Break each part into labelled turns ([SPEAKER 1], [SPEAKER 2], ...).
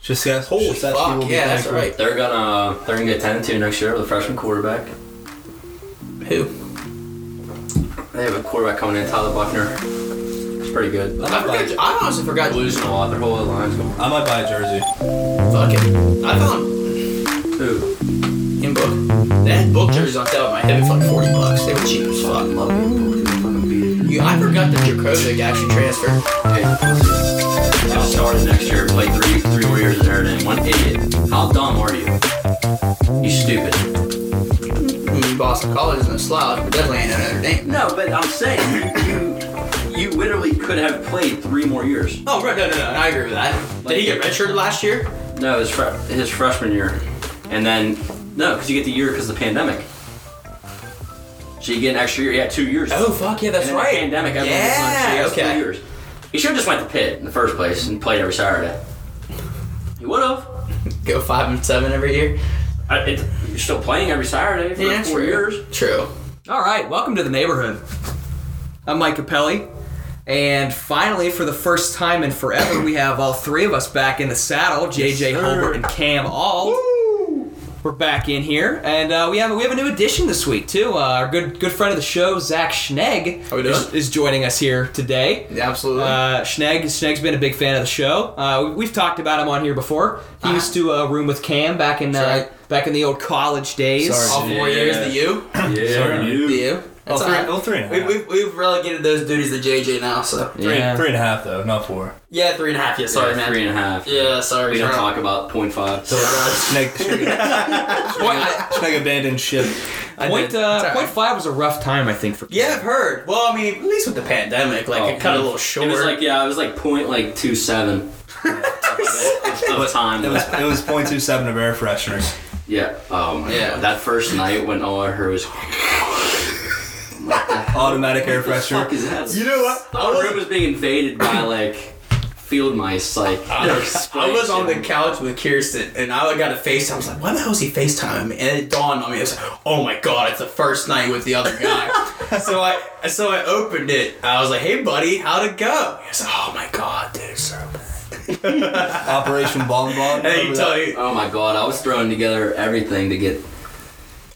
[SPEAKER 1] Just ask.
[SPEAKER 2] Holy
[SPEAKER 1] just ask
[SPEAKER 2] fuck,
[SPEAKER 1] who will be
[SPEAKER 2] yeah, that's
[SPEAKER 1] back.
[SPEAKER 2] right.
[SPEAKER 3] They're gonna they're gonna get ten to next year with a freshman quarterback.
[SPEAKER 2] Who?
[SPEAKER 3] They have a quarterback coming in, Tyler Buckner. It's pretty good.
[SPEAKER 2] I, forgot, I honestly forgot.
[SPEAKER 3] They're losing a lot. Their whole line's going.
[SPEAKER 1] I might buy a jersey.
[SPEAKER 2] Fuck it. I found
[SPEAKER 3] Who?
[SPEAKER 2] in book. They had book jerseys on sale at my head for like 40 bucks. They were cheap as fuck.
[SPEAKER 3] Love it. Fucking beat it.
[SPEAKER 2] You, I forgot that Dracovic actually transferred.
[SPEAKER 3] Hey, Just started next year. Play three three more years there. Then one idiot. How dumb are you? You stupid.
[SPEAKER 2] I mean, Boston College is no slouch, but definitely ain't no Notre Dame.
[SPEAKER 3] No, but I'm saying you you literally could have played three more years.
[SPEAKER 2] Oh, right, no, no, no, I agree with that. Did he get redshirted last year?
[SPEAKER 3] No, his fre- his freshman year, and then no, because you get the year because of the pandemic. So you get an extra year. Yeah, two years.
[SPEAKER 2] Oh, fuck yeah, that's
[SPEAKER 3] and then
[SPEAKER 2] right.
[SPEAKER 3] The pandemic. Everyone gets lunch. So he
[SPEAKER 2] yeah,
[SPEAKER 3] has
[SPEAKER 2] okay.
[SPEAKER 3] Two years. He should have just went to Pitt in the first place and played every Saturday. He would have.
[SPEAKER 2] Go five and seven every year.
[SPEAKER 3] You're still playing every Saturday for four
[SPEAKER 2] true.
[SPEAKER 3] years.
[SPEAKER 2] True.
[SPEAKER 4] All right, welcome to the neighborhood. I'm Mike Capelli, and finally, for the first time in forever, we have all three of us back in the saddle: JJ Holbert and Cam All. We're back in here, and uh, we have we have a new addition this week too. Uh, our good good friend of the show, Zach Schnegg,
[SPEAKER 2] How we doing?
[SPEAKER 4] is, is joining us here today.
[SPEAKER 2] Yeah, absolutely.
[SPEAKER 4] Uh, Schnegg, Schnegg's been a big fan of the show. Uh, we- we've talked about him on here before. He used to uh, room with Cam back in
[SPEAKER 2] That's
[SPEAKER 4] uh, back in the old college days.
[SPEAKER 1] Sorry.
[SPEAKER 2] All four
[SPEAKER 3] yeah.
[SPEAKER 2] years, the U.
[SPEAKER 3] Yeah,
[SPEAKER 1] Sorry.
[SPEAKER 3] you.
[SPEAKER 2] The U.
[SPEAKER 1] All
[SPEAKER 2] That's
[SPEAKER 1] three,
[SPEAKER 2] all
[SPEAKER 1] all
[SPEAKER 2] right.
[SPEAKER 1] three and a
[SPEAKER 2] We,
[SPEAKER 1] half.
[SPEAKER 2] we, we've relegated those duties to JJ now, so.
[SPEAKER 1] Three-
[SPEAKER 4] Yeah.
[SPEAKER 1] three and a half though, not four.
[SPEAKER 2] Yeah, three and a half. Yeah, sorry,
[SPEAKER 3] Sorry,
[SPEAKER 2] man.
[SPEAKER 3] Three and a half.
[SPEAKER 2] Yeah, sorry.
[SPEAKER 3] We don't
[SPEAKER 2] sorry.
[SPEAKER 3] talk about point five.
[SPEAKER 1] So Snake, Snake,
[SPEAKER 2] Boy, I-
[SPEAKER 1] Snake abandoned ship.
[SPEAKER 4] Uh, Point,
[SPEAKER 2] did.
[SPEAKER 4] uh,
[SPEAKER 2] It's all
[SPEAKER 4] point
[SPEAKER 2] right.
[SPEAKER 4] five was a rough time, I think. For
[SPEAKER 2] yeah, I've heard. Well, I mean, at least with the pandemic, like, Oh, it cut a little short.
[SPEAKER 3] It was like yeah, it was like point like two seven. of time.
[SPEAKER 1] It was it was point two seven of air fresheners.
[SPEAKER 3] Yeah. Oh my
[SPEAKER 2] Yeah.
[SPEAKER 3] god. That first night when all I heard was
[SPEAKER 1] Automatic air
[SPEAKER 3] fuck
[SPEAKER 1] freshener.
[SPEAKER 3] is that?
[SPEAKER 2] You know what?
[SPEAKER 3] The
[SPEAKER 2] I
[SPEAKER 3] whole
[SPEAKER 2] was-
[SPEAKER 3] room was being invaded by like field mice. Like they were
[SPEAKER 2] I was on the
[SPEAKER 3] splicing.
[SPEAKER 2] couch with Kirsten, and I got a FaceTime. I was like, why the hell is he FaceTiming me? And it dawned on me. I was like, oh my god, it's the first night with the other guy. so I so I opened it. I was like, hey buddy, how'd it go? He was like, oh my god, dude, it's so bad.
[SPEAKER 1] Operation Bong Bong.
[SPEAKER 2] And then you
[SPEAKER 1] remember
[SPEAKER 2] tell
[SPEAKER 1] that?
[SPEAKER 2] you,
[SPEAKER 3] Oh my god! I was throwing together everything to get.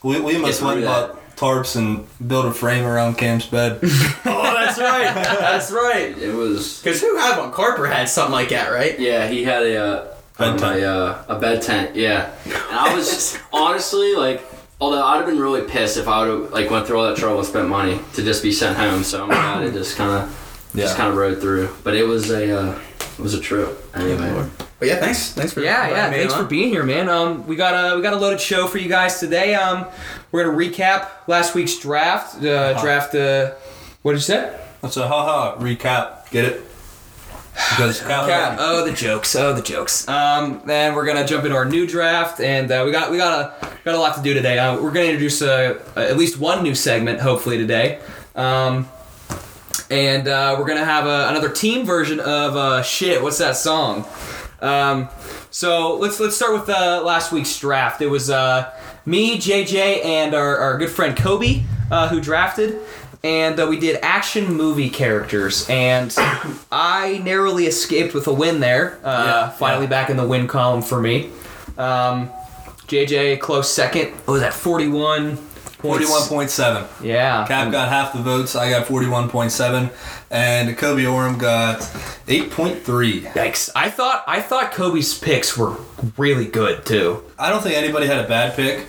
[SPEAKER 1] We, we must
[SPEAKER 3] Get
[SPEAKER 1] went
[SPEAKER 3] through
[SPEAKER 1] and bought tarps and built a frame around Cam's bed.
[SPEAKER 2] oh, that's right, that's right.
[SPEAKER 3] It was.
[SPEAKER 2] Because who had one? Carper had something like that, right?
[SPEAKER 3] Yeah, he had a uh,
[SPEAKER 1] Bed
[SPEAKER 3] um,
[SPEAKER 1] tent.
[SPEAKER 3] A, uh, a bed tent. Yeah, and I was honestly like. Although I'd have been really pissed if I would have like went through all that trouble and spent money to just be sent home, so I'm glad it just kind of just kind of rode through. But it was a uh, it was a trip anyway.
[SPEAKER 2] But yeah, thanks, thanks for
[SPEAKER 4] Yeah,
[SPEAKER 2] inviting
[SPEAKER 4] yeah.
[SPEAKER 2] me
[SPEAKER 4] Thanks
[SPEAKER 2] on.
[SPEAKER 4] for being here, man. Um, we got a we got a loaded show for you guys today. Um, we're gonna recap last week's draft. Uh,
[SPEAKER 2] Uh-huh.
[SPEAKER 4] draft. Uh, what did you say?
[SPEAKER 1] That's a haha recap. Get it? Because
[SPEAKER 4] Yeah.
[SPEAKER 1] Cal-
[SPEAKER 4] Oh, the jokes. Oh, the jokes. Um, then we're gonna jump into our new draft, and uh, we got we got a got a lot to do today. Uh, we're gonna introduce uh, at least one new segment, hopefully today. Um, and uh, we're gonna have a, another team version of uh, shit. What's that song? Um, so let's let's start with uh, last week's draft. It was uh, me, JJ, and our, our good friend Kobe uh, who drafted, and uh, we did action movie characters. And I narrowly escaped with a win there. Uh, finally back in the win column for me. Um, JJ a close second. What was that? Forty one.
[SPEAKER 1] Forty-one point seven.
[SPEAKER 4] Yeah.
[SPEAKER 1] Cap got half the votes. I got forty-one point seven, and Kobe Oram got eight point three.
[SPEAKER 4] Yikes! I thought I thought Kobe's picks were really good too.
[SPEAKER 1] I don't think anybody had a bad pick.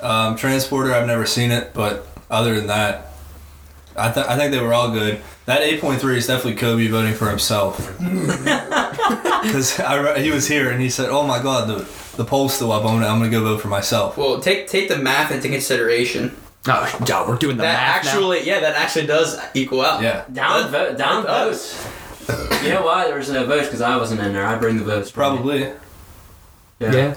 [SPEAKER 1] Um, Transporter, I've never seen it, but other than that, I, th- I think they were all good. That 8.3 is definitely Kobe voting for himself. Because re- he was here and he said, "Oh my God, the the poll's still up. I'm gonna, I'm gonna go vote for myself."
[SPEAKER 2] Well, take take the math into consideration.
[SPEAKER 4] Oh, God, we're doing the
[SPEAKER 2] that
[SPEAKER 4] math now.
[SPEAKER 2] actually, yeah, that actually does equal out.
[SPEAKER 1] Yeah,
[SPEAKER 3] Down vote, down
[SPEAKER 2] It does.
[SPEAKER 3] votes. you know why there was no votes? Because I wasn't in there. I bring the votes.
[SPEAKER 1] probably.
[SPEAKER 4] Yeah.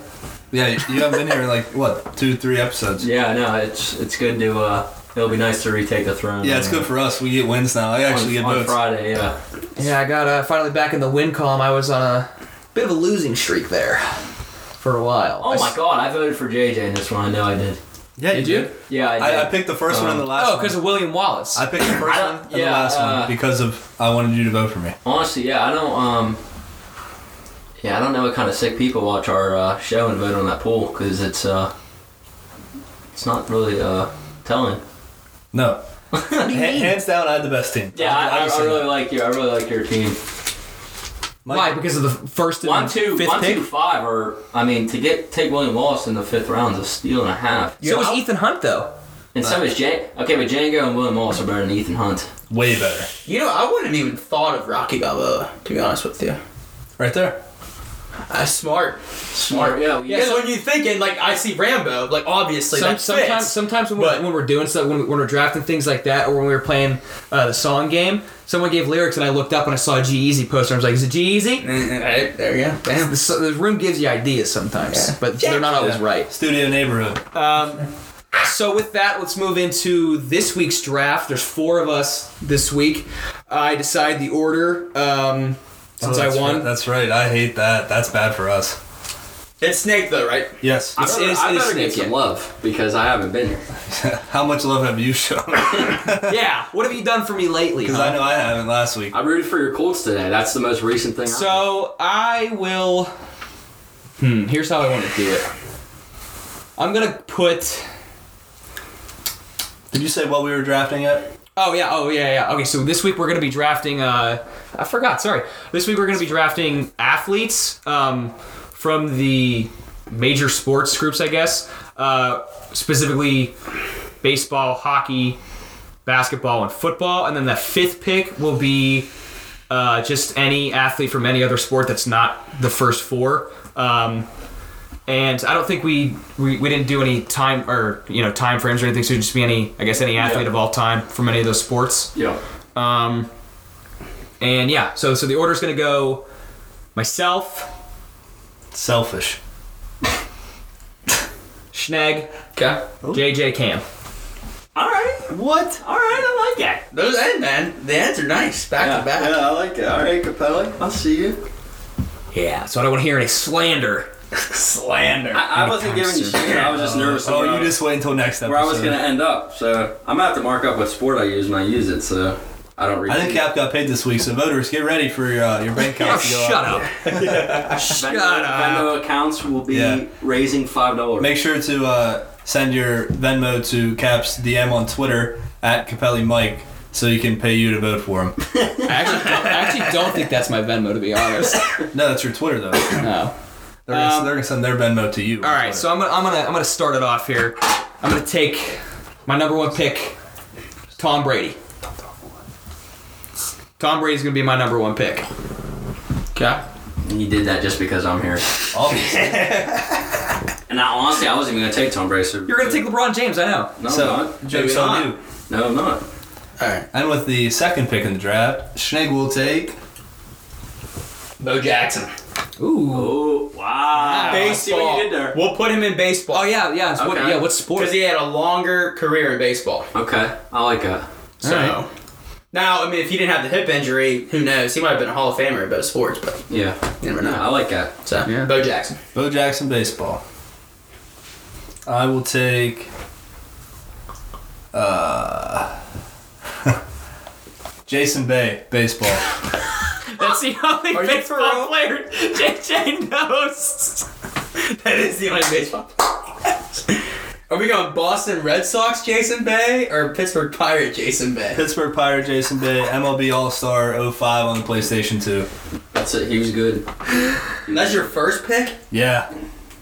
[SPEAKER 1] Yeah, you haven't been here in like what two, three episodes.
[SPEAKER 3] Yeah, no, it's it's good to. uh It'll be nice to retake the throne.
[SPEAKER 1] Yeah, it's good for us. We get wins now. I actually
[SPEAKER 3] on,
[SPEAKER 1] get
[SPEAKER 3] on
[SPEAKER 1] votes.
[SPEAKER 3] Friday. Yeah,
[SPEAKER 4] Yeah, I got uh, finally back in the win column. I was on a bit of a losing streak there for a while.
[SPEAKER 3] Oh
[SPEAKER 4] I
[SPEAKER 3] my
[SPEAKER 4] s-
[SPEAKER 3] god, I voted for JJ in this one. I know I did.
[SPEAKER 1] Yeah,
[SPEAKER 4] Did you?
[SPEAKER 3] Yeah, I did.
[SPEAKER 1] I, I picked the first one and the last.
[SPEAKER 4] Oh,
[SPEAKER 1] one.
[SPEAKER 4] because of William Wallace.
[SPEAKER 1] I picked the first
[SPEAKER 3] I
[SPEAKER 1] one
[SPEAKER 3] don't-
[SPEAKER 1] and the
[SPEAKER 3] yeah,
[SPEAKER 1] last
[SPEAKER 3] uh,
[SPEAKER 1] one because of I wanted you to vote for me.
[SPEAKER 3] Honestly, yeah, I don't. Um, Yeah, I don't know what kind of sick people watch our uh, show and vote on that poll because it's uh, it's not really uh, telling.
[SPEAKER 1] No. Ha- hands down, I had the best team.
[SPEAKER 3] Yeah, I, I,
[SPEAKER 1] Obviously
[SPEAKER 3] really
[SPEAKER 1] not.
[SPEAKER 3] like you. I really like your team.
[SPEAKER 1] Mike-
[SPEAKER 4] Why? Because of the first and
[SPEAKER 3] One, two,
[SPEAKER 1] Fifth
[SPEAKER 3] one,
[SPEAKER 1] pick?
[SPEAKER 3] two, five are. I mean, to get take William Wallace in the fifth round is a steal and a half.
[SPEAKER 4] So was
[SPEAKER 1] Yeah.
[SPEAKER 4] Ethan Hunt though.
[SPEAKER 3] And so is Jan. Okay, but Django and William Wallace are better than Ethan Hunt.
[SPEAKER 1] Way better.
[SPEAKER 2] You know, I wouldn't even thought of Rocky Balboa to be honest with you.
[SPEAKER 1] Right there.
[SPEAKER 2] That's smart.
[SPEAKER 3] Smart. Yeah. we-
[SPEAKER 2] Yeah. So when you're thinking like I see Rambo, like obviously
[SPEAKER 4] Some-
[SPEAKER 2] that
[SPEAKER 4] sometimes,
[SPEAKER 2] fits.
[SPEAKER 4] sometimes when, we're,
[SPEAKER 2] But-
[SPEAKER 4] when we're doing stuff, when, we- when we're drafting things like that, or when we were playing uh, the song game, someone gave lyrics, and I looked up and I saw a G Easy poster. I was like, "Is it G Easy?"
[SPEAKER 2] Mm, all right, there you go. Bam.
[SPEAKER 4] The, so- the room gives you ideas sometimes,
[SPEAKER 2] Yeah.
[SPEAKER 4] but they're not always
[SPEAKER 1] Yeah.
[SPEAKER 4] right.
[SPEAKER 1] Studio neighborhood.
[SPEAKER 4] Um, so with that, let's move into this week's draft. There's four of us this week. I decide the order um, since
[SPEAKER 1] Oh,
[SPEAKER 4] I
[SPEAKER 1] that's
[SPEAKER 4] won.
[SPEAKER 1] right- That's right. I hate that. That's bad for us.
[SPEAKER 2] It's Snake though, right?
[SPEAKER 1] Yes.
[SPEAKER 3] I
[SPEAKER 4] It's-
[SPEAKER 3] better,
[SPEAKER 4] it is-
[SPEAKER 3] I
[SPEAKER 4] it is
[SPEAKER 3] better get
[SPEAKER 4] snake,
[SPEAKER 3] some
[SPEAKER 4] yeah.
[SPEAKER 3] love because I haven't been here.
[SPEAKER 1] How much love have you shown?
[SPEAKER 4] yeah. What have you done for me lately?
[SPEAKER 1] Because
[SPEAKER 4] huh?
[SPEAKER 1] I know I haven't last week.
[SPEAKER 3] I rooted for your Colts today. That's the most recent thing. I-
[SPEAKER 4] So I will. Hmm. Here's how I want to do it. I'm gonna put.
[SPEAKER 1] Did you say what we were drafting yet?
[SPEAKER 4] Oh yeah. Oh yeah. Yeah. Okay. So this week we're gonna be drafting. Uh, I forgot. Sorry. This week we're gonna be drafting athletes um, from the major sports groups, I guess. Uh, specifically, baseball, hockey, basketball, and football. And then the fifth pick will be uh, just any athlete from any other sport that's not the first four. Um, and I don't think we, we we didn't do any time or you know time frames or anything. So it'd just be any I guess any athlete
[SPEAKER 3] Yeah.
[SPEAKER 4] of all time from any of those sports.
[SPEAKER 3] Yeah.
[SPEAKER 4] Um, and yeah, so so the order's gonna go myself,
[SPEAKER 1] Selfish.
[SPEAKER 4] Schneg,
[SPEAKER 2] Okay.
[SPEAKER 4] JJ Cam.
[SPEAKER 2] All right.
[SPEAKER 1] What?
[SPEAKER 2] All right. I like it. Those hey man, the ends are nice back to back.
[SPEAKER 3] I like it. All right, Capelli. I'll see you.
[SPEAKER 4] Yeah, so I don't want to hear any slander.
[SPEAKER 2] Slander.
[SPEAKER 3] I, I wasn't giving you
[SPEAKER 4] Anytime
[SPEAKER 3] shit. I was just nervous.
[SPEAKER 1] Oh,
[SPEAKER 3] about
[SPEAKER 1] you just wait until next episode.
[SPEAKER 3] where I was gonna end up. So I'm gonna have to mark up what sport I use when I use it. So I don't read.
[SPEAKER 1] I think Cap got paid this week, so voters, get ready for your, uh, your bank
[SPEAKER 4] Oh,
[SPEAKER 1] account to go
[SPEAKER 4] shut
[SPEAKER 1] up.
[SPEAKER 4] up.
[SPEAKER 3] Venmo,
[SPEAKER 4] Shut up.
[SPEAKER 3] Venmo accounts will be
[SPEAKER 1] Yeah.
[SPEAKER 3] raising five dollars.
[SPEAKER 1] Make sure to uh, send your Venmo to Cap's DM on Twitter at Capelli Mike so he can pay you to vote for him.
[SPEAKER 4] I actually, I actually don't think that's my Venmo to be honest.
[SPEAKER 1] No, that's your Twitter though. They're
[SPEAKER 4] No.
[SPEAKER 1] gonna, they're gonna send their Venmo to you.
[SPEAKER 4] All right, so I'm gonna I'm gonna I'm gonna start it off here. I'm gonna take my number one pick, Tom Brady. Tom Brady's gonna be my number one pick.
[SPEAKER 2] Okay.
[SPEAKER 3] You did that just because I'm here.
[SPEAKER 1] obviously.
[SPEAKER 3] And I, honestly, I wasn't even gonna take Tom Brady. So
[SPEAKER 4] You're gonna take LeBron James, I know.
[SPEAKER 3] No, I'm
[SPEAKER 1] so
[SPEAKER 3] not.
[SPEAKER 1] jokes
[SPEAKER 2] Maybe
[SPEAKER 1] on
[SPEAKER 2] not.
[SPEAKER 1] you.
[SPEAKER 3] No, I'm not.
[SPEAKER 2] All right.
[SPEAKER 1] And with the second pick in the draft, Schneg will take.
[SPEAKER 2] Bo Jackson.
[SPEAKER 4] Ooh.
[SPEAKER 3] Oh wow! I see what you did there.
[SPEAKER 2] Ah, We'll put him in baseball.
[SPEAKER 4] Oh yeah, yeah. it's What,
[SPEAKER 3] Okay.
[SPEAKER 4] yeah, what sport?
[SPEAKER 2] Because he had a longer career in baseball.
[SPEAKER 3] Okay, I like that.
[SPEAKER 2] So
[SPEAKER 4] All
[SPEAKER 2] now, I mean, if he didn't have the hip injury, who knows? He might have been a Hall of Famer in both sports, but
[SPEAKER 3] Yeah,
[SPEAKER 2] you never
[SPEAKER 3] no,
[SPEAKER 2] know.
[SPEAKER 3] I like that.
[SPEAKER 2] So
[SPEAKER 4] Yeah.
[SPEAKER 2] Bo Jackson.
[SPEAKER 1] Bo Jackson baseball. I will take. Uh, Jason Bay baseball.
[SPEAKER 4] That's the only
[SPEAKER 2] Are you for real?
[SPEAKER 4] player JJ knows.
[SPEAKER 2] That is the only baseball. Are we going Boston Red Sox Jason Bay or Pittsburgh Pirate Jason Bay?
[SPEAKER 1] Pittsburgh Pirate Jason Bay, MLB All Star 05 on the PlayStation 2.
[SPEAKER 3] That's it. He was good.
[SPEAKER 2] That's your first pick?
[SPEAKER 1] Yeah.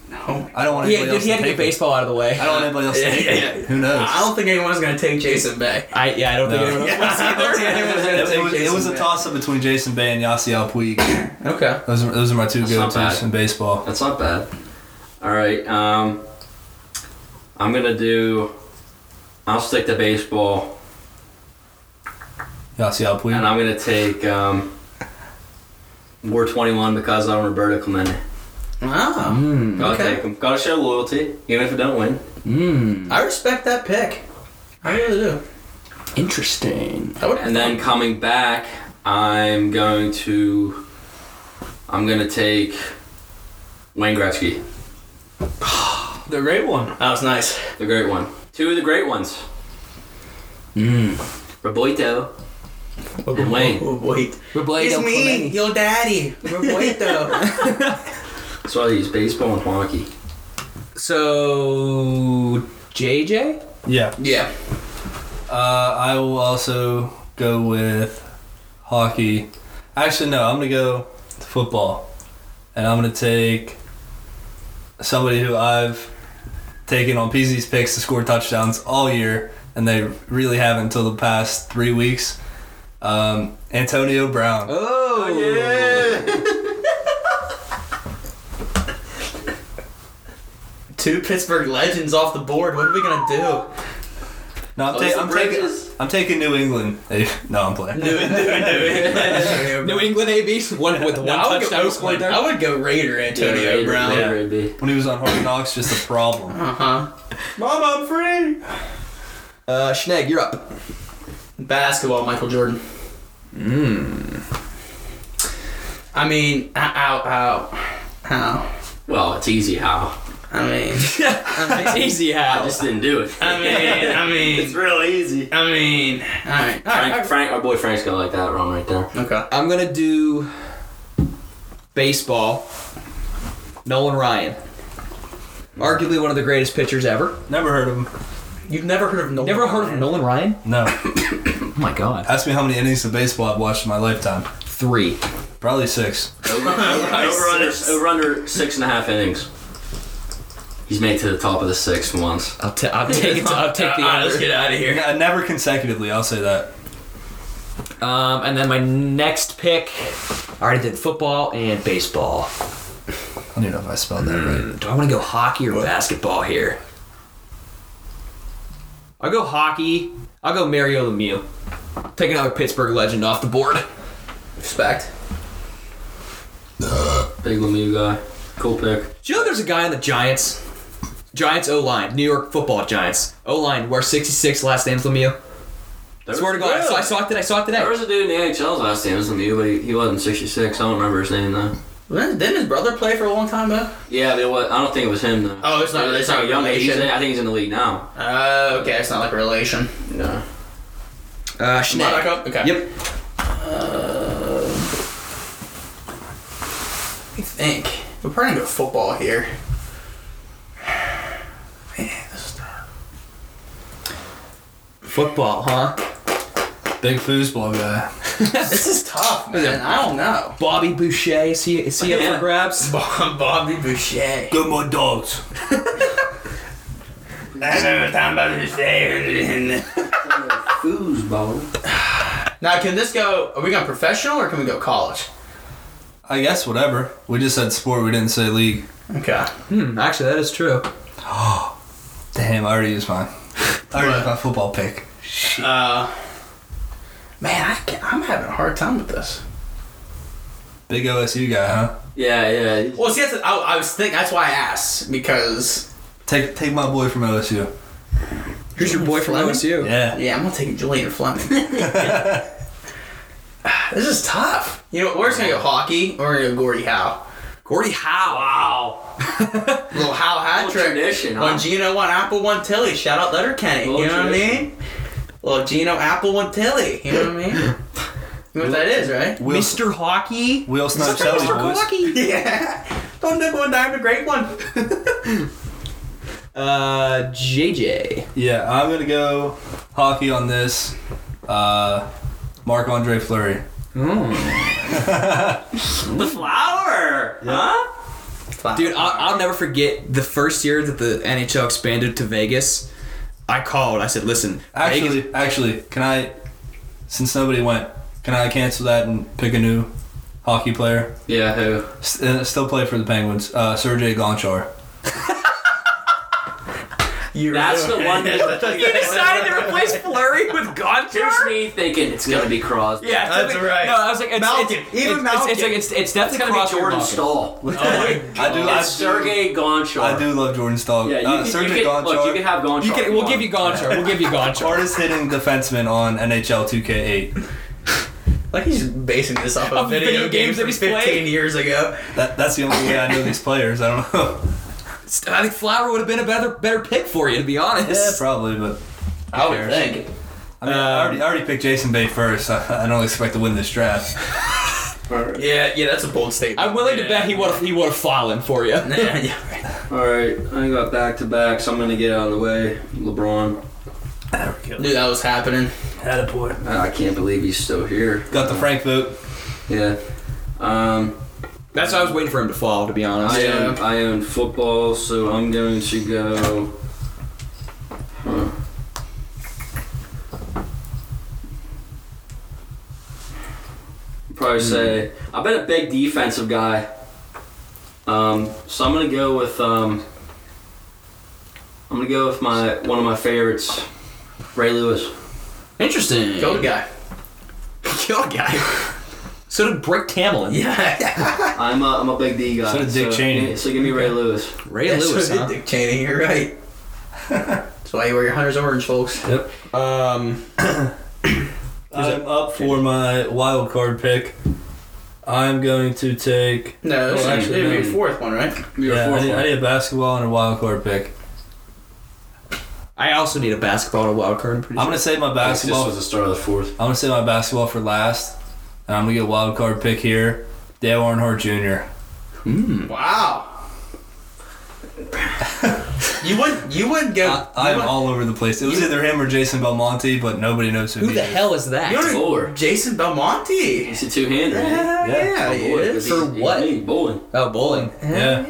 [SPEAKER 2] No.
[SPEAKER 1] I don't want
[SPEAKER 4] Yeah,
[SPEAKER 1] anybody
[SPEAKER 4] dude,
[SPEAKER 1] else
[SPEAKER 4] he
[SPEAKER 1] to
[SPEAKER 4] had to
[SPEAKER 1] take
[SPEAKER 4] get
[SPEAKER 1] him.
[SPEAKER 4] baseball out of the way.
[SPEAKER 1] I don't want anybody else to
[SPEAKER 2] Yeah,
[SPEAKER 1] take
[SPEAKER 2] yeah,
[SPEAKER 1] it.
[SPEAKER 2] yeah.
[SPEAKER 1] Who knows?
[SPEAKER 2] I don't think anyone's going to take Jason Bay.
[SPEAKER 4] I yeah, I don't think
[SPEAKER 1] No.
[SPEAKER 4] anyone else wants
[SPEAKER 2] I don't think anyone's gonna
[SPEAKER 1] It,
[SPEAKER 2] take
[SPEAKER 1] was, it
[SPEAKER 2] Jason
[SPEAKER 1] was a
[SPEAKER 2] Bay.
[SPEAKER 1] toss up between Jason Bay and Yasiel Puig.
[SPEAKER 2] Okay.
[SPEAKER 1] Those are, those are my two
[SPEAKER 3] That's not
[SPEAKER 1] go
[SPEAKER 3] bad.
[SPEAKER 1] tos in baseball.
[SPEAKER 3] That's not bad. All right. Um, I'm gonna do. I'll stick to baseball,
[SPEAKER 1] Yasiel
[SPEAKER 3] and
[SPEAKER 1] Puig.
[SPEAKER 3] I'm gonna take um, War 21 because I'm Roberto Clemente.
[SPEAKER 2] Wow.
[SPEAKER 3] Gotta
[SPEAKER 2] Okay.
[SPEAKER 3] take him. Gotta show loyalty, even if I don't win.
[SPEAKER 4] Mmm.
[SPEAKER 2] I respect that pick. I really do.
[SPEAKER 4] Interesting.
[SPEAKER 2] I would.
[SPEAKER 3] And then coming back, I'm going to. I'm gonna take Wayne Gretzky,
[SPEAKER 1] The great one.
[SPEAKER 2] That was nice.
[SPEAKER 3] the great one. Two of the great ones.
[SPEAKER 4] Mmm.
[SPEAKER 3] Roberto And Wayne.
[SPEAKER 2] Wait.
[SPEAKER 4] Robledo Clemente.
[SPEAKER 2] your daddy. Roberto.
[SPEAKER 3] That's why he's baseball and hockey.
[SPEAKER 4] So JJ.
[SPEAKER 1] Yeah.
[SPEAKER 2] yeah.
[SPEAKER 1] Uh, I will also go with hockey. Actually, no, I'm going to go to football. And I'm going to take somebody who I've taken on PZ's picks to score touchdowns all year, and they really haven't until the past three weeks. Um, Antonio Brown.
[SPEAKER 4] Oh,
[SPEAKER 2] Two Pittsburgh legends off the board. What are we gonna do?
[SPEAKER 1] No, I'm,
[SPEAKER 3] Oh, Those
[SPEAKER 1] ta-
[SPEAKER 3] are
[SPEAKER 1] I'm, taking,
[SPEAKER 3] bridges.
[SPEAKER 1] I'm taking New England. Hey, no, I'm playing.
[SPEAKER 2] Do it, do it, do
[SPEAKER 4] New England AB one with one
[SPEAKER 2] I would,
[SPEAKER 4] touchdown
[SPEAKER 2] go,
[SPEAKER 4] scored there.
[SPEAKER 2] I would go Raider Antonio Brown.
[SPEAKER 1] Yeah.
[SPEAKER 3] Yeah. AB.
[SPEAKER 1] When he was on Hard Knocks, just a problem.
[SPEAKER 2] Uh huh.
[SPEAKER 1] Mom, I'm free!
[SPEAKER 4] Uh, Schneg, you're up.
[SPEAKER 2] Basketball, Michael Jordan. Mmm.
[SPEAKER 4] Hmm.
[SPEAKER 2] I mean, ow, ow, ow. ow.
[SPEAKER 3] Well, it's easy how.
[SPEAKER 2] I mean, I mean,
[SPEAKER 4] Easy
[SPEAKER 3] I
[SPEAKER 4] how.
[SPEAKER 3] just didn't do it.
[SPEAKER 2] I mean, I
[SPEAKER 3] it's
[SPEAKER 2] mean,
[SPEAKER 3] real easy.
[SPEAKER 2] I mean. All right, all
[SPEAKER 3] Frank,
[SPEAKER 2] right.
[SPEAKER 3] Frank, our boy Frank's gonna like that wrong right there.
[SPEAKER 2] Okay.
[SPEAKER 4] I'm gonna do baseball. Nolan Ryan, arguably one of the greatest pitchers ever.
[SPEAKER 1] Never heard of him.
[SPEAKER 2] You've never heard of Nolan?
[SPEAKER 4] Never heard of Nolan Ryan?
[SPEAKER 1] No.
[SPEAKER 4] Oh my God.
[SPEAKER 1] Ask me how many innings of baseball I've watched in my lifetime.
[SPEAKER 4] Three.
[SPEAKER 1] Probably six.
[SPEAKER 3] Over, over, over, under, over under six and a half innings. He's made to the top of the sixth once.
[SPEAKER 4] I'll, ta- I'll take it. I'll take the
[SPEAKER 2] All right, let's
[SPEAKER 4] under.
[SPEAKER 2] get out of here.
[SPEAKER 1] Yeah, never consecutively. I'll say that.
[SPEAKER 4] Um, and then my next pick. I already did football and baseball.
[SPEAKER 1] I don't even know if I spelled that right.
[SPEAKER 4] Do I want to go hockey or basketball here? I'll go hockey. I'll go Mario Lemieux. Take another Pittsburgh legend off the board.
[SPEAKER 2] Respect.
[SPEAKER 3] Big Lemieux guy. Cool pick.
[SPEAKER 4] Do you know there's a guy on the Giants? Giants O line, New York football Giants. O line, wear 66, last name's Lemieux.
[SPEAKER 3] There
[SPEAKER 4] Swear to God, I, saw, I saw it today. I saw it today.
[SPEAKER 3] There was a dude in the NHL's last name was Lemieux, but he, he wasn't 66. I don't remember his name though.
[SPEAKER 2] Didn't his brother play for a long time though?
[SPEAKER 3] Yeah, but it was, I don't think it was him though.
[SPEAKER 2] Oh, it's not-
[SPEAKER 3] It's
[SPEAKER 2] it's
[SPEAKER 3] not
[SPEAKER 2] not
[SPEAKER 3] a young age. He's
[SPEAKER 2] relation.
[SPEAKER 3] in- I think he's in the league now.
[SPEAKER 2] Oh, okay. It's not like a relation.
[SPEAKER 3] No.
[SPEAKER 4] Uh, Schneck.
[SPEAKER 2] Monaco? Okay.
[SPEAKER 4] Yep.
[SPEAKER 2] I think we're probably gonna go football here. Man, this is
[SPEAKER 4] Football, huh?
[SPEAKER 1] Big foosball guy.
[SPEAKER 2] this is tough, Oh, man. I don't know.
[SPEAKER 4] Bobby Boucher, is he, is he up
[SPEAKER 3] Yeah.
[SPEAKER 4] for grabs?
[SPEAKER 2] Bob, Bobby Boucher.
[SPEAKER 1] Good my dogs.
[SPEAKER 2] I remember talking about Boucher.
[SPEAKER 3] Foosball.
[SPEAKER 2] Now, can this go? Are we going professional or can we go college?
[SPEAKER 1] I guess whatever. We just said sport. We didn't say league.
[SPEAKER 2] Okay.
[SPEAKER 4] Hmm, actually, that is true.
[SPEAKER 1] Damn, I already used mine. I already used my football pick.
[SPEAKER 2] Uh, man, I can, I'm having a hard time with this.
[SPEAKER 1] Big OSU guy, huh?
[SPEAKER 3] Yeah, yeah. he's-
[SPEAKER 2] Well, see, that's, I, I was thinking. That's why I asked because
[SPEAKER 1] Take take my boy from OSU.
[SPEAKER 4] Who's your boy from
[SPEAKER 2] Fleming?
[SPEAKER 4] OSU?
[SPEAKER 1] Yeah.
[SPEAKER 2] yeah, I'm gonna take Julian Fleming. this is tough. You know, we're just gonna go hockey. We're gonna go Gordy Howe.
[SPEAKER 4] Gordy Howe. Wow.
[SPEAKER 2] Little Howe hat
[SPEAKER 3] Little
[SPEAKER 2] trick.
[SPEAKER 3] tradition, huh?
[SPEAKER 2] One Gino, one Apple, one Tilly. Shout out Letter Kenny. You know
[SPEAKER 3] Little
[SPEAKER 2] what I
[SPEAKER 3] tradition.
[SPEAKER 2] mean? Little Gino, Apple, one Tilly. You know what I mean? You know what that is, right?
[SPEAKER 1] Wheel,
[SPEAKER 4] Mr. Hockey.
[SPEAKER 1] Wheel Snipes Shelly, boys.
[SPEAKER 2] Yeah. Don't do one dime, the great one.
[SPEAKER 4] Uh, JJ.
[SPEAKER 1] Yeah, I'm gonna go hockey on this. Uh, Marc Andre Fleury.
[SPEAKER 3] The flower! Huh?
[SPEAKER 4] Dude, I'll, I'll never forget the first year that the NHL expanded to Vegas. I called. I said, "Listen, Vegas-
[SPEAKER 1] Actually, actually, can I? Since nobody went, can I cancel that and pick a new hockey player?
[SPEAKER 3] Yeah, who?
[SPEAKER 1] S- uh, still play for the Penguins. Uh, Sergei Gonchar.
[SPEAKER 2] You
[SPEAKER 3] That's the one that-
[SPEAKER 4] You decided to replace Flurry with
[SPEAKER 3] Here's
[SPEAKER 4] Gonchar?
[SPEAKER 3] me thinking it's gonna be Crosby.
[SPEAKER 4] Yeah, it's
[SPEAKER 2] That's
[SPEAKER 4] like-
[SPEAKER 2] right.
[SPEAKER 4] No, I was like, it's,
[SPEAKER 2] Malkin.
[SPEAKER 4] It's,
[SPEAKER 2] Even
[SPEAKER 4] it's, it's, it's,
[SPEAKER 2] Malkin.
[SPEAKER 4] like, it's, it's definitely
[SPEAKER 3] It's gonna be
[SPEAKER 4] Crosby or
[SPEAKER 3] Jordan
[SPEAKER 4] Malkin.
[SPEAKER 3] Stahl.
[SPEAKER 2] Oh my
[SPEAKER 1] I do. I
[SPEAKER 3] It's
[SPEAKER 1] do,
[SPEAKER 3] Sergey Gonchar.
[SPEAKER 1] I do love Jordan Stahl.
[SPEAKER 3] Yeah, you,
[SPEAKER 1] uh,
[SPEAKER 3] can,
[SPEAKER 1] Sergei
[SPEAKER 3] you can,
[SPEAKER 1] Gonchar.
[SPEAKER 3] look, you can have Gonchar.
[SPEAKER 4] You
[SPEAKER 3] if
[SPEAKER 4] can, we'll give you Gonchar. We'll give you Gonchar.
[SPEAKER 1] Hardest hitting defenseman on NHL 2K8.
[SPEAKER 2] Like he's basing this off of
[SPEAKER 4] Of
[SPEAKER 2] video,
[SPEAKER 4] video
[SPEAKER 2] games
[SPEAKER 4] games that
[SPEAKER 2] from
[SPEAKER 4] he's
[SPEAKER 2] 15
[SPEAKER 4] played?
[SPEAKER 2] years ago.
[SPEAKER 1] That, that's the only way I know these players. I don't know.
[SPEAKER 4] I think Flower would have been a better better pick for you, to be honest.
[SPEAKER 1] yeah, probably, but
[SPEAKER 2] I would
[SPEAKER 1] cares?
[SPEAKER 2] think.
[SPEAKER 1] I mean, I, already, I already picked Jason Bay first. I, I don't expect to win this draft.
[SPEAKER 3] All right.
[SPEAKER 2] Yeah, yeah, that's a bold statement.
[SPEAKER 4] I'm willing
[SPEAKER 2] Yeah.
[SPEAKER 4] to bet he would have he would have fallen for you.
[SPEAKER 2] Yeah, yeah, right.
[SPEAKER 3] All right. I got back to back, so I'm gonna get out of the way. LeBron.
[SPEAKER 5] There we go.
[SPEAKER 2] Knew that was happening.
[SPEAKER 5] Attaboy.
[SPEAKER 3] I can't believe he's still here.
[SPEAKER 1] Got the Frank vote.
[SPEAKER 3] Yeah. Um,
[SPEAKER 4] That's why I was waiting for him to fall. To be honest.
[SPEAKER 3] I
[SPEAKER 2] Yeah.
[SPEAKER 3] own, I own football, so I'm going to go. Huh.
[SPEAKER 1] Hmm.
[SPEAKER 3] Probably say I've been a big defensive guy. Um, so I'm gonna go with um, I'm gonna go with my one of my favorites, Ray Lewis.
[SPEAKER 4] Interesting.
[SPEAKER 2] Killed a guy. Killed a guy.
[SPEAKER 4] So did Brick Tamlin.
[SPEAKER 2] Yeah.
[SPEAKER 3] I'm a, I'm a big D guy.
[SPEAKER 1] So did Dick Cheney.
[SPEAKER 3] So give me Ray Lewis.
[SPEAKER 4] Ray
[SPEAKER 2] Yeah, so
[SPEAKER 4] Lewis.
[SPEAKER 2] did
[SPEAKER 4] huh?
[SPEAKER 2] Dick Cheney, you're right. That's why you wear your hunter's orange, folks.
[SPEAKER 4] Um,
[SPEAKER 1] I'm up for my wild card pick. I'm going to take.
[SPEAKER 2] No,
[SPEAKER 1] Well, actually,
[SPEAKER 2] it'd be
[SPEAKER 1] no.
[SPEAKER 2] a fourth one, right?
[SPEAKER 3] You're a
[SPEAKER 1] yeah, I
[SPEAKER 3] fourth
[SPEAKER 1] need,
[SPEAKER 3] one.
[SPEAKER 1] I need a basketball and a wild card pick.
[SPEAKER 4] I also need a basketball and a wild card. I'm pretty
[SPEAKER 1] I'm
[SPEAKER 4] sure.
[SPEAKER 1] gonna save my
[SPEAKER 3] This
[SPEAKER 1] basketball.
[SPEAKER 3] was the start of the fourth.
[SPEAKER 1] I'm gonna save my basketball for last, and I'm gonna get a wild card pick here. Dale Earnhardt Jr.
[SPEAKER 2] Hmm. Wow. you would you would go
[SPEAKER 1] I, I'm
[SPEAKER 2] you would-
[SPEAKER 1] all over the place. It was either him or Jason Belmonte, but nobody knows who,
[SPEAKER 4] Who
[SPEAKER 1] he
[SPEAKER 4] the
[SPEAKER 1] is.
[SPEAKER 4] hell is that?
[SPEAKER 2] you would-
[SPEAKER 3] Four.
[SPEAKER 2] Jason Belmonte.
[SPEAKER 3] He's a two-hander.
[SPEAKER 2] Yeah, yeah, he is.
[SPEAKER 4] Oh, For what?
[SPEAKER 3] Bowling.
[SPEAKER 4] oh, bowling.
[SPEAKER 1] Yeah.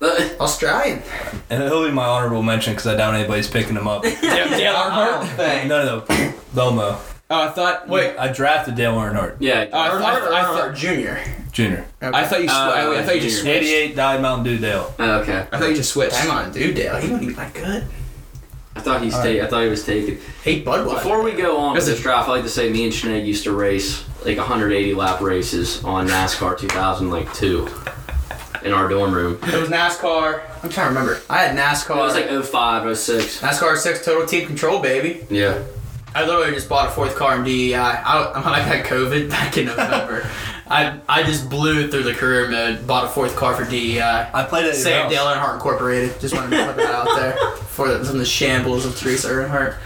[SPEAKER 3] Uh,
[SPEAKER 2] Australian.
[SPEAKER 1] And he'll be my honorable mention because I doubt anybody's picking him up. no,
[SPEAKER 4] Dale
[SPEAKER 2] Oh,
[SPEAKER 4] Earnhardt.
[SPEAKER 2] Thing.
[SPEAKER 1] no, no. Belmo.
[SPEAKER 4] Oh, I thought.
[SPEAKER 2] Wait.
[SPEAKER 1] I drafted Dale Earnhardt
[SPEAKER 3] Yeah.
[SPEAKER 4] Oh, I
[SPEAKER 2] Earnhardt,
[SPEAKER 4] thought- I thought-
[SPEAKER 2] Earnhardt Jr.
[SPEAKER 1] Jr.
[SPEAKER 4] I thought you. Sw-
[SPEAKER 3] Uh,
[SPEAKER 4] I, I thought you just
[SPEAKER 3] junior.
[SPEAKER 4] switched.
[SPEAKER 1] 88 died Mountain Dew Dale.
[SPEAKER 3] okay.
[SPEAKER 4] I thought you just switched.
[SPEAKER 2] Hang on, dude, Dale. He wouldn't be that good.
[SPEAKER 3] I thought he's ta- I thought he was taken.
[SPEAKER 2] Hey, Budweiser.
[SPEAKER 3] Before we go on with
[SPEAKER 4] That's a-
[SPEAKER 3] this draft, I like to say me and Sinead used to race like 180 lap races on NASCAR 2000, like two, in our dorm room. It
[SPEAKER 2] it was NASCAR. I'm trying to remember. I had NASCAR.
[SPEAKER 3] was like 05, 06.
[SPEAKER 2] NASCAR six total team control, baby.
[SPEAKER 3] Yeah.
[SPEAKER 2] I literally just bought a fourth car in DEI. I, I, when I got COVID back in November, I I just blew through the career mode. Bought a fourth car for E DEI.
[SPEAKER 1] I played it.
[SPEAKER 2] Saved Dale Earnhardt Incorporated. Just wanted to put that out there for the, some of the shambles of Teresa Earnhardt.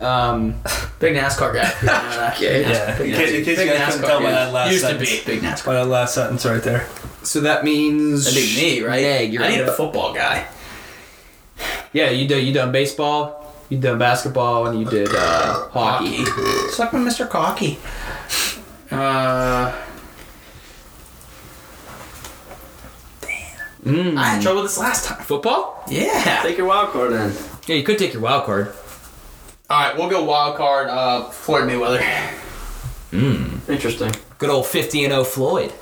[SPEAKER 4] Um,
[SPEAKER 2] Big NASCAR guy. if you don't know that.
[SPEAKER 3] Okay.
[SPEAKER 1] Yeah. In
[SPEAKER 2] Big
[SPEAKER 1] case, in case you
[SPEAKER 2] Big
[SPEAKER 1] guys couldn't tell by
[SPEAKER 2] guy.
[SPEAKER 1] that last
[SPEAKER 2] Used
[SPEAKER 1] sentence.
[SPEAKER 2] to be big NASCAR.
[SPEAKER 1] By that last sentence right there.
[SPEAKER 4] so that means.
[SPEAKER 2] That'd be me, right?
[SPEAKER 4] Yeah, you're
[SPEAKER 2] I need
[SPEAKER 4] up.
[SPEAKER 2] a football guy.
[SPEAKER 4] Yeah, you done you done baseball, you done basketball, and you did uh, hockey.
[SPEAKER 2] Suck my Mr. Cocky. Uh. Damn. I had trouble this last time.
[SPEAKER 4] Football?
[SPEAKER 2] mm. Yeah.
[SPEAKER 3] Take your wild card then.
[SPEAKER 4] Yeah, you could take your wild card.
[SPEAKER 2] All right, we'll go wild card. Uh, Floyd Mayweather.
[SPEAKER 3] Interesting.
[SPEAKER 4] Good old fifty and 0 Floyd.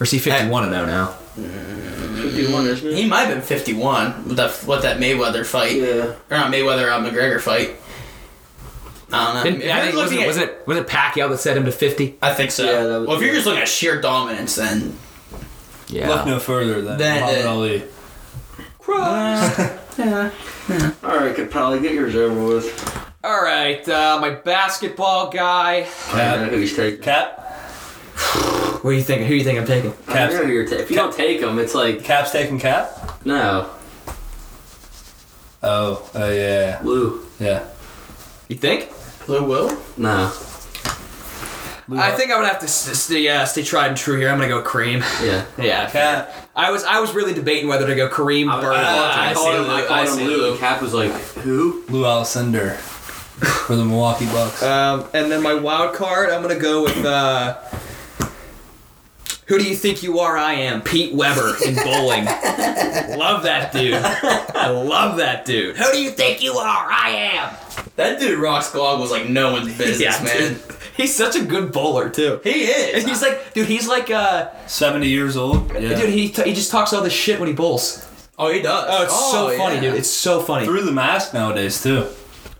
[SPEAKER 4] Or is he fifty one and 0 now?
[SPEAKER 3] 51, isn't it?
[SPEAKER 2] He might have been 51 with that with that Mayweather fight,
[SPEAKER 3] Yeah.
[SPEAKER 2] or not Mayweather uh, McGregor fight. I don't
[SPEAKER 4] Didn't,
[SPEAKER 2] know.
[SPEAKER 4] I
[SPEAKER 2] If
[SPEAKER 4] think
[SPEAKER 2] you're
[SPEAKER 4] was
[SPEAKER 2] looking
[SPEAKER 4] it,
[SPEAKER 2] at-
[SPEAKER 4] was it was it Pacquiao that set him to fifty?
[SPEAKER 2] I think so.
[SPEAKER 3] Yeah, that was-
[SPEAKER 2] well, if you're just looking at sheer dominance, then
[SPEAKER 1] Look no further than
[SPEAKER 2] That,
[SPEAKER 1] Muhammad
[SPEAKER 2] uh,
[SPEAKER 1] Ali.
[SPEAKER 3] All right. Could probably get yours over with.
[SPEAKER 4] All right, uh, my basketball guy.
[SPEAKER 3] I don't know who he's taking.
[SPEAKER 1] Cap.
[SPEAKER 4] What do you think? Who you think I'm taking?
[SPEAKER 3] I don't know who you're ta- if you don't take him, it's like
[SPEAKER 1] Cap's taking Cap.
[SPEAKER 3] no.
[SPEAKER 1] Oh, oh yeah,
[SPEAKER 3] Lou.
[SPEAKER 1] yeah.
[SPEAKER 4] You think?
[SPEAKER 2] Lou Will.
[SPEAKER 3] No.
[SPEAKER 4] I think I would have to s- stay uh, stay tried and true here. I'm gonna go Kareem.
[SPEAKER 3] Yeah.
[SPEAKER 4] Yeah.
[SPEAKER 1] Cap.
[SPEAKER 4] I was I was really debating whether to go Kareem
[SPEAKER 3] I, I,
[SPEAKER 4] Bird.
[SPEAKER 3] Ah, I,
[SPEAKER 2] I
[SPEAKER 3] called
[SPEAKER 2] see
[SPEAKER 3] him, I
[SPEAKER 2] Lou,
[SPEAKER 3] called
[SPEAKER 2] I see
[SPEAKER 3] him Lou,
[SPEAKER 2] Lou.
[SPEAKER 3] and Cap was like, who?
[SPEAKER 1] Lou Alcindor for the Milwaukee Bucks.
[SPEAKER 4] Um, and then my wild card, I'm gonna go with. Uh, who do you think you are? I am Pete Weber in bowling. love that dude. I love that dude. Who do you think you are? I am.
[SPEAKER 2] That dude rocks goggles like no one's business, man.
[SPEAKER 4] dude. He's such a good bowler too.
[SPEAKER 2] He is.
[SPEAKER 4] And he's like, dude. He's like, uh,
[SPEAKER 1] Seventy years old. Yeah.
[SPEAKER 4] dude. He, t- he just talks all this shit when he bowls.
[SPEAKER 2] oh, he does.
[SPEAKER 4] Oh, it's so funny,
[SPEAKER 2] yeah.
[SPEAKER 4] dude. It's so funny.
[SPEAKER 1] Through the mask nowadays too.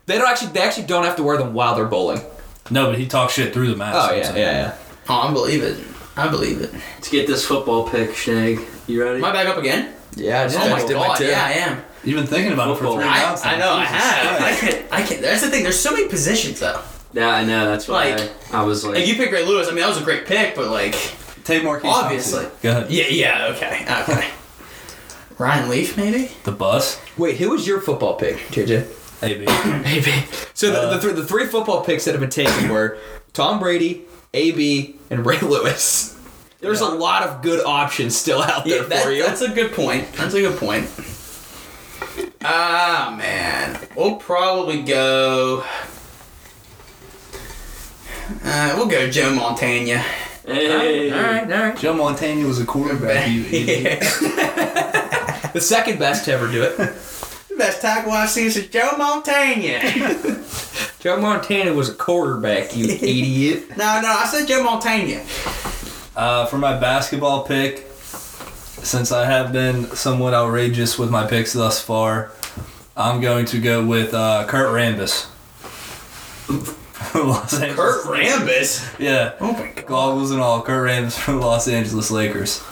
[SPEAKER 4] They don't actually. They actually don't have to wear them while they're bowling.
[SPEAKER 1] No, but he talks shit through the mask.
[SPEAKER 4] Oh
[SPEAKER 1] I'm
[SPEAKER 4] yeah, yeah,
[SPEAKER 1] saying.
[SPEAKER 4] yeah.
[SPEAKER 2] Oh, I believe it. I believe it.
[SPEAKER 3] Let's get this football pick, Schnag. You ready?
[SPEAKER 2] Am I back up again? Oh
[SPEAKER 4] Yeah, I just, I just did my two.
[SPEAKER 2] yeah, I am.
[SPEAKER 1] You've been thinking about it for
[SPEAKER 3] Football.
[SPEAKER 1] three
[SPEAKER 2] I,
[SPEAKER 1] rounds.
[SPEAKER 2] I know, I have. I
[SPEAKER 1] Christ.
[SPEAKER 2] can, I can. That's the thing. There's so many positions though.
[SPEAKER 3] yeah, I know. That's why
[SPEAKER 2] Like-
[SPEAKER 3] I, I was like,
[SPEAKER 2] Like you picked Ray Lewis. I mean, that was a great pick, but like,
[SPEAKER 1] Take more keys.
[SPEAKER 2] Obviously.
[SPEAKER 1] Go ahead.
[SPEAKER 2] yeah, yeah, okay, okay. Ryan Leaf, maybe.
[SPEAKER 1] The bus.
[SPEAKER 4] Wait, who was your football pick, JJ?
[SPEAKER 1] AB.
[SPEAKER 3] Maybe.
[SPEAKER 4] So the, the, th- the three football picks that have been taken were Tom Brady, AB, and Ray Lewis. There's a lot of good options still out there
[SPEAKER 2] Yeah, that-
[SPEAKER 4] for you.
[SPEAKER 2] That's a good point. That's a good point. Ah man, we'll probably go. Uh, we'll go Joe Montana.
[SPEAKER 3] Hey.
[SPEAKER 2] all right.
[SPEAKER 1] Joe Montana was a quarterback. You idiot.
[SPEAKER 4] The second best to ever do it.
[SPEAKER 2] Best tackle I've seen since Joe Montana.
[SPEAKER 4] Joe Montana was a quarterback, you idiot.
[SPEAKER 2] no, no, I said Joe Montana.
[SPEAKER 1] Uh, for my basketball pick, since I have been somewhat outrageous with my picks thus far, I'm going to go with uh, Kurt Rambis. Los Angeles.
[SPEAKER 2] Kurt Rambis.
[SPEAKER 1] Yeah.
[SPEAKER 2] Oh my god.
[SPEAKER 1] Goggles and all, Kurt Rambis from the Los Angeles Lakers.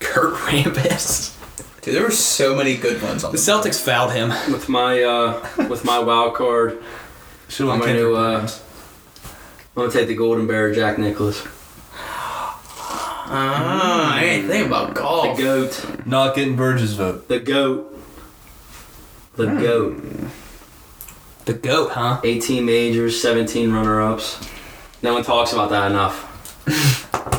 [SPEAKER 4] Kurt Rambis.
[SPEAKER 2] Dude, there were so many good ones on
[SPEAKER 4] The Celtics fouled him.
[SPEAKER 3] With my uh, with my wild card,
[SPEAKER 1] Should
[SPEAKER 3] I'm gonna, uh, I'm gonna take the Golden Bear, Jack Nicholas,
[SPEAKER 2] Ah, I didn't think about
[SPEAKER 3] the
[SPEAKER 2] golf.
[SPEAKER 3] goat,
[SPEAKER 2] uh,
[SPEAKER 1] Not getting Burgess' vote.
[SPEAKER 3] the goat, the goat.
[SPEAKER 4] The goat, huh?
[SPEAKER 3] 18 majors, 17 runner-ups. No one talks about that enough.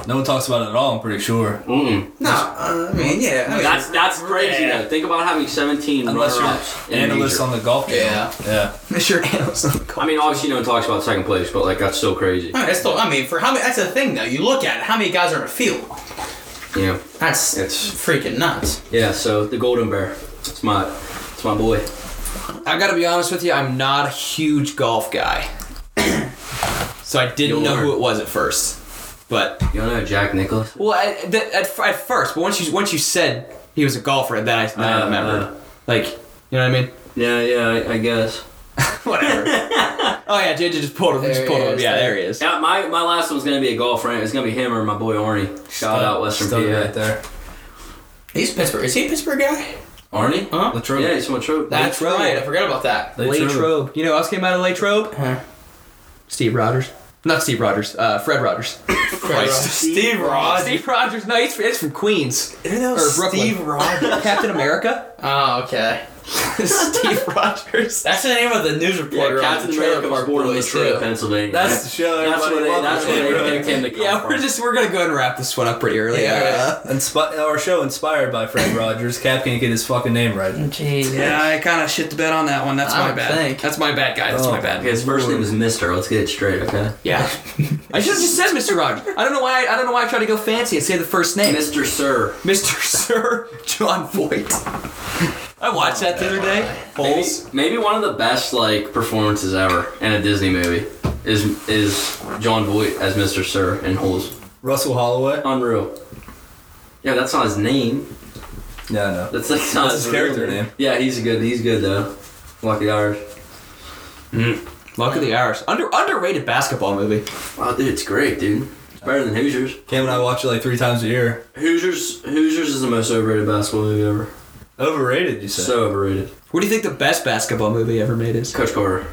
[SPEAKER 1] No one talks about it at all, I'm pretty sure.
[SPEAKER 3] Mm-mm.
[SPEAKER 2] No, uh, I mean, yeah. I mean,
[SPEAKER 3] That's that's crazy.
[SPEAKER 2] Yeah.
[SPEAKER 3] Though. Think about having 17
[SPEAKER 1] Unless you're
[SPEAKER 3] runner-ups.
[SPEAKER 1] an
[SPEAKER 3] in a
[SPEAKER 1] analyst
[SPEAKER 3] major.
[SPEAKER 1] on the golf channel.
[SPEAKER 2] Yeah.
[SPEAKER 1] Yeah.
[SPEAKER 4] Mr. Analyst on the
[SPEAKER 3] I
[SPEAKER 4] goat.
[SPEAKER 3] mean, obviously, no one talks about second place, but like that's still crazy.
[SPEAKER 2] I mean, that's still, I mean, for how many, that's the thing though. You look at it, how many guys are in a field?
[SPEAKER 3] You know,
[SPEAKER 2] That's
[SPEAKER 3] It's-
[SPEAKER 2] freaking nuts.
[SPEAKER 3] yeah. So the Golden Bear, it's my, it's my boy.
[SPEAKER 4] I gotta be honest with you, I'm not a huge golf guy. so I didn't know who it was at first. But
[SPEAKER 3] You don't know Jack Nicholas?
[SPEAKER 4] Well, at, at, at, at first, but once you once you said he was a golfer, then I, then I
[SPEAKER 3] Uh,
[SPEAKER 4] remembered.
[SPEAKER 3] uh.
[SPEAKER 4] like, you know what I mean?
[SPEAKER 3] Yeah, yeah, I, I guess.
[SPEAKER 4] Whatever. oh yeah, JJ just pulled him. Just
[SPEAKER 2] There
[SPEAKER 4] pulled
[SPEAKER 2] he
[SPEAKER 4] him. up.
[SPEAKER 2] is,
[SPEAKER 4] Yeah,
[SPEAKER 2] there.
[SPEAKER 4] there he is.
[SPEAKER 3] Yeah, my, my last one's gonna be a golf rant. It's gonna be him or my boy Arnie. Shout out Western PA.
[SPEAKER 1] Stud right there.
[SPEAKER 2] He's Pittsburgh. Is he a Pittsburgh guy?
[SPEAKER 3] Arnie?
[SPEAKER 2] Huh?
[SPEAKER 1] Latrobe.
[SPEAKER 3] Yeah, he's from Latrobe.
[SPEAKER 2] That's
[SPEAKER 4] Latrobe.
[SPEAKER 2] right. I forgot about that.
[SPEAKER 1] Latrobe.
[SPEAKER 4] Latrobe. You know who else came out of Latrobe?
[SPEAKER 2] Huh.
[SPEAKER 4] Steve Rogers. Not Steve Rogers. Uh, Fred Rogers. Christ.
[SPEAKER 2] Steve Ross.
[SPEAKER 4] Steve Rogers. No, he's, he's from Queens.
[SPEAKER 2] Who
[SPEAKER 4] Or Brooklyn.
[SPEAKER 2] Rogers?
[SPEAKER 4] Captain America.
[SPEAKER 2] oh, okay.
[SPEAKER 4] Steve Rogers.
[SPEAKER 2] That's the name of the news
[SPEAKER 3] Yeah,
[SPEAKER 2] reporter on the
[SPEAKER 3] Captain
[SPEAKER 2] trailer
[SPEAKER 3] America was
[SPEAKER 2] park
[SPEAKER 3] born in
[SPEAKER 2] boys
[SPEAKER 3] Latrobe,
[SPEAKER 2] too.
[SPEAKER 3] Pennsylvania.
[SPEAKER 1] That's the show
[SPEAKER 3] that's
[SPEAKER 1] everybody
[SPEAKER 3] where they,
[SPEAKER 1] loves.
[SPEAKER 3] that's where they picked him to come
[SPEAKER 4] Yeah, we're
[SPEAKER 3] from.
[SPEAKER 4] just we're gonna go and wrap this one up pretty early.
[SPEAKER 2] Yeah,
[SPEAKER 4] Uh,
[SPEAKER 1] Inspi- our show inspired by Fred Rogers. Cap can't get his fucking name right.
[SPEAKER 2] Jeez.
[SPEAKER 4] Yeah, I kind of shit the bed on that one. That's
[SPEAKER 2] I
[SPEAKER 4] my
[SPEAKER 2] would
[SPEAKER 4] bad.
[SPEAKER 2] think.
[SPEAKER 4] That's my bad, guy. That's
[SPEAKER 1] Oh.
[SPEAKER 4] my bad.
[SPEAKER 3] Okay, his first name is Mister. Let's get it straight, okay?
[SPEAKER 4] Yeah, I should have just said Mr. Rogers. I don't know why. I, don't know why I tried to go fancy and say the first name.
[SPEAKER 3] Mister Sir.
[SPEAKER 4] Mr. Sir John Voight. I watched that the other day.
[SPEAKER 3] Maybe,
[SPEAKER 4] Bulls.
[SPEAKER 3] maybe one of the best like performances ever in a Disney movie is is John Voight as Mister Sir in Holes.
[SPEAKER 1] Russell Holloway?
[SPEAKER 3] Unreal. Yeah, that's not his name.
[SPEAKER 1] Yeah, no.
[SPEAKER 3] That's, that's not
[SPEAKER 1] That's his
[SPEAKER 3] real
[SPEAKER 1] character name.
[SPEAKER 3] Yeah, he's good. He's good though. Lucky Irish.
[SPEAKER 4] Luck of the Irish. Under underrated basketball movie.
[SPEAKER 3] Wow, dude, it's great, dude. It's better than Hoosiers.
[SPEAKER 1] Cam and I watch it like three times a year.
[SPEAKER 3] Hoosiers Hoosiers is the most overrated basketball movie ever.
[SPEAKER 1] Overrated, you said.
[SPEAKER 3] So overrated.
[SPEAKER 4] What do you think the best basketball movie ever made is?
[SPEAKER 3] Coach Carter.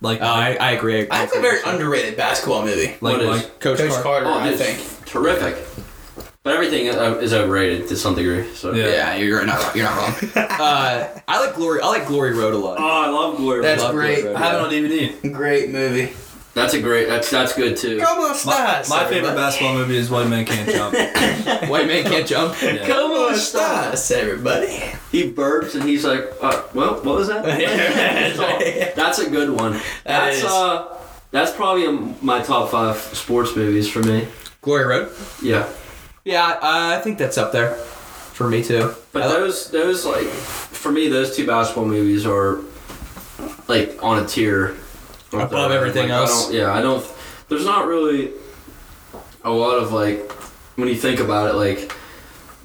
[SPEAKER 1] like,
[SPEAKER 4] Oh, I, I agree.
[SPEAKER 2] I think a very underrated basketball movie.
[SPEAKER 1] like,
[SPEAKER 3] what is-
[SPEAKER 1] like,
[SPEAKER 4] Coach,
[SPEAKER 2] Coach
[SPEAKER 4] Carter.
[SPEAKER 2] Carter,
[SPEAKER 3] Oh,
[SPEAKER 2] I
[SPEAKER 3] dude,
[SPEAKER 2] think.
[SPEAKER 3] terrific. But everything uh, is overrated to some degree. So.
[SPEAKER 1] Yeah.
[SPEAKER 4] Yeah, you're not wrong. You're not wrong. uh, I like Glory. I like Glory Road a lot.
[SPEAKER 3] Oh, I love Glory.
[SPEAKER 2] That's
[SPEAKER 3] Love-
[SPEAKER 2] great.
[SPEAKER 1] I have it on DVD.
[SPEAKER 2] Great movie.
[SPEAKER 3] That's a great. That's that's good too.
[SPEAKER 2] Como
[SPEAKER 1] My,
[SPEAKER 2] estás?
[SPEAKER 1] my favorite
[SPEAKER 2] everybody?
[SPEAKER 1] basketball movie is White Man Can't Jump.
[SPEAKER 4] White man can't jump.
[SPEAKER 1] Yeah.
[SPEAKER 2] Como estás, everybody?
[SPEAKER 3] He burps and he's like, uh, "Well, what was that?" So, that's a good one. that's
[SPEAKER 2] is.
[SPEAKER 3] uh, that's probably in my top five sports movies for me.
[SPEAKER 4] Glory Road.
[SPEAKER 3] Yeah,
[SPEAKER 4] Yeah, uh, I think that's up there for me too.
[SPEAKER 3] but
[SPEAKER 4] I like-
[SPEAKER 3] those those like for me those two basketball movies are like on a tier
[SPEAKER 4] Above everything
[SPEAKER 3] Like, I
[SPEAKER 4] else.
[SPEAKER 3] don't- yeah, I don't. There's not really a lot of like when you think about it, like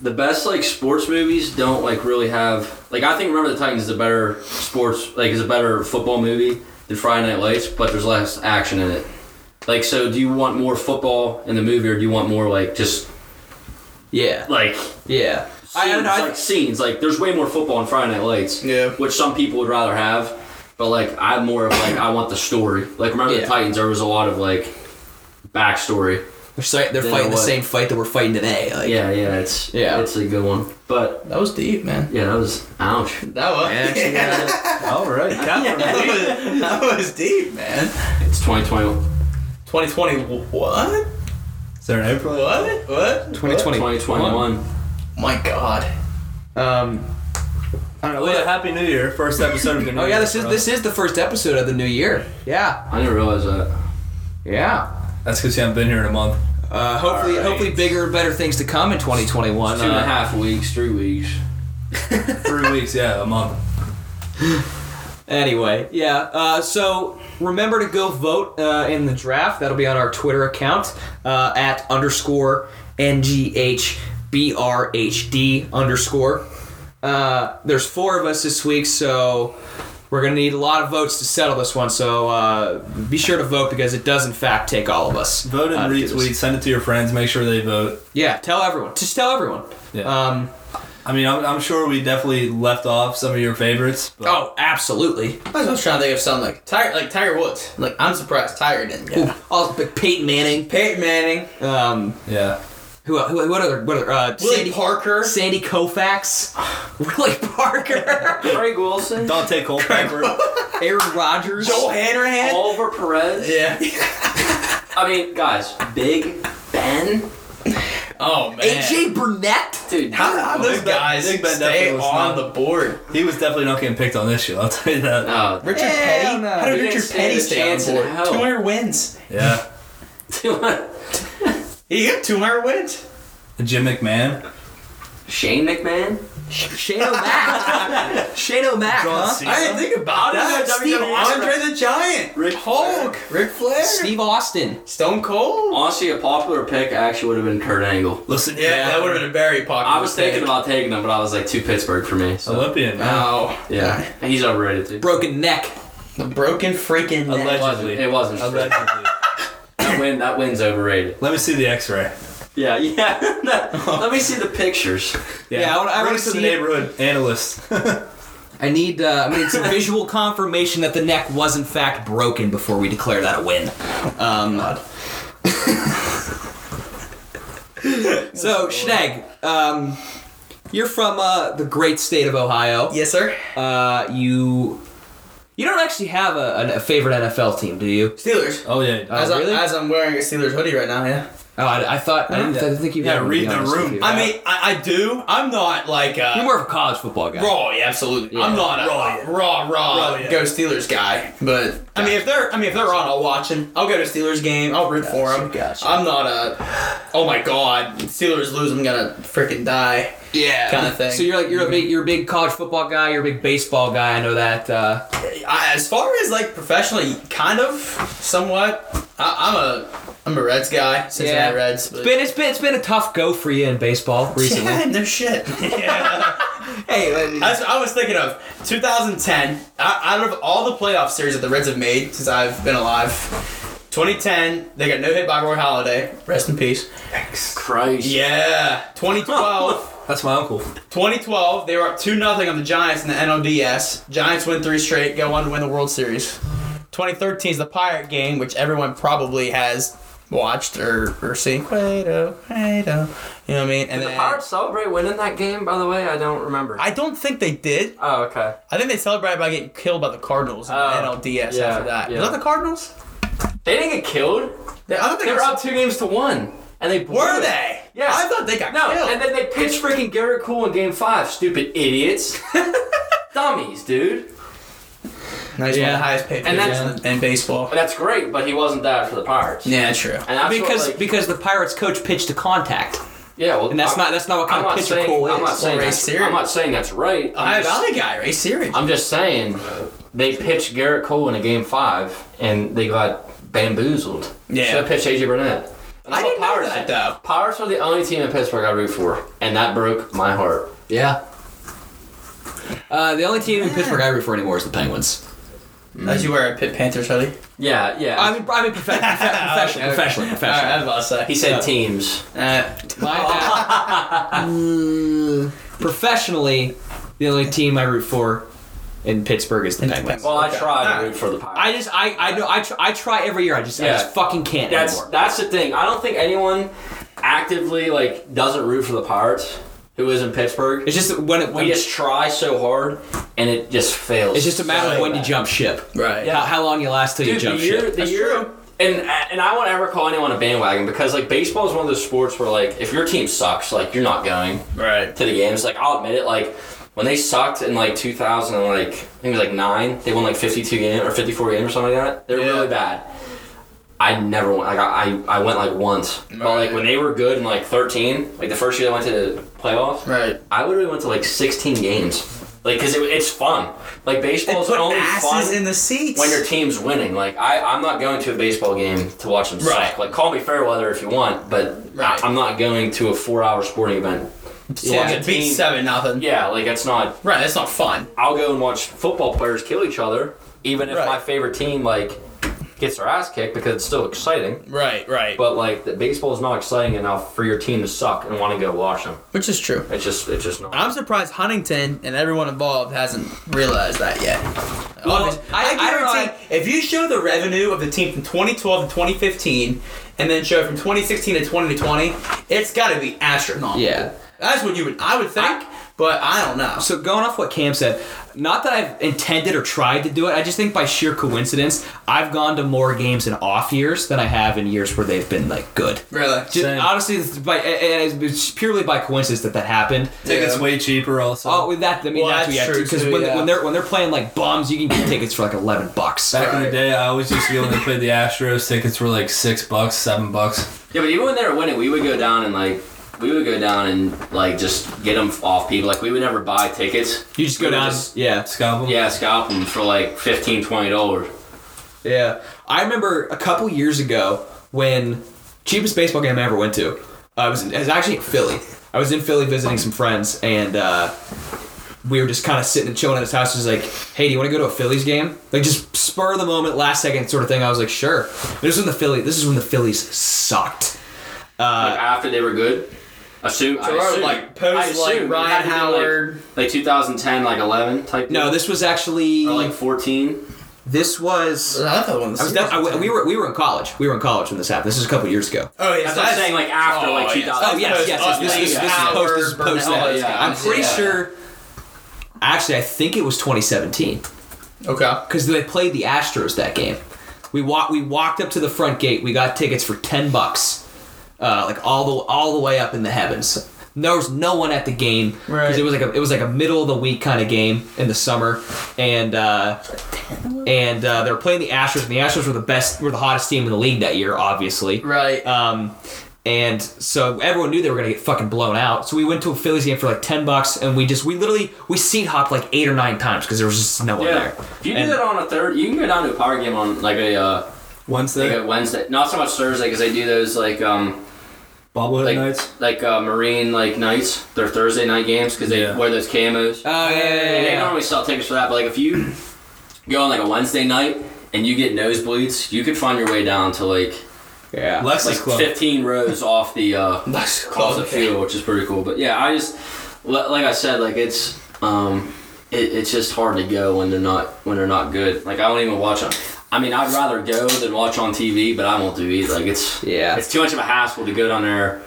[SPEAKER 3] the best like sports movies don't like really have like I think Remember the Titans is a better sports like is a better football movie than Friday Night Lights, but there's less action in it. Like, so do you want more football in the movie, or do you want more like just
[SPEAKER 4] yeah,
[SPEAKER 3] like
[SPEAKER 4] yeah. I, I
[SPEAKER 3] scenes,
[SPEAKER 4] don't know. I
[SPEAKER 3] like scenes. Like there's way more football in Friday Night Lights.
[SPEAKER 2] Yeah.
[SPEAKER 3] Which some people would rather have. But like I'm more of like I want the story. Like remember
[SPEAKER 4] Yeah.
[SPEAKER 3] the Titans, there was a lot of like backstory.
[SPEAKER 4] They're, si- they're
[SPEAKER 3] Then
[SPEAKER 4] fighting the
[SPEAKER 3] what?
[SPEAKER 4] same fight that we're fighting today. Like,
[SPEAKER 3] Yeah, yeah, it's
[SPEAKER 4] Yeah.
[SPEAKER 3] it's a good one. But
[SPEAKER 2] That was deep, man.
[SPEAKER 3] yeah, that was ouch.
[SPEAKER 2] That was.
[SPEAKER 4] Actually,
[SPEAKER 1] All right.
[SPEAKER 2] that, was that was deep, man.
[SPEAKER 3] It's 2020.
[SPEAKER 2] 2020. wh- What?
[SPEAKER 1] Is there an April?
[SPEAKER 2] What? What?
[SPEAKER 4] 2020.
[SPEAKER 3] 2021.
[SPEAKER 2] My God.
[SPEAKER 4] Um, I don't know.
[SPEAKER 1] Well, yeah, Happy New Year. First episode of the new
[SPEAKER 4] Oh yeah,
[SPEAKER 1] year
[SPEAKER 4] this is
[SPEAKER 1] for us.
[SPEAKER 4] this is the first episode of the new year. Yeah,
[SPEAKER 3] I didn't realize that.
[SPEAKER 4] yeah.
[SPEAKER 1] That's because you haven't been here in a month.
[SPEAKER 4] Uh, hopefully,
[SPEAKER 2] All right.
[SPEAKER 4] hopefully bigger, better things to come in 2021.
[SPEAKER 3] Two and
[SPEAKER 4] Uh,
[SPEAKER 3] a half weeks, three weeks.
[SPEAKER 1] Three weeks, yeah, a month.
[SPEAKER 4] Anyway, yeah. Uh, so remember to go vote uh, in the draft. That'll be on our Twitter account uh, at underscore NGHBRHD underscore. Uh, there's four of us this week, so we're going to need a lot of votes to settle this one. So uh, be sure to vote because it does, in fact, take all of us.
[SPEAKER 1] Vote and
[SPEAKER 4] uh, to do this.
[SPEAKER 1] retweet. Send it to your friends. Make sure they vote.
[SPEAKER 4] Yeah, tell everyone. Just tell everyone.
[SPEAKER 1] Yeah.
[SPEAKER 4] Um,
[SPEAKER 1] I mean, I'm, I'm sure we definitely left off some of your favorites. But
[SPEAKER 4] oh, absolutely.
[SPEAKER 2] I was just trying to think of something like Tiger, like Tiger Woods. Like I'm surprised Tiger didn't. Get it.
[SPEAKER 4] All, oh, Peyton Manning.
[SPEAKER 2] Peyton Manning,
[SPEAKER 4] Um,
[SPEAKER 1] yeah.
[SPEAKER 4] Who, who, what other, what other, uh,
[SPEAKER 2] Willie
[SPEAKER 4] Sandy,
[SPEAKER 2] Parker.
[SPEAKER 4] Sandy Koufax, Willie Parker,
[SPEAKER 3] Craig Wilson,
[SPEAKER 1] Dante Culpepper.
[SPEAKER 4] Aaron Rodgers,
[SPEAKER 2] Joel Hanrahan.
[SPEAKER 3] Oliver Perez.
[SPEAKER 2] yeah.
[SPEAKER 3] I mean, guys, Big Ben,
[SPEAKER 2] Oh man.
[SPEAKER 4] AJ Burnett.
[SPEAKER 3] dude.
[SPEAKER 2] How, how those
[SPEAKER 1] Big Ben-
[SPEAKER 2] guys
[SPEAKER 1] Big Ben
[SPEAKER 2] stay
[SPEAKER 1] definitely was not-
[SPEAKER 2] on the board?
[SPEAKER 1] he was definitely not getting picked on this year. I'll tell you that.
[SPEAKER 3] No,
[SPEAKER 2] Richard
[SPEAKER 4] Hell
[SPEAKER 2] Petty.
[SPEAKER 4] no.
[SPEAKER 2] How did
[SPEAKER 3] He didn't
[SPEAKER 2] Richard
[SPEAKER 3] stand
[SPEAKER 2] Petty
[SPEAKER 3] a
[SPEAKER 2] stay on
[SPEAKER 3] chance
[SPEAKER 2] the
[SPEAKER 3] in
[SPEAKER 2] board?
[SPEAKER 3] hell.
[SPEAKER 2] 200 wins.
[SPEAKER 1] Yeah.
[SPEAKER 2] He got 200 wins.
[SPEAKER 1] Jim McMahon.
[SPEAKER 3] Shane McMahon.
[SPEAKER 4] Shane O'Mac, Shane O'Mac,
[SPEAKER 1] John
[SPEAKER 4] huh?
[SPEAKER 1] Cena.
[SPEAKER 2] I didn't think about
[SPEAKER 3] How
[SPEAKER 2] that.
[SPEAKER 3] did that
[SPEAKER 2] Steve
[SPEAKER 3] WWE
[SPEAKER 2] Andre the Giant.
[SPEAKER 1] Ric
[SPEAKER 2] Hulk. Ric Flair.
[SPEAKER 4] Steve Austin.
[SPEAKER 2] Stone Cold.
[SPEAKER 3] Honestly, a popular pick actually would have been Kurt Angle.
[SPEAKER 1] Listen,
[SPEAKER 2] Yeah, that would have been a very popular.
[SPEAKER 3] I was thinking
[SPEAKER 2] pick.
[SPEAKER 3] about taking him, but I was like, too Pittsburgh for me. So
[SPEAKER 1] Olympian. man.
[SPEAKER 2] Oh.
[SPEAKER 3] yeah, he's overrated too.
[SPEAKER 4] Broken neck.
[SPEAKER 2] The broken freaking
[SPEAKER 3] It
[SPEAKER 4] Oh.
[SPEAKER 1] Alleged-
[SPEAKER 2] neck.
[SPEAKER 3] wasn't. It wasn't.
[SPEAKER 1] Allegedly.
[SPEAKER 3] That win. That win's overrated.
[SPEAKER 1] Let me see the X-ray.
[SPEAKER 3] Yeah, yeah. Let me see the pictures.
[SPEAKER 4] Yeah, I wanna- I
[SPEAKER 1] Bring
[SPEAKER 4] wanna
[SPEAKER 1] us to
[SPEAKER 4] see
[SPEAKER 1] the
[SPEAKER 4] it.
[SPEAKER 1] neighborhood analyst.
[SPEAKER 4] I need, uh, I need some visual confirmation that the neck was in fact broken before we declare that a win. Um, so Schneg, um, you're from uh, the great state of Ohio.
[SPEAKER 2] Yes, sir.
[SPEAKER 4] Uh, you you don't actually have a, a favorite NFL team, do you?
[SPEAKER 2] Steelers.
[SPEAKER 1] oh yeah.
[SPEAKER 2] as,
[SPEAKER 4] really?
[SPEAKER 2] I, as I'm wearing a Steelers hoodie right now, yeah.
[SPEAKER 4] Oh, I, I thought I didn't, I didn't think you.
[SPEAKER 1] Yeah,
[SPEAKER 4] had one, to
[SPEAKER 1] read
[SPEAKER 4] be
[SPEAKER 1] the
[SPEAKER 4] honest with
[SPEAKER 1] room.
[SPEAKER 4] you.
[SPEAKER 2] I mean, I, I do. I'm not like uh,
[SPEAKER 4] you're more of a college football guy.
[SPEAKER 2] Raw, yeah, absolutely.
[SPEAKER 4] Yeah.
[SPEAKER 2] I'm not a
[SPEAKER 1] Raw,
[SPEAKER 2] raw,
[SPEAKER 1] yeah.
[SPEAKER 2] raw,
[SPEAKER 1] Raw, yeah.
[SPEAKER 2] go Steelers guy. But I mean, if they're, I mean, if they're on, I'll watch them. I'll go to Steelers game. I'll root for them.
[SPEAKER 4] gotcha.
[SPEAKER 2] I'm not a, oh my god, Steelers lose, I'm gonna freaking die.
[SPEAKER 4] Yeah,
[SPEAKER 2] Kinda thing.
[SPEAKER 4] So you're like you're a big you're a big college football guy. You're a big baseball guy. I know that. Uh,
[SPEAKER 2] I, as far as like professionally, kind of, somewhat. I, I'm a, I'm a Reds guy. Cincinnati
[SPEAKER 4] Yeah.
[SPEAKER 2] Reds. But,
[SPEAKER 4] it's been it's been it's been a tough go for you in baseball recently.
[SPEAKER 2] yeah, no shit.
[SPEAKER 4] hey, let me-
[SPEAKER 2] That's what I was thinking of 2010. I- Out of all the playoff series that the Reds have made since I've been alive, 2010 they got no hit by Roy Holiday. Rest in peace.
[SPEAKER 3] Christ.
[SPEAKER 2] Yeah. 2012.
[SPEAKER 1] That's my uncle.
[SPEAKER 2] 2012 they were up two 0 on the Giants in the NLDS. Giants win three straight, go on to win the World Series. 2013 is the Pirate game, which everyone probably has watched or, or seen. Cueto, Cueto. You know what I mean? And
[SPEAKER 3] Did the
[SPEAKER 2] then-
[SPEAKER 3] Pirates celebrate winning that game? By the way, I don't remember.
[SPEAKER 2] I don't think they did.
[SPEAKER 3] oh, okay.
[SPEAKER 2] I think they celebrated by getting killed by the Cardinals in the
[SPEAKER 3] Oh,
[SPEAKER 2] NLDS
[SPEAKER 3] yeah,
[SPEAKER 2] after that.
[SPEAKER 3] yeah.
[SPEAKER 2] Was that the Cardinals?
[SPEAKER 3] They didn't get killed.
[SPEAKER 2] They, I don't
[SPEAKER 3] They
[SPEAKER 2] think
[SPEAKER 3] were
[SPEAKER 2] I-
[SPEAKER 3] up two games to one, and they blew
[SPEAKER 2] Were
[SPEAKER 3] it.
[SPEAKER 2] they?
[SPEAKER 3] Yes.
[SPEAKER 2] I thought they got
[SPEAKER 3] No,
[SPEAKER 2] killed.
[SPEAKER 3] and then they pitched freaking Garrett Cool in Game Five. Stupid idiots, dummies, dude.
[SPEAKER 2] no, he's one
[SPEAKER 4] Yeah.
[SPEAKER 2] of the highest paid
[SPEAKER 3] And
[SPEAKER 2] players
[SPEAKER 3] that's-
[SPEAKER 2] in, in baseball.
[SPEAKER 3] But that's great, but he wasn't that for the Pirates.
[SPEAKER 2] Yeah, true.
[SPEAKER 3] And that's what,
[SPEAKER 4] because
[SPEAKER 3] like-
[SPEAKER 4] because the Pirates coach pitched a contact,
[SPEAKER 3] yeah, well,
[SPEAKER 4] and that's
[SPEAKER 3] I-
[SPEAKER 4] not that's not what kind
[SPEAKER 3] I'm
[SPEAKER 4] of
[SPEAKER 3] not
[SPEAKER 4] pitcher
[SPEAKER 3] saying,
[SPEAKER 4] Cole is.
[SPEAKER 3] I'm not saying
[SPEAKER 2] Ray
[SPEAKER 3] that's,
[SPEAKER 2] Searing.
[SPEAKER 3] I'm not saying that's right.
[SPEAKER 2] High
[SPEAKER 3] I'm just,
[SPEAKER 2] Valley guy, Ray Searing.
[SPEAKER 3] I'm just saying they pitched Garrett Cole in a game five, and they got bamboozled.
[SPEAKER 2] Yeah.
[SPEAKER 3] should have pitched AJ Burnett. And
[SPEAKER 2] I
[SPEAKER 3] I'm a
[SPEAKER 2] didn't know
[SPEAKER 3] Pirates
[SPEAKER 2] that,
[SPEAKER 3] fan.
[SPEAKER 2] though.
[SPEAKER 3] Pirates are the only team in Pittsburgh I root for, and that broke my heart.
[SPEAKER 4] Yeah. Uh, the only team in Pittsburgh I root for anymore is the Penguins.
[SPEAKER 2] Mm-hmm. As you wear a Pitt Panthers hoodie.
[SPEAKER 3] Yeah, yeah.
[SPEAKER 4] I mean, I mean, profe- profe- professionally, professionally,
[SPEAKER 2] All right,
[SPEAKER 4] professionally.
[SPEAKER 2] I was about to say.
[SPEAKER 3] he said teams.
[SPEAKER 2] Uh,
[SPEAKER 4] My bad. Mm, professionally, the only team I root for and Pittsburgh is the Penguins.
[SPEAKER 3] Well, I
[SPEAKER 2] Okay.
[SPEAKER 3] try to
[SPEAKER 2] Alright.
[SPEAKER 3] root for the Pirates.
[SPEAKER 4] I just I I know I try, I try every year. I just I
[SPEAKER 3] Yeah.
[SPEAKER 4] just fucking can't
[SPEAKER 3] That's
[SPEAKER 4] anymore.
[SPEAKER 3] that's the thing. I don't think anyone actively like doesn't root for the Pirates who is in Pittsburgh.
[SPEAKER 4] It's just that when it,
[SPEAKER 3] We just try so hard and it just fails.
[SPEAKER 4] it's just a matter of
[SPEAKER 3] so
[SPEAKER 4] when you
[SPEAKER 3] bad.
[SPEAKER 4] jump ship.
[SPEAKER 2] Right.
[SPEAKER 4] How, how long you last till you
[SPEAKER 3] Dude, the
[SPEAKER 4] jump
[SPEAKER 3] year,
[SPEAKER 4] ship.
[SPEAKER 3] the year, and and I won't ever call anyone a bandwagon because like baseball is one of those sports where like if your team sucks, like you're not going
[SPEAKER 2] Right.
[SPEAKER 3] to the games. Like I'll admit it, like when they sucked in like 2000, and, like I think it was like nine, they won like 52 game or 54 game or something like that. They're
[SPEAKER 2] Yeah.
[SPEAKER 3] really bad. I never went. Like I, I, I went like once, but like
[SPEAKER 2] Right.
[SPEAKER 3] when they were good in like 13, like the first year they went to the playoffs,
[SPEAKER 2] Right.
[SPEAKER 3] I literally went to like 16 games. Like, cause it, it's fun. Like baseball's
[SPEAKER 2] Put
[SPEAKER 3] only fun
[SPEAKER 2] asses in the seats.
[SPEAKER 3] when your team's winning. Like I, I'm not going to a baseball game to watch them
[SPEAKER 2] Right.
[SPEAKER 3] suck. Like call me fair weather if you want, but
[SPEAKER 2] Right.
[SPEAKER 3] I'm not going to a four-hour sporting event. You
[SPEAKER 2] yeah,
[SPEAKER 3] watch a
[SPEAKER 2] get beat
[SPEAKER 3] team-
[SPEAKER 2] seven nothing.
[SPEAKER 3] Yeah, like it's not.
[SPEAKER 2] Right. That's not fun.
[SPEAKER 3] I'll go and watch football players kill each other, even if
[SPEAKER 2] Right.
[SPEAKER 3] my favorite team like gets their ass kicked because it's still exciting.
[SPEAKER 2] Right. Right.
[SPEAKER 3] But like the baseball is not exciting enough for your team to suck and want to go watch them.
[SPEAKER 2] Which is true.
[SPEAKER 3] It's just, it's just not.
[SPEAKER 2] I'm surprised Huntington and everyone involved hasn't realized that yet. Obvious-
[SPEAKER 4] I- I don't know,
[SPEAKER 2] if you show the revenue of the team from 2012 to 2015, and then show from 2016 to 2020, it's got to be astronomical.
[SPEAKER 4] Yeah.
[SPEAKER 2] that's what you would. I would think, but I don't know.
[SPEAKER 4] So going off what Cam said, not that I've intended or tried to do it, I just think by sheer coincidence, I've gone to more games in off years than I have in years where they've been like good.
[SPEAKER 2] Really?
[SPEAKER 4] Just, honestly, it's by and it's purely by coincidence that that happened.
[SPEAKER 1] Tickets
[SPEAKER 2] Yeah.
[SPEAKER 1] way cheaper also.
[SPEAKER 4] Oh, with that, I mean
[SPEAKER 2] Well,
[SPEAKER 4] that's,
[SPEAKER 2] that's
[SPEAKER 4] what you
[SPEAKER 2] true,
[SPEAKER 4] because
[SPEAKER 2] too,
[SPEAKER 4] when,
[SPEAKER 2] yeah.
[SPEAKER 4] when they're when they're playing like bums, you can get tickets for like eleven bucks.
[SPEAKER 1] Back in the
[SPEAKER 2] Right.
[SPEAKER 1] day, I always used to go when they played the Astros. Tickets were like six bucks, seven bucks.
[SPEAKER 3] Yeah, but even when they were winning, we would go down and like we would go down and like just get them off people. Like we would never buy tickets.
[SPEAKER 4] You just go
[SPEAKER 3] We would
[SPEAKER 4] down,
[SPEAKER 3] just-
[SPEAKER 4] yeah,
[SPEAKER 1] Scalp 'em.
[SPEAKER 3] Yeah, scalp them for like 15 dollars.
[SPEAKER 4] Yeah, I remember a couple years ago when cheapest baseball game I ever went to. I was, it was actually in Philly. I was in Philly visiting some friends, and uh, we were just kind of sitting and chilling at his house. He's like, "Hey, do you want to go to a Phillies game?" Like just spur of the moment, last second sort of thing. I was like, "Sure." This is when the Philly. This is when the Phillies sucked.
[SPEAKER 3] like after they were good. Assume, I
[SPEAKER 2] Gerard,
[SPEAKER 3] assume
[SPEAKER 2] Uh, like, post,
[SPEAKER 3] I assume
[SPEAKER 2] like,
[SPEAKER 3] it had
[SPEAKER 2] Ryan
[SPEAKER 3] to be, like-
[SPEAKER 2] Howard.
[SPEAKER 3] like, 2010, like 11 type.
[SPEAKER 4] No,
[SPEAKER 3] deal.
[SPEAKER 4] this was actually
[SPEAKER 3] or like 14.
[SPEAKER 4] this was.
[SPEAKER 2] I thought one
[SPEAKER 4] I was def- I, we were we were in college. We were in college when this happened. This was a couple years ago.
[SPEAKER 2] Oh yeah,
[SPEAKER 3] That's what I'm saying. Like after
[SPEAKER 2] Oh,
[SPEAKER 3] like
[SPEAKER 2] yes.
[SPEAKER 3] 2000.
[SPEAKER 4] Oh yes, yes, yes. This, this, this, is post. This is post that.
[SPEAKER 2] Burnell,
[SPEAKER 3] Oh, yeah.
[SPEAKER 4] I'm pretty
[SPEAKER 3] Yeah.
[SPEAKER 4] sure. Actually, I think it was 2017
[SPEAKER 2] okay.
[SPEAKER 4] because they played the Astros that game. We walked. We walked up to the front gate. We got tickets for ten bucks, uh, like all the all the way up in the heavens. There was no one at the game because
[SPEAKER 2] Right.
[SPEAKER 4] it was like a it was like a middle of the week kind of game in the summer, and uh, and uh, they were playing the Astros, and the Astros were the best, were the hottest team in the league that year, obviously.
[SPEAKER 2] Right.
[SPEAKER 4] Um, and so everyone knew they were gonna get fucking blown out. So we went to a Phillies game for like ten bucks, and we just we literally we seat hopped like eight or nine times because there was just no one
[SPEAKER 3] Yeah.
[SPEAKER 4] there.
[SPEAKER 3] If you do
[SPEAKER 4] And-
[SPEAKER 3] that on a third, you can go down to a power game on like a uh, like
[SPEAKER 1] Wednesday,
[SPEAKER 3] a Wednesday. Not so much Thursday because they do those like um
[SPEAKER 1] bobblehead
[SPEAKER 3] like
[SPEAKER 1] nights.
[SPEAKER 3] like uh, Marine like nights. They're Thursday night games because they
[SPEAKER 1] Yeah.
[SPEAKER 3] wear those camos.
[SPEAKER 4] Oh yeah, yeah,
[SPEAKER 3] And they
[SPEAKER 4] yeah,
[SPEAKER 3] normally sell tickets for that, but like if you go on like a Wednesday night and you get nosebleeds, you could find your way down to like
[SPEAKER 4] yeah.
[SPEAKER 1] Lexus
[SPEAKER 3] like
[SPEAKER 1] Club.
[SPEAKER 3] 15 rows off the uh,
[SPEAKER 2] That's
[SPEAKER 3] off the field, which is pretty cool. But yeah, I just li- like I said, like it's um, it, it's just hard to go when they're not when they're not good. Like I don't even watch on. I mean, I'd rather go than watch on TV, but I won't do either. Like it's
[SPEAKER 4] Yeah.
[SPEAKER 3] it's too much of a hassle to go down there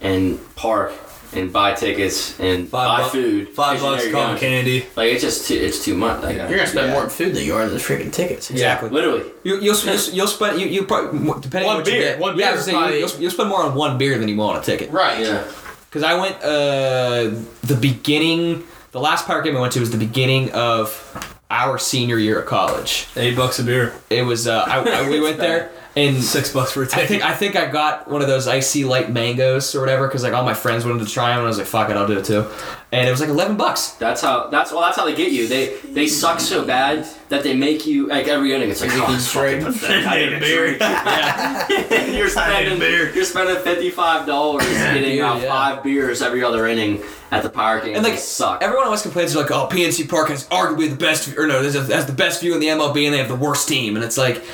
[SPEAKER 3] and park and buy tickets and buy
[SPEAKER 1] bu-
[SPEAKER 3] food.
[SPEAKER 1] Five
[SPEAKER 3] 'cause you know
[SPEAKER 1] bucks,
[SPEAKER 3] you're
[SPEAKER 1] cotton
[SPEAKER 3] going-
[SPEAKER 1] candy.
[SPEAKER 3] Like it's just too, it's too much. Like
[SPEAKER 2] You're gonna spend
[SPEAKER 4] Yeah.
[SPEAKER 2] more on food than you are on the freaking tickets.
[SPEAKER 4] Exactly.
[SPEAKER 3] literally.
[SPEAKER 4] You, you'll, sp- you'll sp- you'll spend you you probably mo- depending
[SPEAKER 2] One
[SPEAKER 4] on what you
[SPEAKER 2] beer,
[SPEAKER 4] get.
[SPEAKER 2] one
[SPEAKER 4] yeah, I
[SPEAKER 2] beer
[SPEAKER 4] was
[SPEAKER 2] is
[SPEAKER 4] saying,
[SPEAKER 2] probably-
[SPEAKER 4] you'll, you'll, you'll spend more on one beer than you will on a ticket.
[SPEAKER 2] Right.
[SPEAKER 3] Yeah.
[SPEAKER 4] Because I went uh, the beginning. The last pirate game I went to was the beginning of our senior year of college.
[SPEAKER 1] Eight bucks a beer.
[SPEAKER 4] It was uh, I, I, we went there and
[SPEAKER 1] Six bucks for a ticket.
[SPEAKER 4] I think I think I got one of those icy light mangoes or whatever because like all my friends wanted to try them and I was like fuck it I'll do it too, and it was like eleven bucks.
[SPEAKER 3] That's how. That's well. That's how they get you. They they suck so bad that they make you like every inning. It's like oh, it's fucking pathetic. I need a beer. you're spending
[SPEAKER 2] beer.
[SPEAKER 3] you're spending fifty five dollars getting out
[SPEAKER 4] yeah.
[SPEAKER 3] five beers every other inning at the power game.
[SPEAKER 4] And like
[SPEAKER 3] They suck.
[SPEAKER 4] everyone always complains they're like oh PNC Park has arguably the best or no this is- has the best view in the MLB and they have the worst team and it's like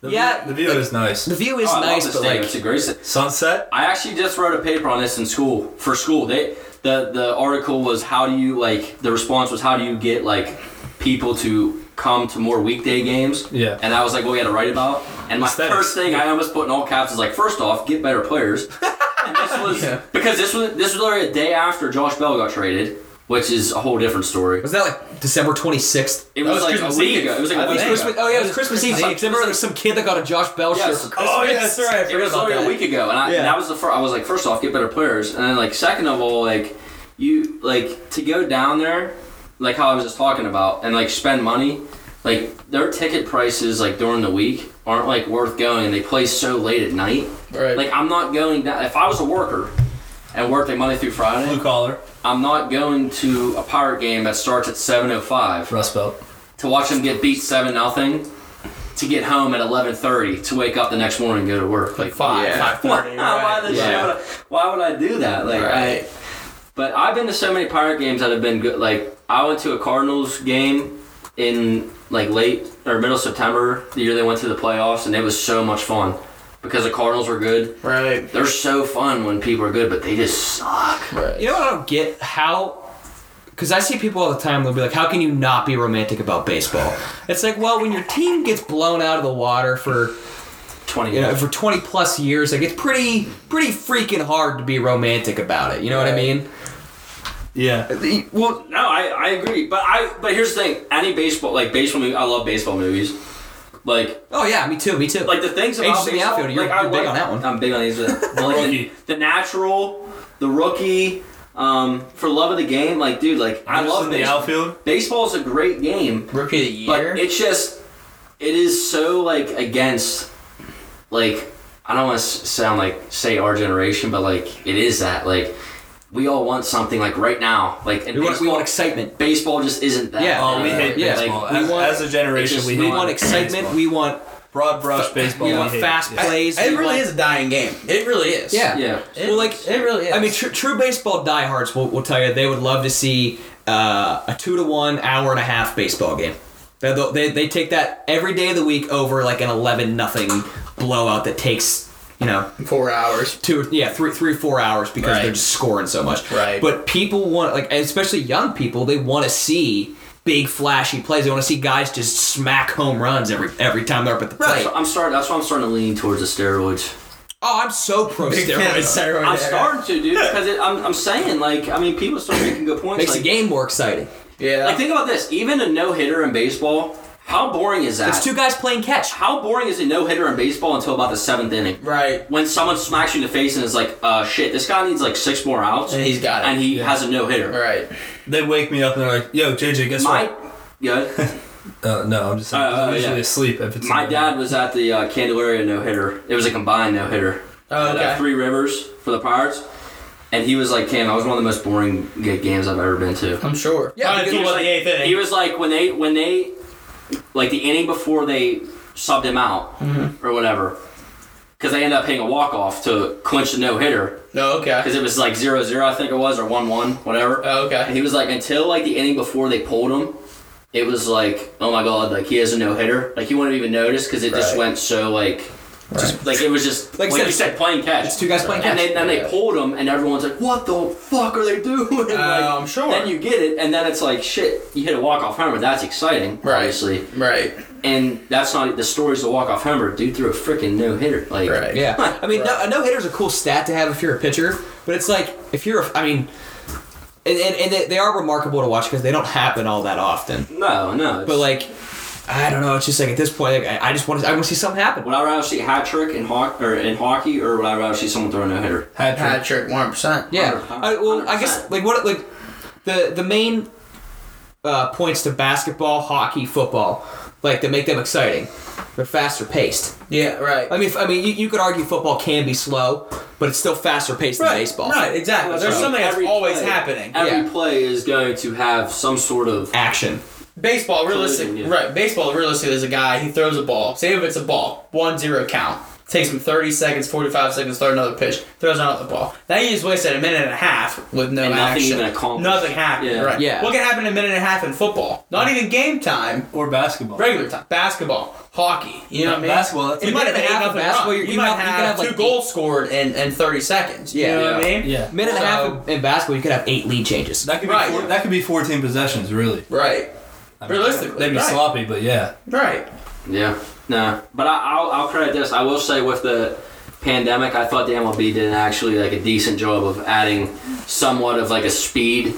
[SPEAKER 1] The
[SPEAKER 4] yeah
[SPEAKER 1] view- the view
[SPEAKER 4] like,
[SPEAKER 1] is nice.
[SPEAKER 4] the view is
[SPEAKER 3] Oh, I love
[SPEAKER 4] nice
[SPEAKER 3] this
[SPEAKER 4] but
[SPEAKER 3] stadium.
[SPEAKER 4] like
[SPEAKER 3] it's a great. sta-
[SPEAKER 1] Sunset.
[SPEAKER 3] I actually just wrote a paper on this in school for school. They the the article was how do you like the response was how do you get like people to come to more weekday games.
[SPEAKER 1] Yeah.
[SPEAKER 3] And that was like what we had to write about. And my
[SPEAKER 1] Aesthetics.
[SPEAKER 3] first thing I almost put in all caps is like, first off, get better players. and this was because this was this was literally a day after Josh Bell got traded, which is a whole different story.
[SPEAKER 4] Was that like December 26th?
[SPEAKER 3] It was,
[SPEAKER 2] was
[SPEAKER 3] like
[SPEAKER 2] Christmas
[SPEAKER 3] a week
[SPEAKER 2] Eve.
[SPEAKER 3] ago. It was like
[SPEAKER 4] It
[SPEAKER 3] a
[SPEAKER 4] was
[SPEAKER 3] week ago.
[SPEAKER 4] Christmas, oh yeah, it was Christmas Eve. I
[SPEAKER 3] Christmas
[SPEAKER 4] remember there was some kid that got a Josh Bell
[SPEAKER 3] Yes.
[SPEAKER 4] shirt for Christmas.
[SPEAKER 2] Oh yeah, that's right. I
[SPEAKER 3] it
[SPEAKER 2] forgot
[SPEAKER 3] was
[SPEAKER 2] about
[SPEAKER 3] only a
[SPEAKER 2] that.
[SPEAKER 3] week ago, and I,
[SPEAKER 4] Yeah.
[SPEAKER 3] that was the first. I was like, first off, get better players, and then like second of all, like you like to go down there, like how I was just talking about, and like spend money. Like their ticket prices, like during the week, aren't like worth going, and they play so late at night.
[SPEAKER 2] Right.
[SPEAKER 3] Like I'm not going down. If I was a worker and worked like Monday through
[SPEAKER 1] Blue
[SPEAKER 3] Friday,
[SPEAKER 1] collar,
[SPEAKER 3] I'm not going to a pirate game that starts at 7:05
[SPEAKER 1] Rust Belt.
[SPEAKER 3] to watch them get beat seven nothing, to get home at eleven thirty, to wake up the next morning and go to work like five.
[SPEAKER 2] Yeah.
[SPEAKER 3] five thirty, why, the shit
[SPEAKER 2] Yeah.
[SPEAKER 3] would I, why would I do that? Like, I,
[SPEAKER 2] Right.
[SPEAKER 3] but I've been to so many pirate games that have been good. Like, I went to a Cardinals game in like late or middle September the year they went to the playoffs, and it was so much fun because the Cardinals were good.
[SPEAKER 2] Right.
[SPEAKER 3] They're so fun when people are good, but they just suck.
[SPEAKER 2] Right.
[SPEAKER 4] You know what I don't get? How. Because I see people all the time, they'll be like, how can you not be romantic about baseball? It's like, well, when your team gets blown out of the water for.
[SPEAKER 3] Twenty.
[SPEAKER 4] you know, for 20 plus years, like it's pretty, pretty freaking hard to be romantic about it. You know what I mean?
[SPEAKER 1] Yeah.
[SPEAKER 4] Well,
[SPEAKER 3] No, I, I agree, but I but here's the thing: any baseball like baseball movie, I love baseball movies. Like
[SPEAKER 4] oh yeah, me too, me too.
[SPEAKER 3] like the things about
[SPEAKER 4] Agents of the
[SPEAKER 3] baseball,
[SPEAKER 4] Outfield, you're-
[SPEAKER 3] like, I
[SPEAKER 4] you're big
[SPEAKER 3] like-
[SPEAKER 4] on that one.
[SPEAKER 3] I'm big on these. but- but like, the,
[SPEAKER 1] Rookie.
[SPEAKER 3] the natural, the rookie, um, for love of the game, like dude, like I
[SPEAKER 1] Anderson
[SPEAKER 3] love
[SPEAKER 1] in the
[SPEAKER 3] baseball.
[SPEAKER 1] outfield.
[SPEAKER 3] Baseball's a great game,
[SPEAKER 2] Rookie of the
[SPEAKER 3] but
[SPEAKER 2] year.
[SPEAKER 3] it's just it is so like against like I don't want to sound like say our generation, but like it is that like we all want something like right now, like and
[SPEAKER 4] we, want, we
[SPEAKER 3] baseball-
[SPEAKER 4] want excitement.
[SPEAKER 3] baseball just isn't that.
[SPEAKER 4] Yeah.
[SPEAKER 1] Oh, we hate
[SPEAKER 4] Yeah.
[SPEAKER 1] baseball.
[SPEAKER 3] Like,
[SPEAKER 4] we
[SPEAKER 1] as,
[SPEAKER 4] want-
[SPEAKER 1] as a generation,
[SPEAKER 3] it's just-
[SPEAKER 1] we,
[SPEAKER 4] We
[SPEAKER 1] hate
[SPEAKER 4] want excitement. We want
[SPEAKER 1] broad brush baseball.
[SPEAKER 4] we want
[SPEAKER 1] hate.
[SPEAKER 4] fast
[SPEAKER 1] Yeah.
[SPEAKER 4] plays.
[SPEAKER 2] it
[SPEAKER 4] we
[SPEAKER 2] really
[SPEAKER 4] want-
[SPEAKER 2] is a dying game. It really is.
[SPEAKER 4] Yeah.
[SPEAKER 3] Yeah.
[SPEAKER 2] It-
[SPEAKER 4] well, like
[SPEAKER 2] it really is.
[SPEAKER 4] I mean, tr- true baseball diehards will, will tell you they would love to see uh, a two to one hour and a half baseball game. They, they, they take that every day of the week over like an eleven nothing blowout that takes you know
[SPEAKER 2] four hours.
[SPEAKER 4] two or- yeah three three or four hours because
[SPEAKER 2] Right.
[SPEAKER 4] they're just scoring so much.
[SPEAKER 2] Right.
[SPEAKER 4] But people want like and especially young people they want to see big flashy plays. They want to see guys just smack home runs every every time they're up at the plate.
[SPEAKER 3] So I'm starting. That's why I'm starting to lean towards the steroids.
[SPEAKER 4] Oh, I'm so pro steroids.
[SPEAKER 2] steroids.
[SPEAKER 3] I'm starting to, dude, because it, I'm, I'm saying, like, I mean, people start making good points.
[SPEAKER 4] Makes
[SPEAKER 3] like,
[SPEAKER 4] the game more exciting.
[SPEAKER 2] Yeah.
[SPEAKER 3] Like, think about this. Even a no hitter in baseball, how boring is that?
[SPEAKER 4] It's two guys playing catch.
[SPEAKER 3] how boring is a no hitter in baseball until about the seventh inning?
[SPEAKER 2] right.
[SPEAKER 3] When someone smacks you in the face and is like, uh, shit, this guy needs like six more outs.
[SPEAKER 2] And he's got it.
[SPEAKER 3] And he has a no hitter.
[SPEAKER 2] Right.
[SPEAKER 1] They wake me up and they're like, "Yo, JJ, guess
[SPEAKER 3] My,
[SPEAKER 1] what?"
[SPEAKER 3] yeah,
[SPEAKER 1] Uh, no, I'm just. I'm
[SPEAKER 3] Uh, uh,
[SPEAKER 1] usually
[SPEAKER 3] yeah.
[SPEAKER 1] asleep if it's.
[SPEAKER 3] my
[SPEAKER 1] in the-
[SPEAKER 3] dad was at the uh, Candelaria no hitter. It was a combined no hitter.
[SPEAKER 2] Oh,
[SPEAKER 3] at, uh,
[SPEAKER 2] okay.
[SPEAKER 3] Three Rivers for the Pirates. And he was like, Cam, that was one of the most boring g- games I've ever been to.
[SPEAKER 2] I'm sure.
[SPEAKER 4] Yeah,
[SPEAKER 2] Probably until
[SPEAKER 4] because he was
[SPEAKER 2] about the eighth inning.
[SPEAKER 3] He was like, when they, when they, like the inning before they subbed him out
[SPEAKER 4] Mm-hmm.
[SPEAKER 3] or whatever, because they ended up hitting a walk off to clinch the no hitter
[SPEAKER 2] No. Okay.
[SPEAKER 3] because it was like 0 0, I think it was, or 1 1, whatever.
[SPEAKER 2] Oh, okay.
[SPEAKER 3] And he was like, until like the inning before they pulled him, it was like, oh my god, like he has a no hitter. Like he wouldn't even notice because it just
[SPEAKER 2] Right.
[SPEAKER 3] went so like, just like it was just
[SPEAKER 4] Like
[SPEAKER 3] like,
[SPEAKER 4] I said,
[SPEAKER 3] you said, playing catch.
[SPEAKER 4] It's two guys playing
[SPEAKER 3] And
[SPEAKER 4] catch.
[SPEAKER 3] then, then they pulled him, and everyone's like, "What the fuck are they doing?" like,
[SPEAKER 2] Uh, I'm sure.
[SPEAKER 3] Then you get it, and then it's like, "Shit, you hit a walk off homer. That's exciting,
[SPEAKER 2] Right.
[SPEAKER 3] obviously."
[SPEAKER 2] Right.
[SPEAKER 3] And that's not the story's the walk off homer. Dude threw a freaking no hitter. Like,
[SPEAKER 2] Right.
[SPEAKER 4] Yeah, I mean, no,
[SPEAKER 2] Right.
[SPEAKER 4] a no hitter's a cool stat to have if you're a pitcher, but it's like if you're, a, I mean, and, and, and they, they are remarkable to watch because they don't happen all that often.
[SPEAKER 3] no, no. it's-
[SPEAKER 4] But like, I don't know. It's just like at this point, like, I, I just want to, I want to see something happen.
[SPEAKER 3] would I rather see a hat trick in hockey or in hockey, or would I rather see someone throw a no hitter?
[SPEAKER 1] Hat trick.
[SPEAKER 2] Hat trick, one percent.
[SPEAKER 4] Yeah.
[SPEAKER 3] 100%.
[SPEAKER 4] I, well, I guess like what like the the main uh, points to basketball, hockey, football, like that make them exciting. They're faster paced.
[SPEAKER 2] Yeah. Right.
[SPEAKER 4] I mean, I mean, you, you could argue football can be slow, but it's still faster paced than baseball.
[SPEAKER 2] Right. Exactly. There's
[SPEAKER 3] Right.
[SPEAKER 2] something that's
[SPEAKER 3] Every
[SPEAKER 2] always
[SPEAKER 3] play-
[SPEAKER 2] happening.
[SPEAKER 3] Every
[SPEAKER 4] Yeah.
[SPEAKER 3] play is going to have some sort of
[SPEAKER 4] Action.
[SPEAKER 2] Baseball, realistic,
[SPEAKER 3] Collision, yeah.
[SPEAKER 2] right? Baseball, realistically, there's a guy. He throws a ball. Say if it's a ball, one zero count. Takes him 30 seconds, 45 seconds, throw another pitch, throws another ball. Now you just wasted a minute and a half with no
[SPEAKER 3] And nothing
[SPEAKER 2] action.
[SPEAKER 3] even accomplished.
[SPEAKER 2] Nothing happened.
[SPEAKER 3] Yeah.
[SPEAKER 2] Right.
[SPEAKER 4] Yeah.
[SPEAKER 2] What can happen in a minute and a half in football? Not even game time,
[SPEAKER 1] or basketball.
[SPEAKER 2] regular time. Basketball, hockey. You know what I mean?
[SPEAKER 1] Basketball, that's
[SPEAKER 2] You
[SPEAKER 1] a
[SPEAKER 2] might have
[SPEAKER 4] minute and a half of
[SPEAKER 2] nothing
[SPEAKER 4] basketball,
[SPEAKER 2] wrong.
[SPEAKER 4] you're-
[SPEAKER 2] You,
[SPEAKER 4] you
[SPEAKER 2] might
[SPEAKER 4] have-
[SPEAKER 2] have,
[SPEAKER 4] you could have, like,
[SPEAKER 2] two
[SPEAKER 4] eight-
[SPEAKER 2] goals scored in, in 30 seconds. You
[SPEAKER 4] Yeah.
[SPEAKER 2] know what I
[SPEAKER 3] Yeah.
[SPEAKER 2] mean?
[SPEAKER 1] Yeah.
[SPEAKER 4] Minute and a
[SPEAKER 2] So-
[SPEAKER 4] half in, in basketball, you could have eight lead changes.
[SPEAKER 1] That could be
[SPEAKER 2] Right.
[SPEAKER 1] four, that could be 14 possessions, really.
[SPEAKER 2] Right.
[SPEAKER 1] I
[SPEAKER 2] Realistically,
[SPEAKER 1] they'd be
[SPEAKER 2] right.
[SPEAKER 1] sloppy, but yeah.
[SPEAKER 2] Right.
[SPEAKER 3] Yeah. No. But I, I'll, I'll credit this. I will say with the pandemic, I thought the MLB did actually like a decent job of adding somewhat of like a speed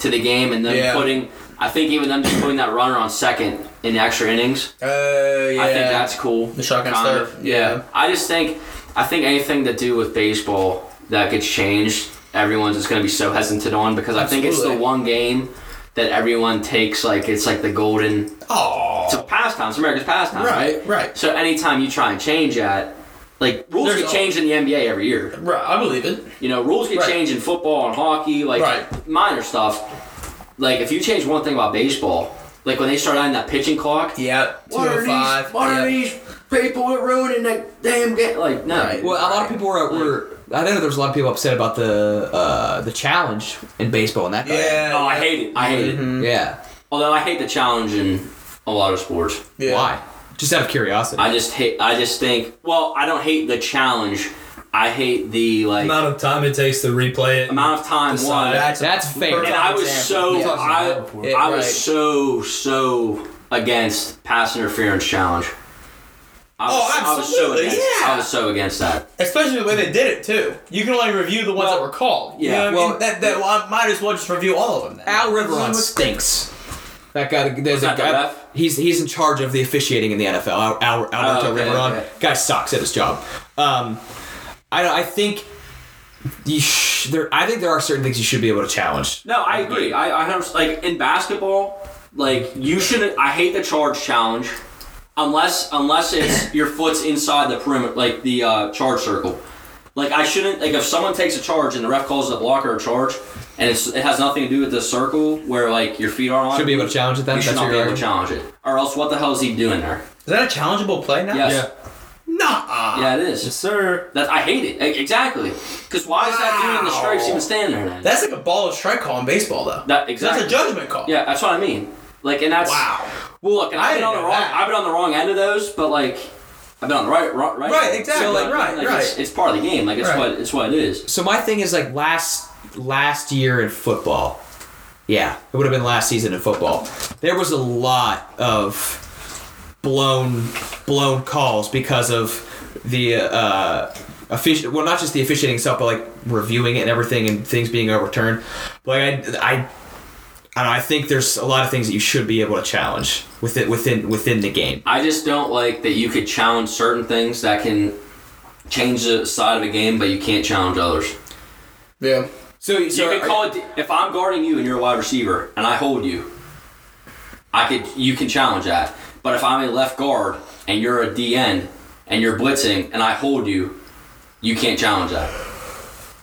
[SPEAKER 3] to the game and then
[SPEAKER 2] Yeah.
[SPEAKER 3] putting. I think even them just putting that runner on second in the extra innings.
[SPEAKER 2] Uh, yeah.
[SPEAKER 3] I think that's cool.
[SPEAKER 2] The shotgun
[SPEAKER 3] Kind
[SPEAKER 2] start,
[SPEAKER 3] of.
[SPEAKER 2] yeah.
[SPEAKER 3] I just think I think anything to do with baseball that gets changed, everyone's just gonna be so hesitant on because I think it's the
[SPEAKER 2] Absolutely.
[SPEAKER 3] one game that everyone takes like it's like the golden
[SPEAKER 2] Oh.
[SPEAKER 3] it's a pastime, it's America's pastime.
[SPEAKER 2] Right. Right.
[SPEAKER 3] So anytime you try and change that, like rules
[SPEAKER 2] There's
[SPEAKER 3] get
[SPEAKER 2] a-
[SPEAKER 3] changed in the NBA every year.
[SPEAKER 2] Right. I believe it.
[SPEAKER 3] You know, rules get
[SPEAKER 2] Right.
[SPEAKER 3] changed in football and hockey, like
[SPEAKER 2] Right.
[SPEAKER 3] minor stuff. Like if you change one thing about baseball, like when they start adding that pitching clock,
[SPEAKER 2] Yeah. Two oh five.
[SPEAKER 3] what
[SPEAKER 2] yeah.
[SPEAKER 3] are these people that ruining that damn game? Like, no.
[SPEAKER 2] Right.
[SPEAKER 4] Well, a lot of people were, were I know there's a lot of people upset about the uh, the challenge in baseball and that. kind of-
[SPEAKER 2] Yeah. Mm.
[SPEAKER 3] Oh, I
[SPEAKER 2] yeah.
[SPEAKER 3] hate it. I hate
[SPEAKER 2] Mm-hmm.
[SPEAKER 3] it.
[SPEAKER 4] Yeah.
[SPEAKER 3] Although I hate the challenge in a lot of sports.
[SPEAKER 2] Yeah.
[SPEAKER 4] Why? Just out of curiosity.
[SPEAKER 3] I just hate. I just think. Well, I don't hate the challenge. I hate the like amount,
[SPEAKER 1] amount of time it takes to replay it.
[SPEAKER 3] of time
[SPEAKER 1] Decide.
[SPEAKER 3] won.
[SPEAKER 4] That's fair.
[SPEAKER 3] and I was
[SPEAKER 2] example.
[SPEAKER 3] so
[SPEAKER 2] Yeah.
[SPEAKER 3] I,
[SPEAKER 1] Yeah,
[SPEAKER 3] I was
[SPEAKER 2] right.
[SPEAKER 3] so so against pass interference challenge. I was,
[SPEAKER 2] Oh,
[SPEAKER 3] I was so
[SPEAKER 2] absolutely,
[SPEAKER 3] against,
[SPEAKER 2] yeah.
[SPEAKER 3] I was so against that.
[SPEAKER 2] Especially the way they did it too. You can only review the ones
[SPEAKER 4] Well,
[SPEAKER 2] that were called. You
[SPEAKER 3] yeah.
[SPEAKER 2] know what I
[SPEAKER 4] Well-
[SPEAKER 2] mean? that, that well, I might as well just review all of them. Then.
[SPEAKER 4] Al Riveron stinks. That guy, there's
[SPEAKER 3] Was that
[SPEAKER 4] a
[SPEAKER 3] the
[SPEAKER 4] guy.
[SPEAKER 3] ref?
[SPEAKER 4] He's he's in charge of the officiating in the NFL. Al, Al, Alberto
[SPEAKER 3] Oh, okay,
[SPEAKER 4] Riveron,
[SPEAKER 3] okay.
[SPEAKER 4] guy sucks at his job. Um, I don't- I think you sh- there. I think there are certain things you should be able to challenge.
[SPEAKER 3] No, I agree. I, I don't like in basketball. Like you shouldn't. I hate the charge challenge, unless unless it's your foot's inside the perimeter, like the uh, charge circle. Like I shouldn't. Like if someone takes a charge and the ref calls it a block or a charge, and it's, it has nothing to do with the circle where like your feet are on.
[SPEAKER 4] Should be able to challenge it. Then
[SPEAKER 3] You should
[SPEAKER 4] That's
[SPEAKER 3] not
[SPEAKER 4] what
[SPEAKER 3] be
[SPEAKER 4] you're
[SPEAKER 3] able to challenge it, or else what the hell is he doing there?
[SPEAKER 2] Is that a challengeable play now?
[SPEAKER 3] Yes.
[SPEAKER 1] Yeah.
[SPEAKER 2] Nah.
[SPEAKER 3] Yeah, it is.
[SPEAKER 1] Yes, sir.
[SPEAKER 3] That I hate it E- exactly. Because why is that dude in the stripes
[SPEAKER 2] Wow.
[SPEAKER 3] even standing there? Then?
[SPEAKER 2] That's like a ball of strike call in baseball though.
[SPEAKER 3] that
[SPEAKER 2] That's
[SPEAKER 3] exactly.
[SPEAKER 2] a judgment call.
[SPEAKER 3] Yeah, that's what I mean. Like, and that's
[SPEAKER 2] Wow.
[SPEAKER 3] Well, look, and
[SPEAKER 2] I
[SPEAKER 3] I've been
[SPEAKER 2] didn't
[SPEAKER 3] on the
[SPEAKER 2] know
[SPEAKER 3] wrong.
[SPEAKER 2] that.
[SPEAKER 3] I've been on the wrong end of those, but like, I've been on the right, right, right.
[SPEAKER 2] Right, exactly,
[SPEAKER 3] So, like,
[SPEAKER 2] right,
[SPEAKER 3] like, It's,
[SPEAKER 2] right.
[SPEAKER 3] it's part of the game. Like it's
[SPEAKER 2] Right.
[SPEAKER 3] what it's what it is.
[SPEAKER 4] So my thing is like last last year in football. Yeah, it would have been last season in football. There was a lot of blown blown calls because of the uh offici- well not just the officiating itself but like reviewing it and everything and things being overturned. But like I I I, don't know, I think there's a lot of things that you should be able to challenge within within within the game.
[SPEAKER 3] I just don't like that you could challenge certain things that can change the side of a game, but you can't challenge others.
[SPEAKER 2] Yeah.
[SPEAKER 4] So,
[SPEAKER 3] So you could call it if I'm guarding you and you're a wide receiver and I hold you. I could you can challenge that, but if I'm a left guard and you're a D end and you're blitzing and I hold you, you can't challenge that.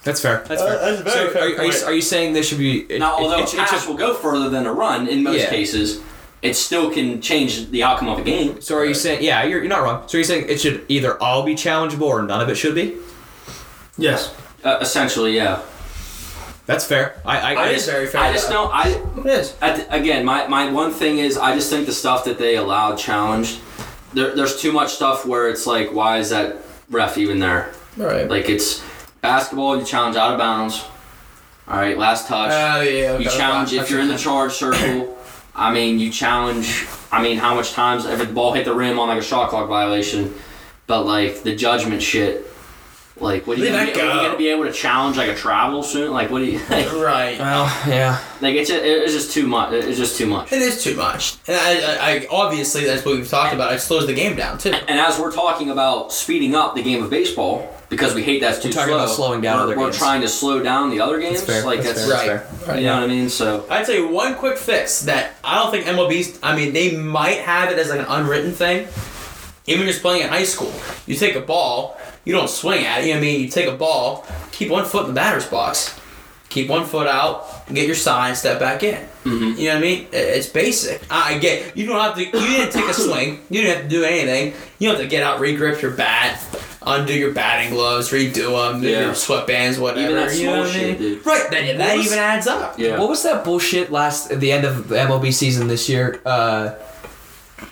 [SPEAKER 4] That's fair. That's fair.
[SPEAKER 2] that's a very
[SPEAKER 4] so
[SPEAKER 2] fair
[SPEAKER 4] are, you- are you,
[SPEAKER 2] point.
[SPEAKER 4] are you saying this should be it-
[SPEAKER 3] Now,
[SPEAKER 4] it-
[SPEAKER 3] although
[SPEAKER 4] it-
[SPEAKER 3] a
[SPEAKER 4] it
[SPEAKER 3] pass
[SPEAKER 4] should-
[SPEAKER 3] will go further than a run in most
[SPEAKER 4] Yeah.
[SPEAKER 3] cases, it still can change the outcome of a game.
[SPEAKER 4] So are you saying? Yeah, you're, you're not wrong. So are you saying it should either all be challengeable or none of it should be?
[SPEAKER 1] Yes.
[SPEAKER 3] Uh, essentially, yeah.
[SPEAKER 4] That's fair. I I,
[SPEAKER 3] I
[SPEAKER 4] I,
[SPEAKER 3] just,
[SPEAKER 2] very fair,
[SPEAKER 3] I just
[SPEAKER 2] yeah.
[SPEAKER 3] don't. I
[SPEAKER 2] It is.
[SPEAKER 3] at the- again, my, my one thing is I just think the stuff that they allowed challenged. There, there's too much stuff where it's like, why is that ref even there?
[SPEAKER 2] Right.
[SPEAKER 3] Like it's basketball, you challenge out of bounds. All right, last touch.
[SPEAKER 2] Oh yeah.
[SPEAKER 3] You challenge if you're in the charge circle. I mean, you challenge. I mean, how much times if the ball hit the rim on like a shot clock violation, but like the judgment shit. Like, what are you,
[SPEAKER 2] Leave
[SPEAKER 3] gonna
[SPEAKER 2] that
[SPEAKER 3] be, are you
[SPEAKER 2] go.
[SPEAKER 3] gonna be able to challenge like a travel soon? Like, what do you? Like,
[SPEAKER 2] Right.
[SPEAKER 4] well, yeah.
[SPEAKER 3] it's just, it's just too much. It's just too much.
[SPEAKER 2] It is too much, and I, I, I obviously that's what we've talked about. It slows the game down too.
[SPEAKER 3] And as we're talking about speeding up the game of baseball because we hate that's too
[SPEAKER 4] We're talking
[SPEAKER 3] slow.
[SPEAKER 4] about slowing down
[SPEAKER 3] we're,
[SPEAKER 4] other
[SPEAKER 3] we're
[SPEAKER 4] games.
[SPEAKER 3] trying to slow down the other games.
[SPEAKER 4] That's fair.
[SPEAKER 3] Like
[SPEAKER 4] that's
[SPEAKER 3] that's,
[SPEAKER 4] fair.
[SPEAKER 2] right.
[SPEAKER 4] That's fair.
[SPEAKER 2] Right.
[SPEAKER 3] you know what I mean. So
[SPEAKER 2] I'd say one quick fix that I don't think MLB's. I mean, they might have it as like an unwritten thing. Even just playing in high school, you take a ball, you don't swing at it. You know what I mean? You take a ball, keep one foot in the batter's box, keep one foot out, get your sign, step back in.
[SPEAKER 3] Mm-hmm.
[SPEAKER 2] You know what I mean? I- It's basic. I I get you don't have to. You didn't take a swing. You didn't have to do anything. You don't have to get out, regrip your bat, undo your batting gloves, redo them,
[SPEAKER 3] Yeah.
[SPEAKER 2] your sweatbands, whatever.
[SPEAKER 3] that
[SPEAKER 2] you know
[SPEAKER 3] small
[SPEAKER 2] what I
[SPEAKER 3] shit,
[SPEAKER 2] mean?
[SPEAKER 3] dude.
[SPEAKER 2] Right. That, that
[SPEAKER 4] was-
[SPEAKER 2] even adds up.
[SPEAKER 3] yeah.
[SPEAKER 4] What was that bullshit last at the end of the MLB season this year? Uh,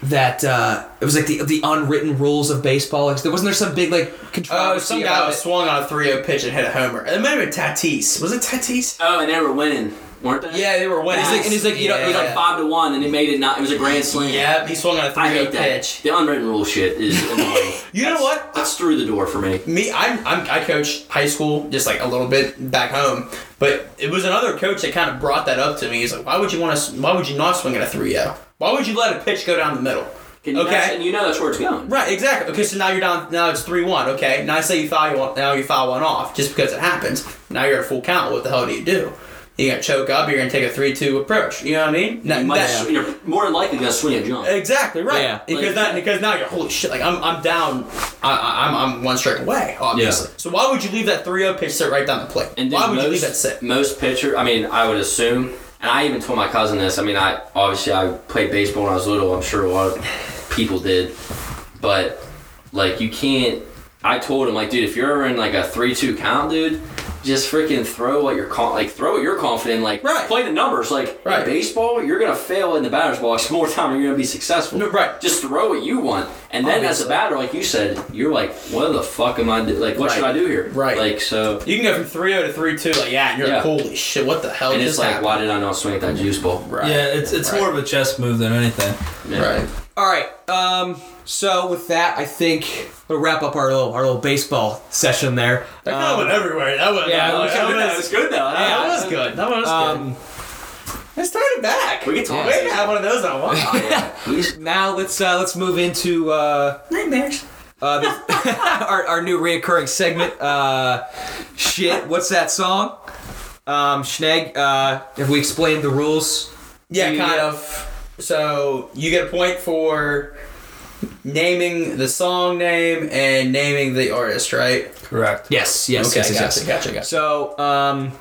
[SPEAKER 4] that uh, it was like the the unwritten rules of baseball. Like, there wasn't there some big like
[SPEAKER 2] Oh,
[SPEAKER 4] controversy
[SPEAKER 2] some guy
[SPEAKER 4] about
[SPEAKER 2] was
[SPEAKER 4] it?
[SPEAKER 2] swung on a 3 0 pitch and hit a homer. It might have been Tatis. Was it Tatis?
[SPEAKER 3] Oh, and they were winning. weren't they?
[SPEAKER 4] Yeah, they were wet. He's like, and he's like, you
[SPEAKER 3] It
[SPEAKER 4] know,
[SPEAKER 3] was
[SPEAKER 4] you
[SPEAKER 3] like
[SPEAKER 4] know,
[SPEAKER 3] five to one, and it made it not. It was a grand slam.
[SPEAKER 2] Yeah, he swung on a
[SPEAKER 3] I
[SPEAKER 2] three-yard
[SPEAKER 3] hate that.
[SPEAKER 2] pitch.
[SPEAKER 3] The unwritten rule shit is annoying.
[SPEAKER 2] You know what?
[SPEAKER 3] That's through the door for me.
[SPEAKER 2] me I'm, I'm i coached high school just like a little bit back home but it was another coach that kind of brought that up to me he's like why would you want to why would you not swing at a 3-0 why would you let a pitch go down the middle
[SPEAKER 3] Can you
[SPEAKER 2] Okay.
[SPEAKER 3] that's- and you know that's where it's going.
[SPEAKER 2] right exactly okay so now you're down now it's 3-1 okay now I say you foul one now you foul one off just because it happens now you're at full count what the hell do you do you're gonna choke up you're gonna take a 3-2 approach you know what I mean Now-
[SPEAKER 3] You might,
[SPEAKER 2] that-
[SPEAKER 3] sw- you're more than likely gonna swing a jump.
[SPEAKER 2] Exactly right.
[SPEAKER 4] Yeah.
[SPEAKER 2] Because
[SPEAKER 3] Like-
[SPEAKER 2] that because now you're holy shit. Like I'm I'm down. I, I, I'm I'm one strike away. Obviously. So why would you leave that 3-0 pitch sit right down the plate?
[SPEAKER 3] And then
[SPEAKER 2] why would
[SPEAKER 3] most,
[SPEAKER 2] you leave that sit?
[SPEAKER 3] Most pitcher, I mean, I would assume, and I even told my cousin this. I mean, I obviously I played baseball when I was little. I'm sure a lot of people did, but like you can't. I told him like, dude, if you're ever in like a three-two count, dude, just freaking throw what you're con- like throw what you're confident in. like
[SPEAKER 2] Right.
[SPEAKER 3] play the numbers like in
[SPEAKER 2] Right.
[SPEAKER 3] baseball you're gonna fail in the batter's box more time than you're gonna be successful
[SPEAKER 2] No, right.
[SPEAKER 3] just throw what you want and then as a
[SPEAKER 2] Obviously.
[SPEAKER 3] batter like you said you're like what the fuck am I do- like what
[SPEAKER 2] Right.
[SPEAKER 3] should I do here
[SPEAKER 2] Right.
[SPEAKER 3] like so
[SPEAKER 2] You can go from 3-0 to 3-2 like yeah, and you're like
[SPEAKER 3] Yeah.
[SPEAKER 2] holy shit, what the hell
[SPEAKER 3] and
[SPEAKER 2] just
[SPEAKER 3] it's like,
[SPEAKER 2] happened?
[SPEAKER 3] why did I not swing at that juice bowl?
[SPEAKER 2] Right.
[SPEAKER 1] Yeah, it's it's
[SPEAKER 2] Right.
[SPEAKER 1] more of a chess move than anything.
[SPEAKER 3] Yeah.
[SPEAKER 2] Right.
[SPEAKER 4] all right. Um, so with that, I think we'll wrap up our little our little baseball session there.
[SPEAKER 2] That kind of
[SPEAKER 4] Um,
[SPEAKER 2] went everywhere. That was
[SPEAKER 4] yeah,
[SPEAKER 2] that,
[SPEAKER 4] it
[SPEAKER 2] was,
[SPEAKER 4] was
[SPEAKER 2] that,
[SPEAKER 4] good,
[SPEAKER 2] was,
[SPEAKER 3] good though.
[SPEAKER 2] that was good. That was good.
[SPEAKER 4] um,
[SPEAKER 2] Let's turn it back.
[SPEAKER 3] We can talk.
[SPEAKER 2] We didn't have one of those in a while.
[SPEAKER 3] Oh,
[SPEAKER 4] now let's uh, let's move into uh,
[SPEAKER 2] Nightmares.
[SPEAKER 4] uh, the, our our new reoccurring segment. Uh, shit, what's that song? Um, Schneg, uh, have we explained the rules?
[SPEAKER 2] Yeah,
[SPEAKER 4] You-
[SPEAKER 2] kind of. So you get a point for naming the song name and naming the artist, right?
[SPEAKER 1] Correct.
[SPEAKER 4] Yes, yes,
[SPEAKER 2] Okay,
[SPEAKER 4] yes, yes,
[SPEAKER 2] gotcha,
[SPEAKER 4] yes.
[SPEAKER 2] gotcha, gotcha.
[SPEAKER 4] So, um,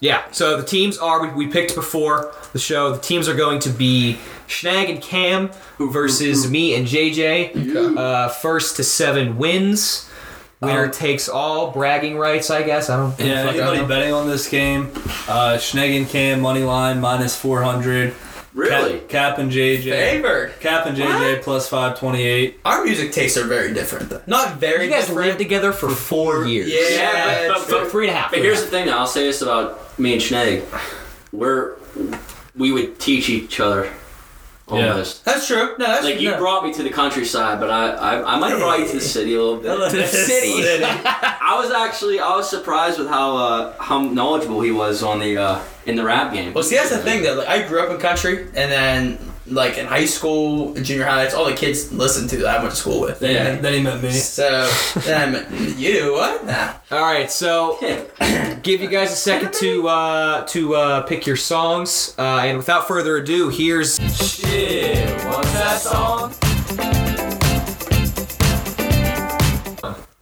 [SPEAKER 4] yeah. So the teams are we, we picked before the show. The teams are going to be Schnag and Cam versus me and JJ. Uh, first to seven wins. Winner takes all bragging rights, I guess. I don't.
[SPEAKER 1] Yeah,
[SPEAKER 4] I don't
[SPEAKER 1] anybody
[SPEAKER 4] know.
[SPEAKER 1] betting on this game, uh, Schneg and Cam money line minus four hundred.
[SPEAKER 3] Really?
[SPEAKER 1] Cap, Cap and JJ.
[SPEAKER 2] Favor.
[SPEAKER 1] Cap and JJ plus five twenty eight.
[SPEAKER 2] Our music tastes are very different, though. Not very
[SPEAKER 4] You guys
[SPEAKER 2] different.
[SPEAKER 4] lived together for four years.
[SPEAKER 2] Yeah,
[SPEAKER 3] Yeah,
[SPEAKER 2] it's
[SPEAKER 3] but-
[SPEAKER 2] true.
[SPEAKER 4] Th- Three and a half.
[SPEAKER 3] But here's the thing. Though. I'll say this about me and Schneg. We're we would teach each other almost.
[SPEAKER 2] that's true. No, that's
[SPEAKER 3] Like you
[SPEAKER 2] no.
[SPEAKER 3] brought me to the countryside, but I I, I might have brought you to the city a little bit.
[SPEAKER 2] The
[SPEAKER 4] city.
[SPEAKER 3] I was actually I was surprised with how uh, how knowledgeable he was on the uh, in the rap game.
[SPEAKER 2] well, see, that's the thing though. Like, I grew up in country, and then like in high school, junior high, that's all the kids listened to that I went to school with.
[SPEAKER 3] Yeah.
[SPEAKER 1] Then he met me.
[SPEAKER 2] So then I'm, you what? Nah.
[SPEAKER 4] All right, so
[SPEAKER 3] Yeah.
[SPEAKER 4] give you guys a second to uh, to uh, pick your songs, uh, and without further ado, here's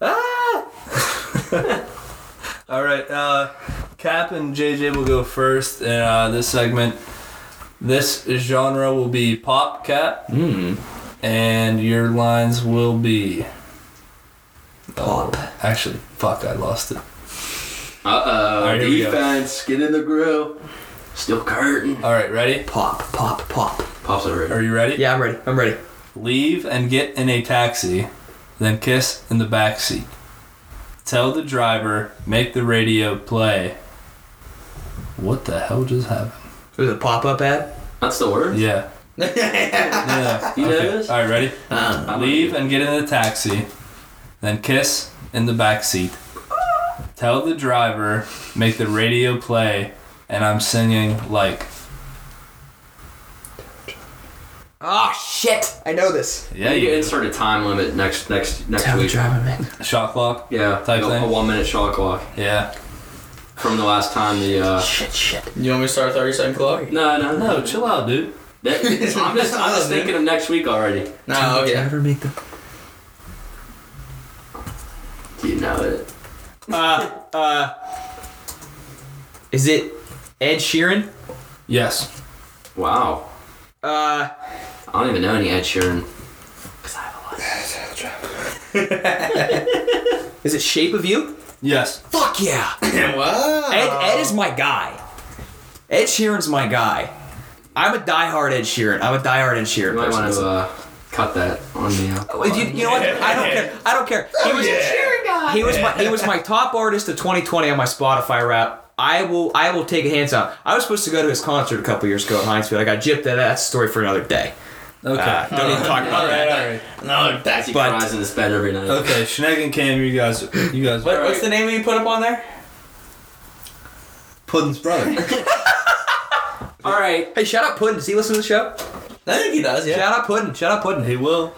[SPEAKER 1] Ah! All right, uh, Cap and JJ will go first in uh, this segment. This genre will be pop, Cap, and your lines will be pop. actually, fuck, I lost it.
[SPEAKER 3] Uh oh.
[SPEAKER 1] right, here we go.
[SPEAKER 3] defense, get in the grill. Still curtain.
[SPEAKER 1] All right, ready?
[SPEAKER 4] pop, pop, pop.
[SPEAKER 3] Pops over.
[SPEAKER 1] Are you ready?
[SPEAKER 4] Yeah, I'm ready. I'm ready.
[SPEAKER 1] Leave and get in a taxi, then kiss in the back seat. Tell the driver, make the radio play. What the hell just happened?
[SPEAKER 4] It was a pop-up ad.
[SPEAKER 3] That's the word.
[SPEAKER 1] Yeah. yeah.
[SPEAKER 3] You know this?
[SPEAKER 1] All right, ready?
[SPEAKER 2] Uh,
[SPEAKER 1] Leave and get in the taxi, then kiss in the back seat. Tell the driver, make the radio play, and I'm singing like.
[SPEAKER 4] Oh shit! I know this.
[SPEAKER 1] Yeah,
[SPEAKER 3] you
[SPEAKER 1] you
[SPEAKER 3] insert a time limit next next next
[SPEAKER 4] Tell the
[SPEAKER 3] week.
[SPEAKER 4] driver, man.
[SPEAKER 1] shot clock.
[SPEAKER 3] Yeah,
[SPEAKER 1] Type
[SPEAKER 3] a,
[SPEAKER 1] thing.
[SPEAKER 3] a one minute shot clock
[SPEAKER 1] Yeah.
[SPEAKER 3] from the last time the. Uh,
[SPEAKER 4] Oh, Shit, shit.
[SPEAKER 2] you want me to start thirty second clock?
[SPEAKER 3] no, no, no.
[SPEAKER 1] No, chill out, dude.
[SPEAKER 3] That- I'm just I'm just thinking of next week already.
[SPEAKER 2] No. Okay.
[SPEAKER 4] Driver, make the.
[SPEAKER 3] You know it.
[SPEAKER 4] Uh, uh. Is it Ed Sheeran?
[SPEAKER 1] Yes.
[SPEAKER 3] Wow.
[SPEAKER 4] Uh,
[SPEAKER 3] I don't even know any Ed Sheeran.
[SPEAKER 4] is it Shape of You?
[SPEAKER 1] Yes.
[SPEAKER 4] Fuck yeah!
[SPEAKER 2] wow.
[SPEAKER 4] Ed, Ed is my guy. Ed Sheeran's my guy. I'm a diehard Ed Sheeran. I'm a diehard Ed Sheeran
[SPEAKER 3] You might
[SPEAKER 4] person.
[SPEAKER 3] want to uh, cut that on the. Uh,
[SPEAKER 4] Well, you, you know what? I don't care. I don't care. He was, he was my he was my top artist of 2020 on my Spotify rap. I will I will take a hands out. I was supposed to go to his concert a couple years ago at Hinesfield. I got gypped. That that's a story for another day.
[SPEAKER 1] Okay.
[SPEAKER 4] Uh, don't even talk about
[SPEAKER 1] all right,
[SPEAKER 4] that.
[SPEAKER 1] all right.
[SPEAKER 2] No, that's
[SPEAKER 3] He
[SPEAKER 4] But-
[SPEAKER 3] cries in his bed every night.
[SPEAKER 1] Okay, Schneeg and Cam, you guys, you guys,
[SPEAKER 2] what, what's the name that you put up on there?
[SPEAKER 1] Puddin's brother.
[SPEAKER 3] All right.
[SPEAKER 4] Hey, shout out Puddin. Does he listen to the show?
[SPEAKER 2] I think he does. Yeah.
[SPEAKER 4] Shout out Puddin. Shout out Puddin.
[SPEAKER 1] he will.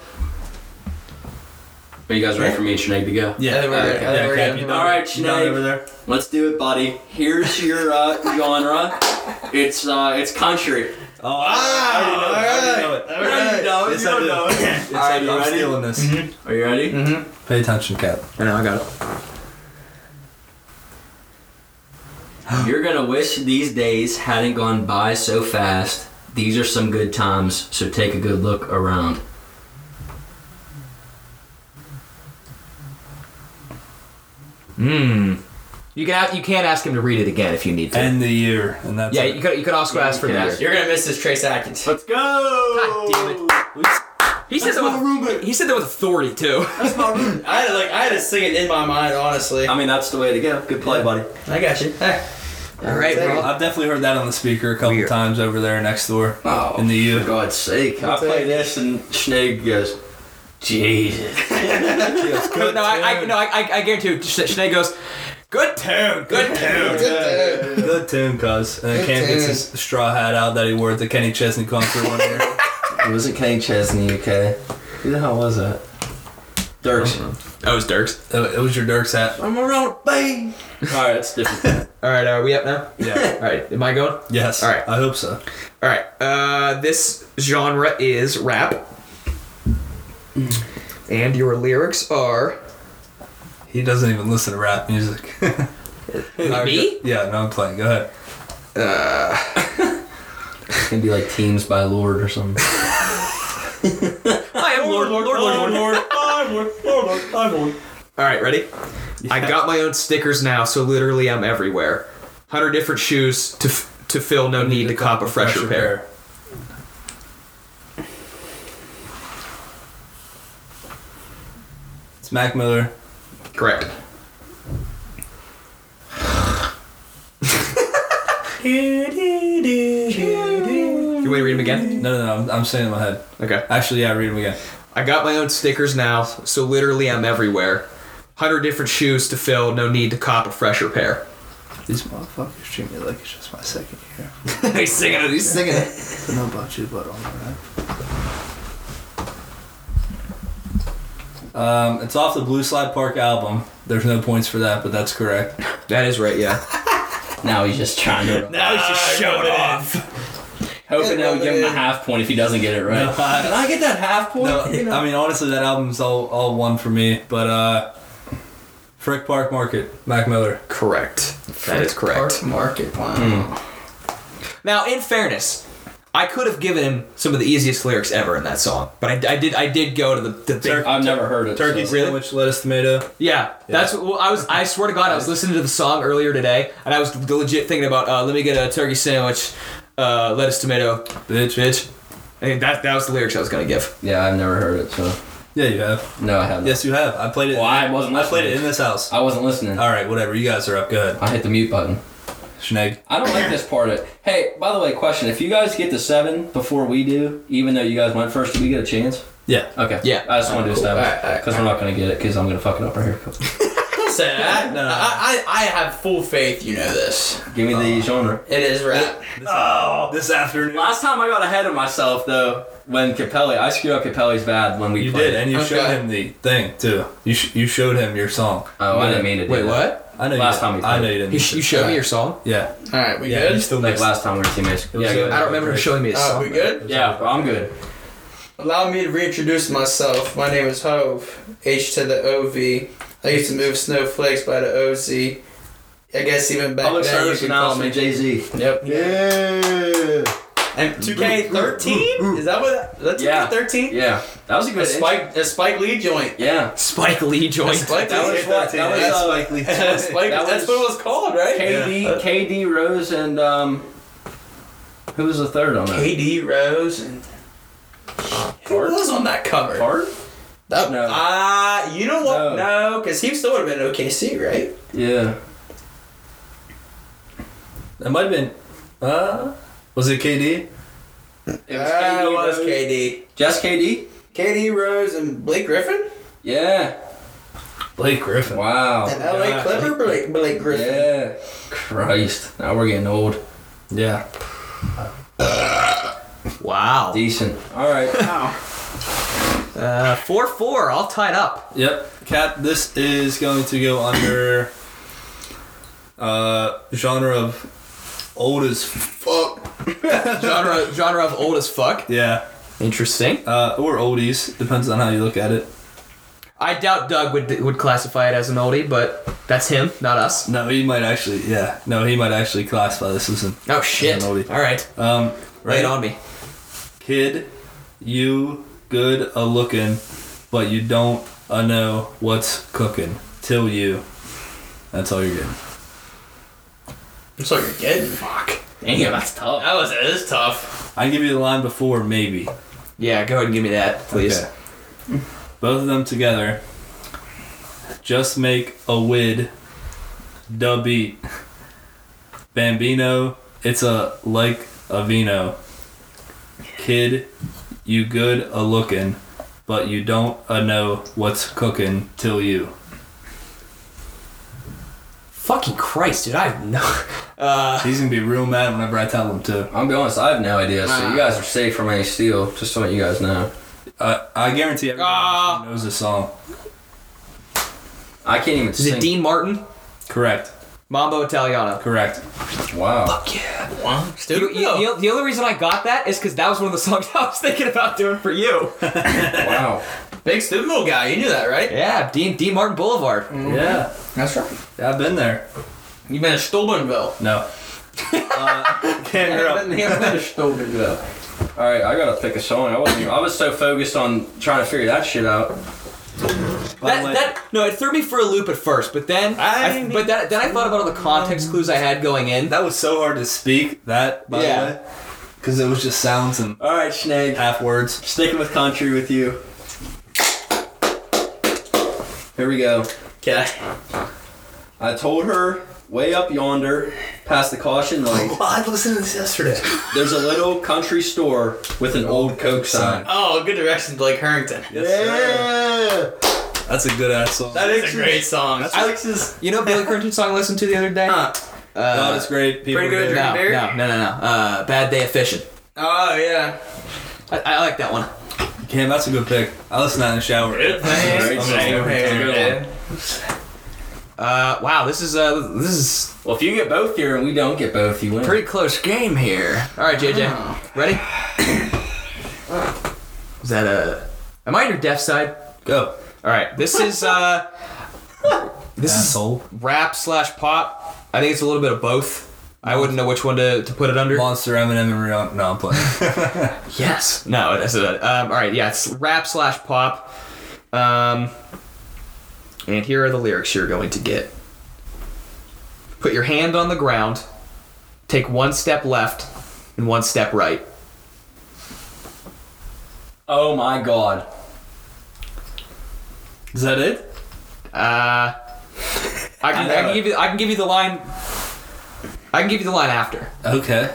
[SPEAKER 3] Are you guys ready for me and Sinead to go?
[SPEAKER 1] Yeah.
[SPEAKER 2] I think we're good. I think
[SPEAKER 1] Yeah,
[SPEAKER 2] we're
[SPEAKER 1] Cam,
[SPEAKER 2] good.
[SPEAKER 1] you
[SPEAKER 3] All right,
[SPEAKER 1] you done
[SPEAKER 3] Schneeg.
[SPEAKER 1] over there.
[SPEAKER 3] Let's do it, buddy. Here's your uh, genre. It's uh, it's country.
[SPEAKER 1] Oh, I already know it. I
[SPEAKER 4] Ah,
[SPEAKER 1] already know it.
[SPEAKER 2] All
[SPEAKER 1] Yes,
[SPEAKER 2] right.
[SPEAKER 3] No,
[SPEAKER 1] I do. Yes, I do.
[SPEAKER 3] you
[SPEAKER 1] I'm
[SPEAKER 3] ready?
[SPEAKER 1] stealing this.
[SPEAKER 4] Mm-hmm.
[SPEAKER 3] Are you ready?
[SPEAKER 1] Pay attention, Cap.
[SPEAKER 4] I know I got it.
[SPEAKER 3] Mm-hmm. You're gonna wish these days hadn't gone by so fast. These are some good times, so take a good look around.
[SPEAKER 4] Mmm. You can a- you can ask him to read it again if you need to.
[SPEAKER 1] End the year, and that's
[SPEAKER 4] yeah,
[SPEAKER 1] it.
[SPEAKER 4] you could you could also ask for
[SPEAKER 3] you can
[SPEAKER 4] that.
[SPEAKER 3] ask.
[SPEAKER 2] You're gonna miss this Trace Atkins.
[SPEAKER 3] Let's go!
[SPEAKER 4] God He said
[SPEAKER 1] That's
[SPEAKER 4] that
[SPEAKER 1] my
[SPEAKER 4] with
[SPEAKER 1] roommate.
[SPEAKER 4] he said that with authority too.
[SPEAKER 1] That's my roommate.
[SPEAKER 2] I had to, like I had to sing it in my mind, honestly.
[SPEAKER 3] I mean, that's the way to go. Good play, buddy.
[SPEAKER 2] I got you. Hey.
[SPEAKER 4] All right, well,
[SPEAKER 1] I've definitely heard that on the speaker a couple
[SPEAKER 4] Weird.
[SPEAKER 1] times over there next door
[SPEAKER 3] Oh,
[SPEAKER 1] in the
[SPEAKER 3] for
[SPEAKER 1] U.
[SPEAKER 3] God's sake. I play this, and Snake goes, Jesus.
[SPEAKER 1] Good
[SPEAKER 4] no, I, I
[SPEAKER 1] tune.
[SPEAKER 4] no, I, I, I guarantee you, Sh- Sinead goes, good tune, good tune.
[SPEAKER 1] Good tune, cuz. And then Cam gets his straw hat out that he wore at the Kenny Chesney concert one year.
[SPEAKER 3] It wasn't Kenny Chesney, okay? Who the hell was that? Dirks.
[SPEAKER 4] That was Dirks.
[SPEAKER 1] It it was your Dirk's hat.
[SPEAKER 3] I'm around, bang! Alright, that's different.
[SPEAKER 4] All right, are we up now?
[SPEAKER 1] Yeah.
[SPEAKER 4] All right, am I going?
[SPEAKER 1] Yes.
[SPEAKER 4] All right.
[SPEAKER 1] I hope so.
[SPEAKER 4] All right, uh, this genre is rap, and your lyrics are
[SPEAKER 1] He doesn't even listen to rap music.
[SPEAKER 4] me.
[SPEAKER 1] yeah, no, I'm playing. Go ahead.
[SPEAKER 3] It's gonna be like Teams by Lord or something.
[SPEAKER 4] I am Lord, Lord, Lord, Lord, Lord. All right, ready? I got my own stickers now, so literally I'm everywhere. Hundred different shoes to f- to fill, no need to cop a fresher pair.
[SPEAKER 1] It's Mac Miller.
[SPEAKER 4] Correct. You want me to read them again?
[SPEAKER 1] No, no, no. I'm, I'm saying in my head.
[SPEAKER 4] Okay.
[SPEAKER 1] Actually, yeah, read them again.
[SPEAKER 4] I got my own stickers now, so literally I'm everywhere. Hundred different shoes to fill, no need to cop a fresher pair.
[SPEAKER 5] These motherfuckers treat me like it's just my second year.
[SPEAKER 4] he's singing it. He's singing it.
[SPEAKER 5] But not about you, but all right.
[SPEAKER 1] Um, it's off the Blue Slide Park album. There's no points for that, but that's correct.
[SPEAKER 4] That is right. Yeah.
[SPEAKER 3] now he's just trying to.
[SPEAKER 2] Now he's just showing off.
[SPEAKER 3] Hoping they'll give him a half point if he doesn't get it right.
[SPEAKER 1] No, I-
[SPEAKER 3] Can I get that half point?
[SPEAKER 1] No,
[SPEAKER 3] You know?
[SPEAKER 1] I mean honestly, that album's all all one for me. But uh, Frick Park Market, Mac Miller.
[SPEAKER 4] Correct. That is correct.
[SPEAKER 2] Park Market. Wow.
[SPEAKER 4] Now, in fairness, I could have given him some of the easiest lyrics ever in that song, but I, I did I did go to the, the big-
[SPEAKER 1] Turkey-
[SPEAKER 3] I've never heard it.
[SPEAKER 1] Turkey
[SPEAKER 3] so-
[SPEAKER 1] sandwich, lettuce, tomato.
[SPEAKER 4] Yeah, that's what well, I was. I swear to God, I was listening to the song earlier today, and I was legit thinking about uh, let me get a turkey sandwich, uh, lettuce, tomato,
[SPEAKER 1] Bitch.
[SPEAKER 4] bitch. I think that that was the lyrics I was gonna give.
[SPEAKER 3] Yeah, I've never heard it, so.
[SPEAKER 1] Yeah, you have.
[SPEAKER 3] No, I haven't.
[SPEAKER 1] Yes, you have. I played it.
[SPEAKER 3] Well, I wasn't
[SPEAKER 1] I played
[SPEAKER 3] listening.
[SPEAKER 1] it in this house.
[SPEAKER 3] I wasn't listening.
[SPEAKER 1] All right, whatever. You guys are up. Go ahead.
[SPEAKER 3] I hit the mute button.
[SPEAKER 1] Schneeg.
[SPEAKER 3] I don't like this part of it. Hey, by the way, question. If you guys get to seven before we do, even though you guys went first, do we get a chance?
[SPEAKER 1] Yeah.
[SPEAKER 3] Okay.
[SPEAKER 4] Yeah.
[SPEAKER 3] I just wanted to
[SPEAKER 2] Cool.
[SPEAKER 3] establish.
[SPEAKER 2] Alright, alright,
[SPEAKER 3] Because we're not going to get it because I'm going to fuck it up right here.
[SPEAKER 2] Don't say that.
[SPEAKER 1] No.
[SPEAKER 2] I, I, I have full faith you know this.
[SPEAKER 3] Give me the genre.
[SPEAKER 2] It is rap.
[SPEAKER 1] Oh, this afternoon.
[SPEAKER 3] Last time I got ahead of myself, though, when Capelli, I screwed up Capelli's bad when we
[SPEAKER 1] You
[SPEAKER 3] played.
[SPEAKER 1] did, eh? and you
[SPEAKER 2] Okay.
[SPEAKER 1] showed him the thing too. You sh- you showed him your song.
[SPEAKER 3] Oh, I didn't mean to do
[SPEAKER 4] Wait,
[SPEAKER 3] that.
[SPEAKER 4] what?
[SPEAKER 1] I know.
[SPEAKER 3] Last
[SPEAKER 1] you,
[SPEAKER 3] time we
[SPEAKER 1] I know
[SPEAKER 3] played.
[SPEAKER 1] you didn't.
[SPEAKER 4] You, sh- you showed me your song.
[SPEAKER 1] yeah.
[SPEAKER 2] Alright, we
[SPEAKER 1] Yeah. You
[SPEAKER 2] good?
[SPEAKER 1] still
[SPEAKER 3] Like
[SPEAKER 1] missed.
[SPEAKER 3] last time we were teammates.
[SPEAKER 1] was good.
[SPEAKER 3] Yeah, go
[SPEAKER 4] I
[SPEAKER 3] ahead.
[SPEAKER 4] don't remember him showing me his
[SPEAKER 2] Uh,
[SPEAKER 4] song.
[SPEAKER 2] we good?
[SPEAKER 3] yeah, well, I'm good.
[SPEAKER 2] Allow me to reintroduce myself. My name is Hove, H to the O V. I used to move snowflakes by the O Z. I guess even back
[SPEAKER 3] Public
[SPEAKER 2] then you
[SPEAKER 3] service
[SPEAKER 2] could call me
[SPEAKER 3] announcement, Jay Z.
[SPEAKER 2] Yep.
[SPEAKER 3] Yeah.
[SPEAKER 2] And 2K13? Is that what? That's
[SPEAKER 3] Yeah.
[SPEAKER 2] 2K13?
[SPEAKER 3] Yeah, that was a
[SPEAKER 2] A
[SPEAKER 3] good
[SPEAKER 2] Spike, a Spike Lee joint.
[SPEAKER 3] Yeah.
[SPEAKER 4] Spike Lee joined.
[SPEAKER 2] Spike
[SPEAKER 3] That
[SPEAKER 2] Lee
[SPEAKER 3] was what? That was
[SPEAKER 2] That's
[SPEAKER 3] uh,
[SPEAKER 2] Spike,
[SPEAKER 3] That
[SPEAKER 2] that's
[SPEAKER 3] was-
[SPEAKER 2] what it was called, right?
[SPEAKER 3] KD,
[SPEAKER 2] Uh,
[SPEAKER 3] KD Rose, and um, who was the third on that?
[SPEAKER 2] KD Rose and who
[SPEAKER 3] Card?
[SPEAKER 2] was on that cover?
[SPEAKER 3] Card?
[SPEAKER 2] That,
[SPEAKER 3] No.
[SPEAKER 2] Uh, you know what?
[SPEAKER 3] No.
[SPEAKER 2] No, because he still would have been OKC, right?
[SPEAKER 3] Yeah.
[SPEAKER 1] It might have been. Uh, was it KD?
[SPEAKER 2] It was KD.
[SPEAKER 3] it
[SPEAKER 2] Rose.
[SPEAKER 3] was
[SPEAKER 2] KD.
[SPEAKER 3] Just KD?
[SPEAKER 2] KD Rose and Blake Griffin.
[SPEAKER 3] Yeah.
[SPEAKER 1] Blake Griffin.
[SPEAKER 3] Wow.
[SPEAKER 2] And LA
[SPEAKER 1] yeah.
[SPEAKER 2] Clipper Blake, Blake Griffin.
[SPEAKER 3] Yeah. Christ. Now we're getting old.
[SPEAKER 1] Yeah.
[SPEAKER 4] Wow.
[SPEAKER 3] Decent. All right.
[SPEAKER 4] Uh, four four, all tied up.
[SPEAKER 1] Yep. Cat. This is going to go under uh, genre of old as fuck.
[SPEAKER 4] Genre genre of old as fuck.
[SPEAKER 1] Yeah.
[SPEAKER 4] Interesting.
[SPEAKER 1] Uh, or oldies depends on how you look at it.
[SPEAKER 4] I doubt Doug would would classify it as an oldie, but that's him, not us.
[SPEAKER 1] No, he might actually. Yeah. No, he might actually classify this as an.
[SPEAKER 4] Oh shit!
[SPEAKER 1] An
[SPEAKER 4] All
[SPEAKER 1] oldie.
[SPEAKER 4] right,
[SPEAKER 1] Um,
[SPEAKER 4] right
[SPEAKER 1] right
[SPEAKER 4] on me.
[SPEAKER 1] kid, you good a looking, but you don't a know what's cooking till you. That's all you're getting.
[SPEAKER 2] That's all you're getting. Fuck.
[SPEAKER 3] Damn, that's tough.
[SPEAKER 2] That was it is tough.
[SPEAKER 1] I can give you the line before maybe.
[SPEAKER 4] Yeah, go ahead and give me that, please.
[SPEAKER 1] Okay. Both of them together. Just make a wid. Dub beat. Bambino, it's a like a vino. Kid, you good a looking, but you don't a know what's cooking till you.
[SPEAKER 4] Fucking Christ, dude! I have no. Uh,
[SPEAKER 1] He's gonna be real mad whenever I tell him to.
[SPEAKER 3] I'll be honest, I have no idea. So you guys are safe from any steal. Just so that you guys know.
[SPEAKER 1] I I guarantee everyone
[SPEAKER 4] Ah.
[SPEAKER 1] knows this song.
[SPEAKER 3] I can't even
[SPEAKER 4] is
[SPEAKER 3] sing.
[SPEAKER 4] it Dean Martin?
[SPEAKER 1] Correct.
[SPEAKER 4] Mambo Italiano.
[SPEAKER 1] Correct.
[SPEAKER 3] Wow.
[SPEAKER 2] Wow.
[SPEAKER 4] You,
[SPEAKER 2] Still
[SPEAKER 4] you, you- the only reason I got that is because that was one of the songs I was thinking about doing for you.
[SPEAKER 3] Wow.
[SPEAKER 2] Big Stupid guy. You knew that, right?
[SPEAKER 4] yeah, Dean Dean Martin Boulevard.
[SPEAKER 1] Mm, Yeah.
[SPEAKER 2] That's right.
[SPEAKER 1] Yeah, I've been there.
[SPEAKER 2] You've been to Stolbenville.
[SPEAKER 1] No. uh, can't hear up.
[SPEAKER 3] All right, I gotta pick a song. I wasn't. Even, I was so focused on trying to figure that shit out.
[SPEAKER 1] By
[SPEAKER 4] That,
[SPEAKER 1] the way-
[SPEAKER 4] that no, it threw me for a loop at first, but then I,
[SPEAKER 1] I-
[SPEAKER 4] but that, then I thought about all the context clues I had going in.
[SPEAKER 1] That was so hard to speak. That by
[SPEAKER 4] Yeah.
[SPEAKER 1] the way, because it was just sounds and
[SPEAKER 3] All right, Snake.
[SPEAKER 1] half words.
[SPEAKER 3] Sticking with country with you. Here we go.
[SPEAKER 2] Okay.
[SPEAKER 3] I told her way up yonder, past the caution light,
[SPEAKER 5] I listened to this yesterday.
[SPEAKER 3] there's a little country store with an old Coke sign.
[SPEAKER 2] Oh, good direction, Blake Harrington.
[SPEAKER 3] Yeah!
[SPEAKER 1] That's a good ass song.
[SPEAKER 2] That is a great song. I-
[SPEAKER 3] Alex's.
[SPEAKER 4] You know Billy Currington song I listened to the other day?
[SPEAKER 2] Huh.
[SPEAKER 1] God,
[SPEAKER 4] Uh,
[SPEAKER 1] it's great. People
[SPEAKER 2] pretty good
[SPEAKER 1] are
[SPEAKER 4] no,
[SPEAKER 2] Dirty
[SPEAKER 4] no,
[SPEAKER 2] Bear?
[SPEAKER 4] no, no, no. Uh, Bad Day of Fishing.
[SPEAKER 2] Oh yeah.
[SPEAKER 4] I, I like that one.
[SPEAKER 1] Cam, that's a good pick. I listen to that in the shower.
[SPEAKER 2] man.
[SPEAKER 1] I'm gonna
[SPEAKER 2] Great
[SPEAKER 1] say
[SPEAKER 2] man.
[SPEAKER 1] it.
[SPEAKER 4] Uh, wow, this is uh, this is
[SPEAKER 3] Well, if you get both here and we don't get both, you win.
[SPEAKER 4] pretty close game here. All right, JJ, ready? is that uh, am I on your deaf side?
[SPEAKER 1] Go.
[SPEAKER 4] All right, this is uh, this is
[SPEAKER 1] Asshole.
[SPEAKER 4] rap slash pop. I think it's a little bit of both. I wouldn't know which one to, to put it under.
[SPEAKER 1] Monster Eminem and Rihanna. No, I'm playing.
[SPEAKER 4] Yes. No, that's it. Um, all right, yeah, it's rap slash pop. Um, and here are the lyrics you're going to get. Put your hand on the ground, take one step left and one step right.
[SPEAKER 3] Oh my god.
[SPEAKER 1] is that it?
[SPEAKER 4] Uh, I can, I can give you I can give you the line. I can give you the line after.
[SPEAKER 1] Okay.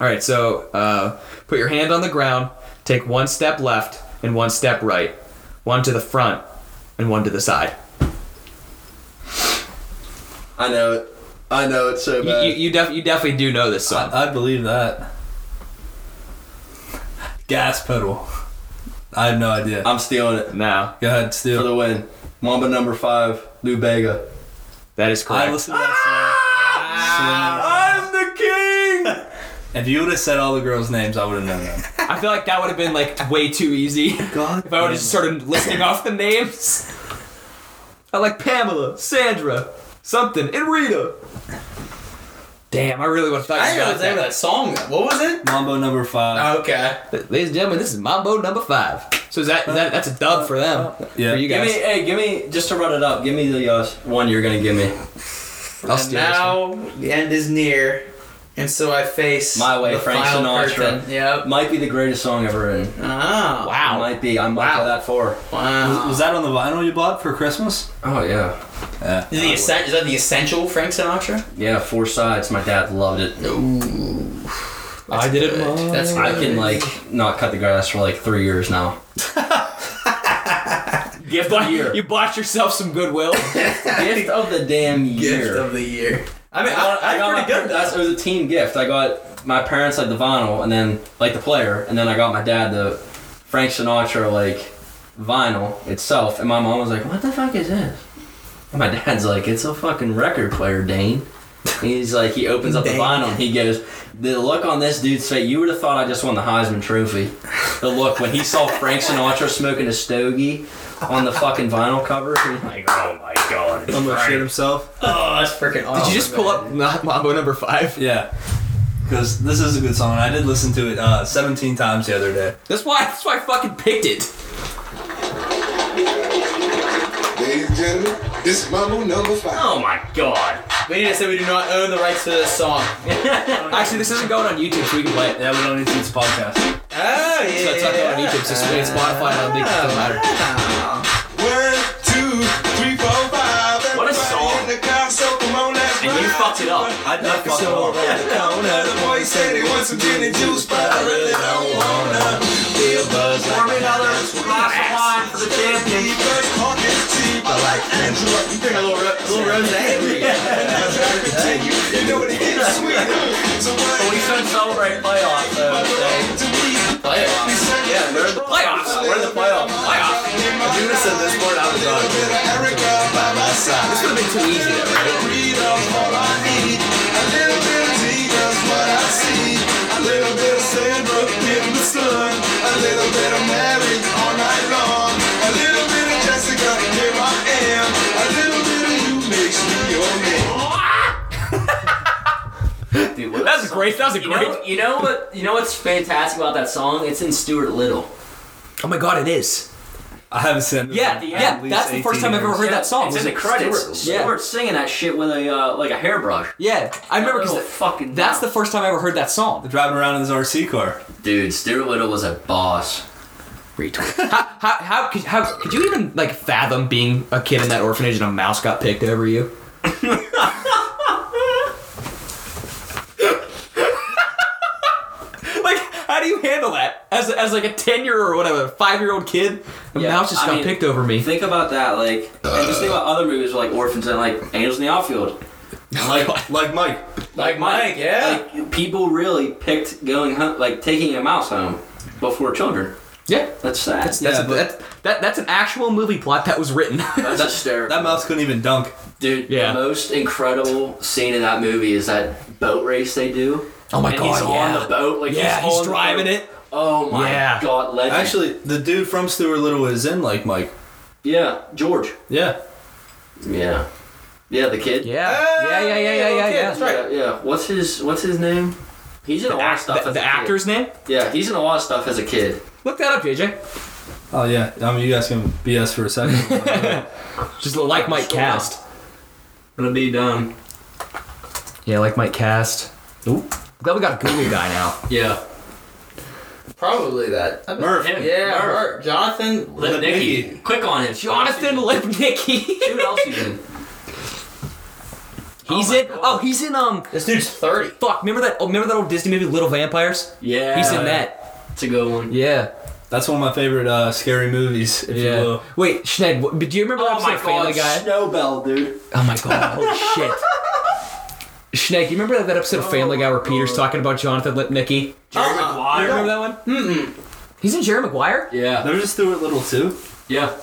[SPEAKER 4] All right, so uh, put your hand on the ground, take one step left and one step right, one to the front and one to the side.
[SPEAKER 3] I know it. I know it so
[SPEAKER 4] You, you, you, def- you definitely do know this song.
[SPEAKER 1] I believe that. Gas pedal. I have no idea.
[SPEAKER 3] I'm stealing it
[SPEAKER 4] No,
[SPEAKER 1] Go ahead,
[SPEAKER 3] for
[SPEAKER 1] steal.
[SPEAKER 3] the win. Mamba number five, Lou Bega.
[SPEAKER 4] that is correct.
[SPEAKER 1] I listened to that
[SPEAKER 3] Ah, I'm the king!
[SPEAKER 1] song. If you would have said all the girls' names, I would have known them.
[SPEAKER 4] I feel like that would have been like way too easy if
[SPEAKER 1] God.
[SPEAKER 4] I would have just started listing off the names. I like Pamela, Sandra, something, and Rita. Damn, I really would have thought
[SPEAKER 2] I didn't
[SPEAKER 4] you
[SPEAKER 2] know
[SPEAKER 4] got
[SPEAKER 2] the name of
[SPEAKER 4] that.
[SPEAKER 2] that song. though. What was it?
[SPEAKER 1] Mambo number five.
[SPEAKER 2] Okay.
[SPEAKER 4] Ladies and gentlemen, this is Mambo number five. So is that, that that's a dub for them?
[SPEAKER 1] Yeah.
[SPEAKER 3] Uh,
[SPEAKER 4] For you
[SPEAKER 3] Give me,
[SPEAKER 4] guys.
[SPEAKER 3] hey, give me, just to run it up, give me the uh, one you're gonna give me.
[SPEAKER 4] I'll steal this one.
[SPEAKER 2] the end is near. And so I face
[SPEAKER 3] My Way,
[SPEAKER 2] the
[SPEAKER 3] Frank
[SPEAKER 2] final
[SPEAKER 3] Sinatra.
[SPEAKER 2] Curtain. Yep.
[SPEAKER 3] Might be the greatest song ever written.
[SPEAKER 2] Oh.
[SPEAKER 3] Wow. Might be. I might wow.
[SPEAKER 4] Wow.
[SPEAKER 3] that for.
[SPEAKER 2] Wow.
[SPEAKER 3] Uh,
[SPEAKER 1] Was, was that on the vinyl you bought for Christmas?
[SPEAKER 3] Oh yeah.
[SPEAKER 1] Yeah.
[SPEAKER 2] is, the essen- is that the essential Frank Sinatra?
[SPEAKER 3] Yeah, four sides. My dad loved it.
[SPEAKER 4] I did it. mine.
[SPEAKER 2] That's
[SPEAKER 3] I can like not cut the grass for like three years now. Gift of the year.
[SPEAKER 4] You bought yourself some goodwill.
[SPEAKER 3] Gift of the damn year.
[SPEAKER 2] gift of the year. I mean,
[SPEAKER 3] I got, I
[SPEAKER 2] I,
[SPEAKER 3] got
[SPEAKER 2] am
[SPEAKER 3] my,
[SPEAKER 2] pretty good.
[SPEAKER 3] that's-
[SPEAKER 2] That's
[SPEAKER 3] It was a team gift. I got my parents like the vinyl, and then like the player, and then I got my dad the Frank Sinatra like vinyl itself. And my mom was like, "What the fuck is this?" And my dad's like, "It's a fucking record player, Dane." He's like, he opens up the
[SPEAKER 2] Dane.
[SPEAKER 3] vinyl and he goes, "The look on this dude's face. You would have thought I just won the Heisman Trophy. The look when he saw Frank Sinatra smoking a stogie." On the fucking vinyl cover, he was like, "Oh my god!" it's
[SPEAKER 1] Almost shit
[SPEAKER 3] Frank."
[SPEAKER 1] himself.
[SPEAKER 2] oh, that's freaking awesome.
[SPEAKER 4] Did you just pull up Ma- Mambo number five?
[SPEAKER 1] Yeah. Because this is a good song. and I did listen to it uh, 17 times the other day.
[SPEAKER 4] That's why. That's why I fucking picked it.
[SPEAKER 6] Ladies and gentlemen, this is Mambo number five.
[SPEAKER 3] Oh my god!
[SPEAKER 2] We need to say we do not own the rights to this song. oh
[SPEAKER 4] Actually, this isn't going on YouTube, so we can play it.
[SPEAKER 1] Yeah, we don't need to. It's a podcast.
[SPEAKER 2] Oh, yeah.
[SPEAKER 4] So it's not going on YouTube, so it's on Spotify. I don't think it doesn't matter.
[SPEAKER 6] One, two, three, four, five.
[SPEAKER 3] Oh. What a
[SPEAKER 6] Everybody
[SPEAKER 3] song.
[SPEAKER 6] in the car, so come on, let's
[SPEAKER 3] And you
[SPEAKER 6] ride.
[SPEAKER 3] fucked it up.
[SPEAKER 1] I did fuck it up.
[SPEAKER 6] So around the corner, the boy said he wants some gin and juice, but I really don't wanna be a buzz like
[SPEAKER 3] glass of wine for the champion.
[SPEAKER 6] First talking cheap, I like Angela. You think I look
[SPEAKER 2] Little, Ro- little Rose
[SPEAKER 6] as I continue? You know what it is, sweet. So what?
[SPEAKER 3] We shouldn't celebrate playoffs, uh, though. so-
[SPEAKER 2] Playoffs. Yeah, we're in the playoffs. We're in the playoffs. Playoffs. If you would have said this word, I was done. This would have been too easy, though, right?
[SPEAKER 3] Dude, what
[SPEAKER 4] That was
[SPEAKER 3] song-
[SPEAKER 4] great. That was a
[SPEAKER 3] You
[SPEAKER 4] great.
[SPEAKER 3] know, you know what? You know what's fantastic about that song? It's in Stuart Little.
[SPEAKER 4] Oh my god, it is.
[SPEAKER 1] I haven't seen
[SPEAKER 4] Yeah, yeah. That's the first time I've ever heard that song.
[SPEAKER 3] It's
[SPEAKER 4] was
[SPEAKER 3] in the
[SPEAKER 4] it
[SPEAKER 3] credits.
[SPEAKER 4] Stuart?
[SPEAKER 3] Stuart's
[SPEAKER 4] Yeah,
[SPEAKER 3] singing that shit with a uh, like a hairbrush.
[SPEAKER 4] yeah. I remember
[SPEAKER 3] Little
[SPEAKER 4] because
[SPEAKER 3] fucking.
[SPEAKER 4] that's the
[SPEAKER 3] mouth.
[SPEAKER 4] first time I ever heard that song.
[SPEAKER 1] Driving around in his RC car.
[SPEAKER 3] dude. Stuart Little was a boss.
[SPEAKER 4] How, how, could, how could you even like fathom being a kid in that orphanage and a mouse got picked over you? like, how do you handle that as as like a ten year or whatever, five year old kid? A
[SPEAKER 3] Yeah,
[SPEAKER 4] mouse just
[SPEAKER 3] I
[SPEAKER 4] got
[SPEAKER 3] mean-
[SPEAKER 4] picked over me.
[SPEAKER 3] Think about that, like, and just think about other movies like Orphans and like Angels in the Outfield.
[SPEAKER 1] Like, like Mike.
[SPEAKER 2] Like Mike, yeah.
[SPEAKER 3] Like people really picked going home, like taking a mouse home before children.
[SPEAKER 4] Yeah.
[SPEAKER 3] That's sad. That's,
[SPEAKER 4] That's,
[SPEAKER 1] Yeah,
[SPEAKER 4] a,
[SPEAKER 1] but-
[SPEAKER 4] that's, that, that's an actual movie plot that was written.
[SPEAKER 3] hysterical.
[SPEAKER 1] That mouse couldn't even dunk.
[SPEAKER 3] Dude,
[SPEAKER 4] Yeah.
[SPEAKER 3] the most incredible scene in that movie is that boat race they do.
[SPEAKER 4] Oh my
[SPEAKER 3] and
[SPEAKER 4] god,
[SPEAKER 3] he's
[SPEAKER 4] yeah.
[SPEAKER 3] on the boat, like
[SPEAKER 4] yeah, he's,
[SPEAKER 3] on the
[SPEAKER 4] driving
[SPEAKER 3] boat.
[SPEAKER 4] it.
[SPEAKER 3] Oh my
[SPEAKER 4] Yeah.
[SPEAKER 3] god, legend.
[SPEAKER 1] Actually, the dude from Stuart Little is in like Mike.
[SPEAKER 3] yeah, George.
[SPEAKER 1] Yeah.
[SPEAKER 3] Yeah, yeah, the kid.
[SPEAKER 4] Yeah. yeah, yeah, yeah, yeah, yeah,
[SPEAKER 2] okay,
[SPEAKER 4] yeah.
[SPEAKER 2] that's right.
[SPEAKER 3] yeah, yeah. What's his What's his name? He's in a lot of
[SPEAKER 4] Act-
[SPEAKER 3] stuff.
[SPEAKER 4] the
[SPEAKER 3] as
[SPEAKER 4] the
[SPEAKER 3] a
[SPEAKER 4] actor's name?
[SPEAKER 3] Kid. Yeah, he's in a lot of stuff as a kid.
[SPEAKER 4] Look that up, JJ.
[SPEAKER 1] Oh yeah. I mean, you guys can BS for a second.
[SPEAKER 4] Just like Mike Cast.
[SPEAKER 3] Gonna be done.
[SPEAKER 4] Yeah, like Mike Cast. Ooh. Glad we got a Google guy now.
[SPEAKER 3] Yeah.
[SPEAKER 2] Probably that. I bet-
[SPEAKER 1] Murph.
[SPEAKER 3] Him.
[SPEAKER 2] Yeah,
[SPEAKER 3] Murph.
[SPEAKER 2] Murph. Jonathan.
[SPEAKER 3] Lipnicki. Click on him.
[SPEAKER 4] Jonathan Lipnicki.
[SPEAKER 3] Who else you in?
[SPEAKER 4] he's in. Oh, he's in. Um.
[SPEAKER 2] This dude's 30.
[SPEAKER 4] Fuck. Remember that? Oh, remember that old Disney movie, Little Vampires?
[SPEAKER 3] Yeah.
[SPEAKER 4] he's in that.
[SPEAKER 3] It's a good one.
[SPEAKER 4] Yeah.
[SPEAKER 1] That's one of my favorite uh, scary movies, if you
[SPEAKER 4] Yeah.
[SPEAKER 1] will.
[SPEAKER 4] Wait, Schned. What, do you remember that
[SPEAKER 3] Oh my
[SPEAKER 4] episode
[SPEAKER 3] god,
[SPEAKER 4] of Family Guy?
[SPEAKER 3] Snowbell, dude.
[SPEAKER 4] Oh my god. Holy shit. Schneck, you remember that episode of
[SPEAKER 3] Oh
[SPEAKER 4] Family Guy where Peter's talking about Jonathan Lipnicki?
[SPEAKER 3] Jerry
[SPEAKER 4] You
[SPEAKER 3] Maguire.
[SPEAKER 4] remember that one? Mm-mm. He's in Jerry Maguire?
[SPEAKER 3] Yeah.
[SPEAKER 1] There's a Stuart Little too.
[SPEAKER 3] Yeah.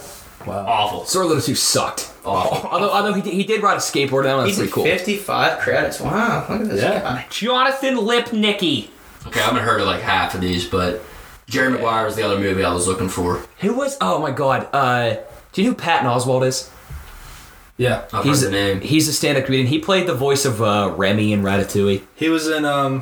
[SPEAKER 1] Wow.
[SPEAKER 3] Awful.
[SPEAKER 4] Sora Little 2 sucked.
[SPEAKER 3] Awful.
[SPEAKER 4] Although, although he did, he did ride a skateboard, that one's
[SPEAKER 2] He's
[SPEAKER 4] pretty cool.
[SPEAKER 2] 55 credits. Wow, look at this
[SPEAKER 1] Yeah.
[SPEAKER 2] guy.
[SPEAKER 4] Jonathan Lipnicki.
[SPEAKER 3] Okay, I haven't heard of like half of these, but Jerry Maguire was the other movie I was looking for.
[SPEAKER 4] Who was? Oh my god. Uh, do you know who Patton Oswald is?
[SPEAKER 1] Yeah.
[SPEAKER 3] I've
[SPEAKER 4] He's
[SPEAKER 3] heard the name.
[SPEAKER 4] He's a stand-up comedian. He played the voice of uh, Remy in Ratatouille.
[SPEAKER 1] He was in um,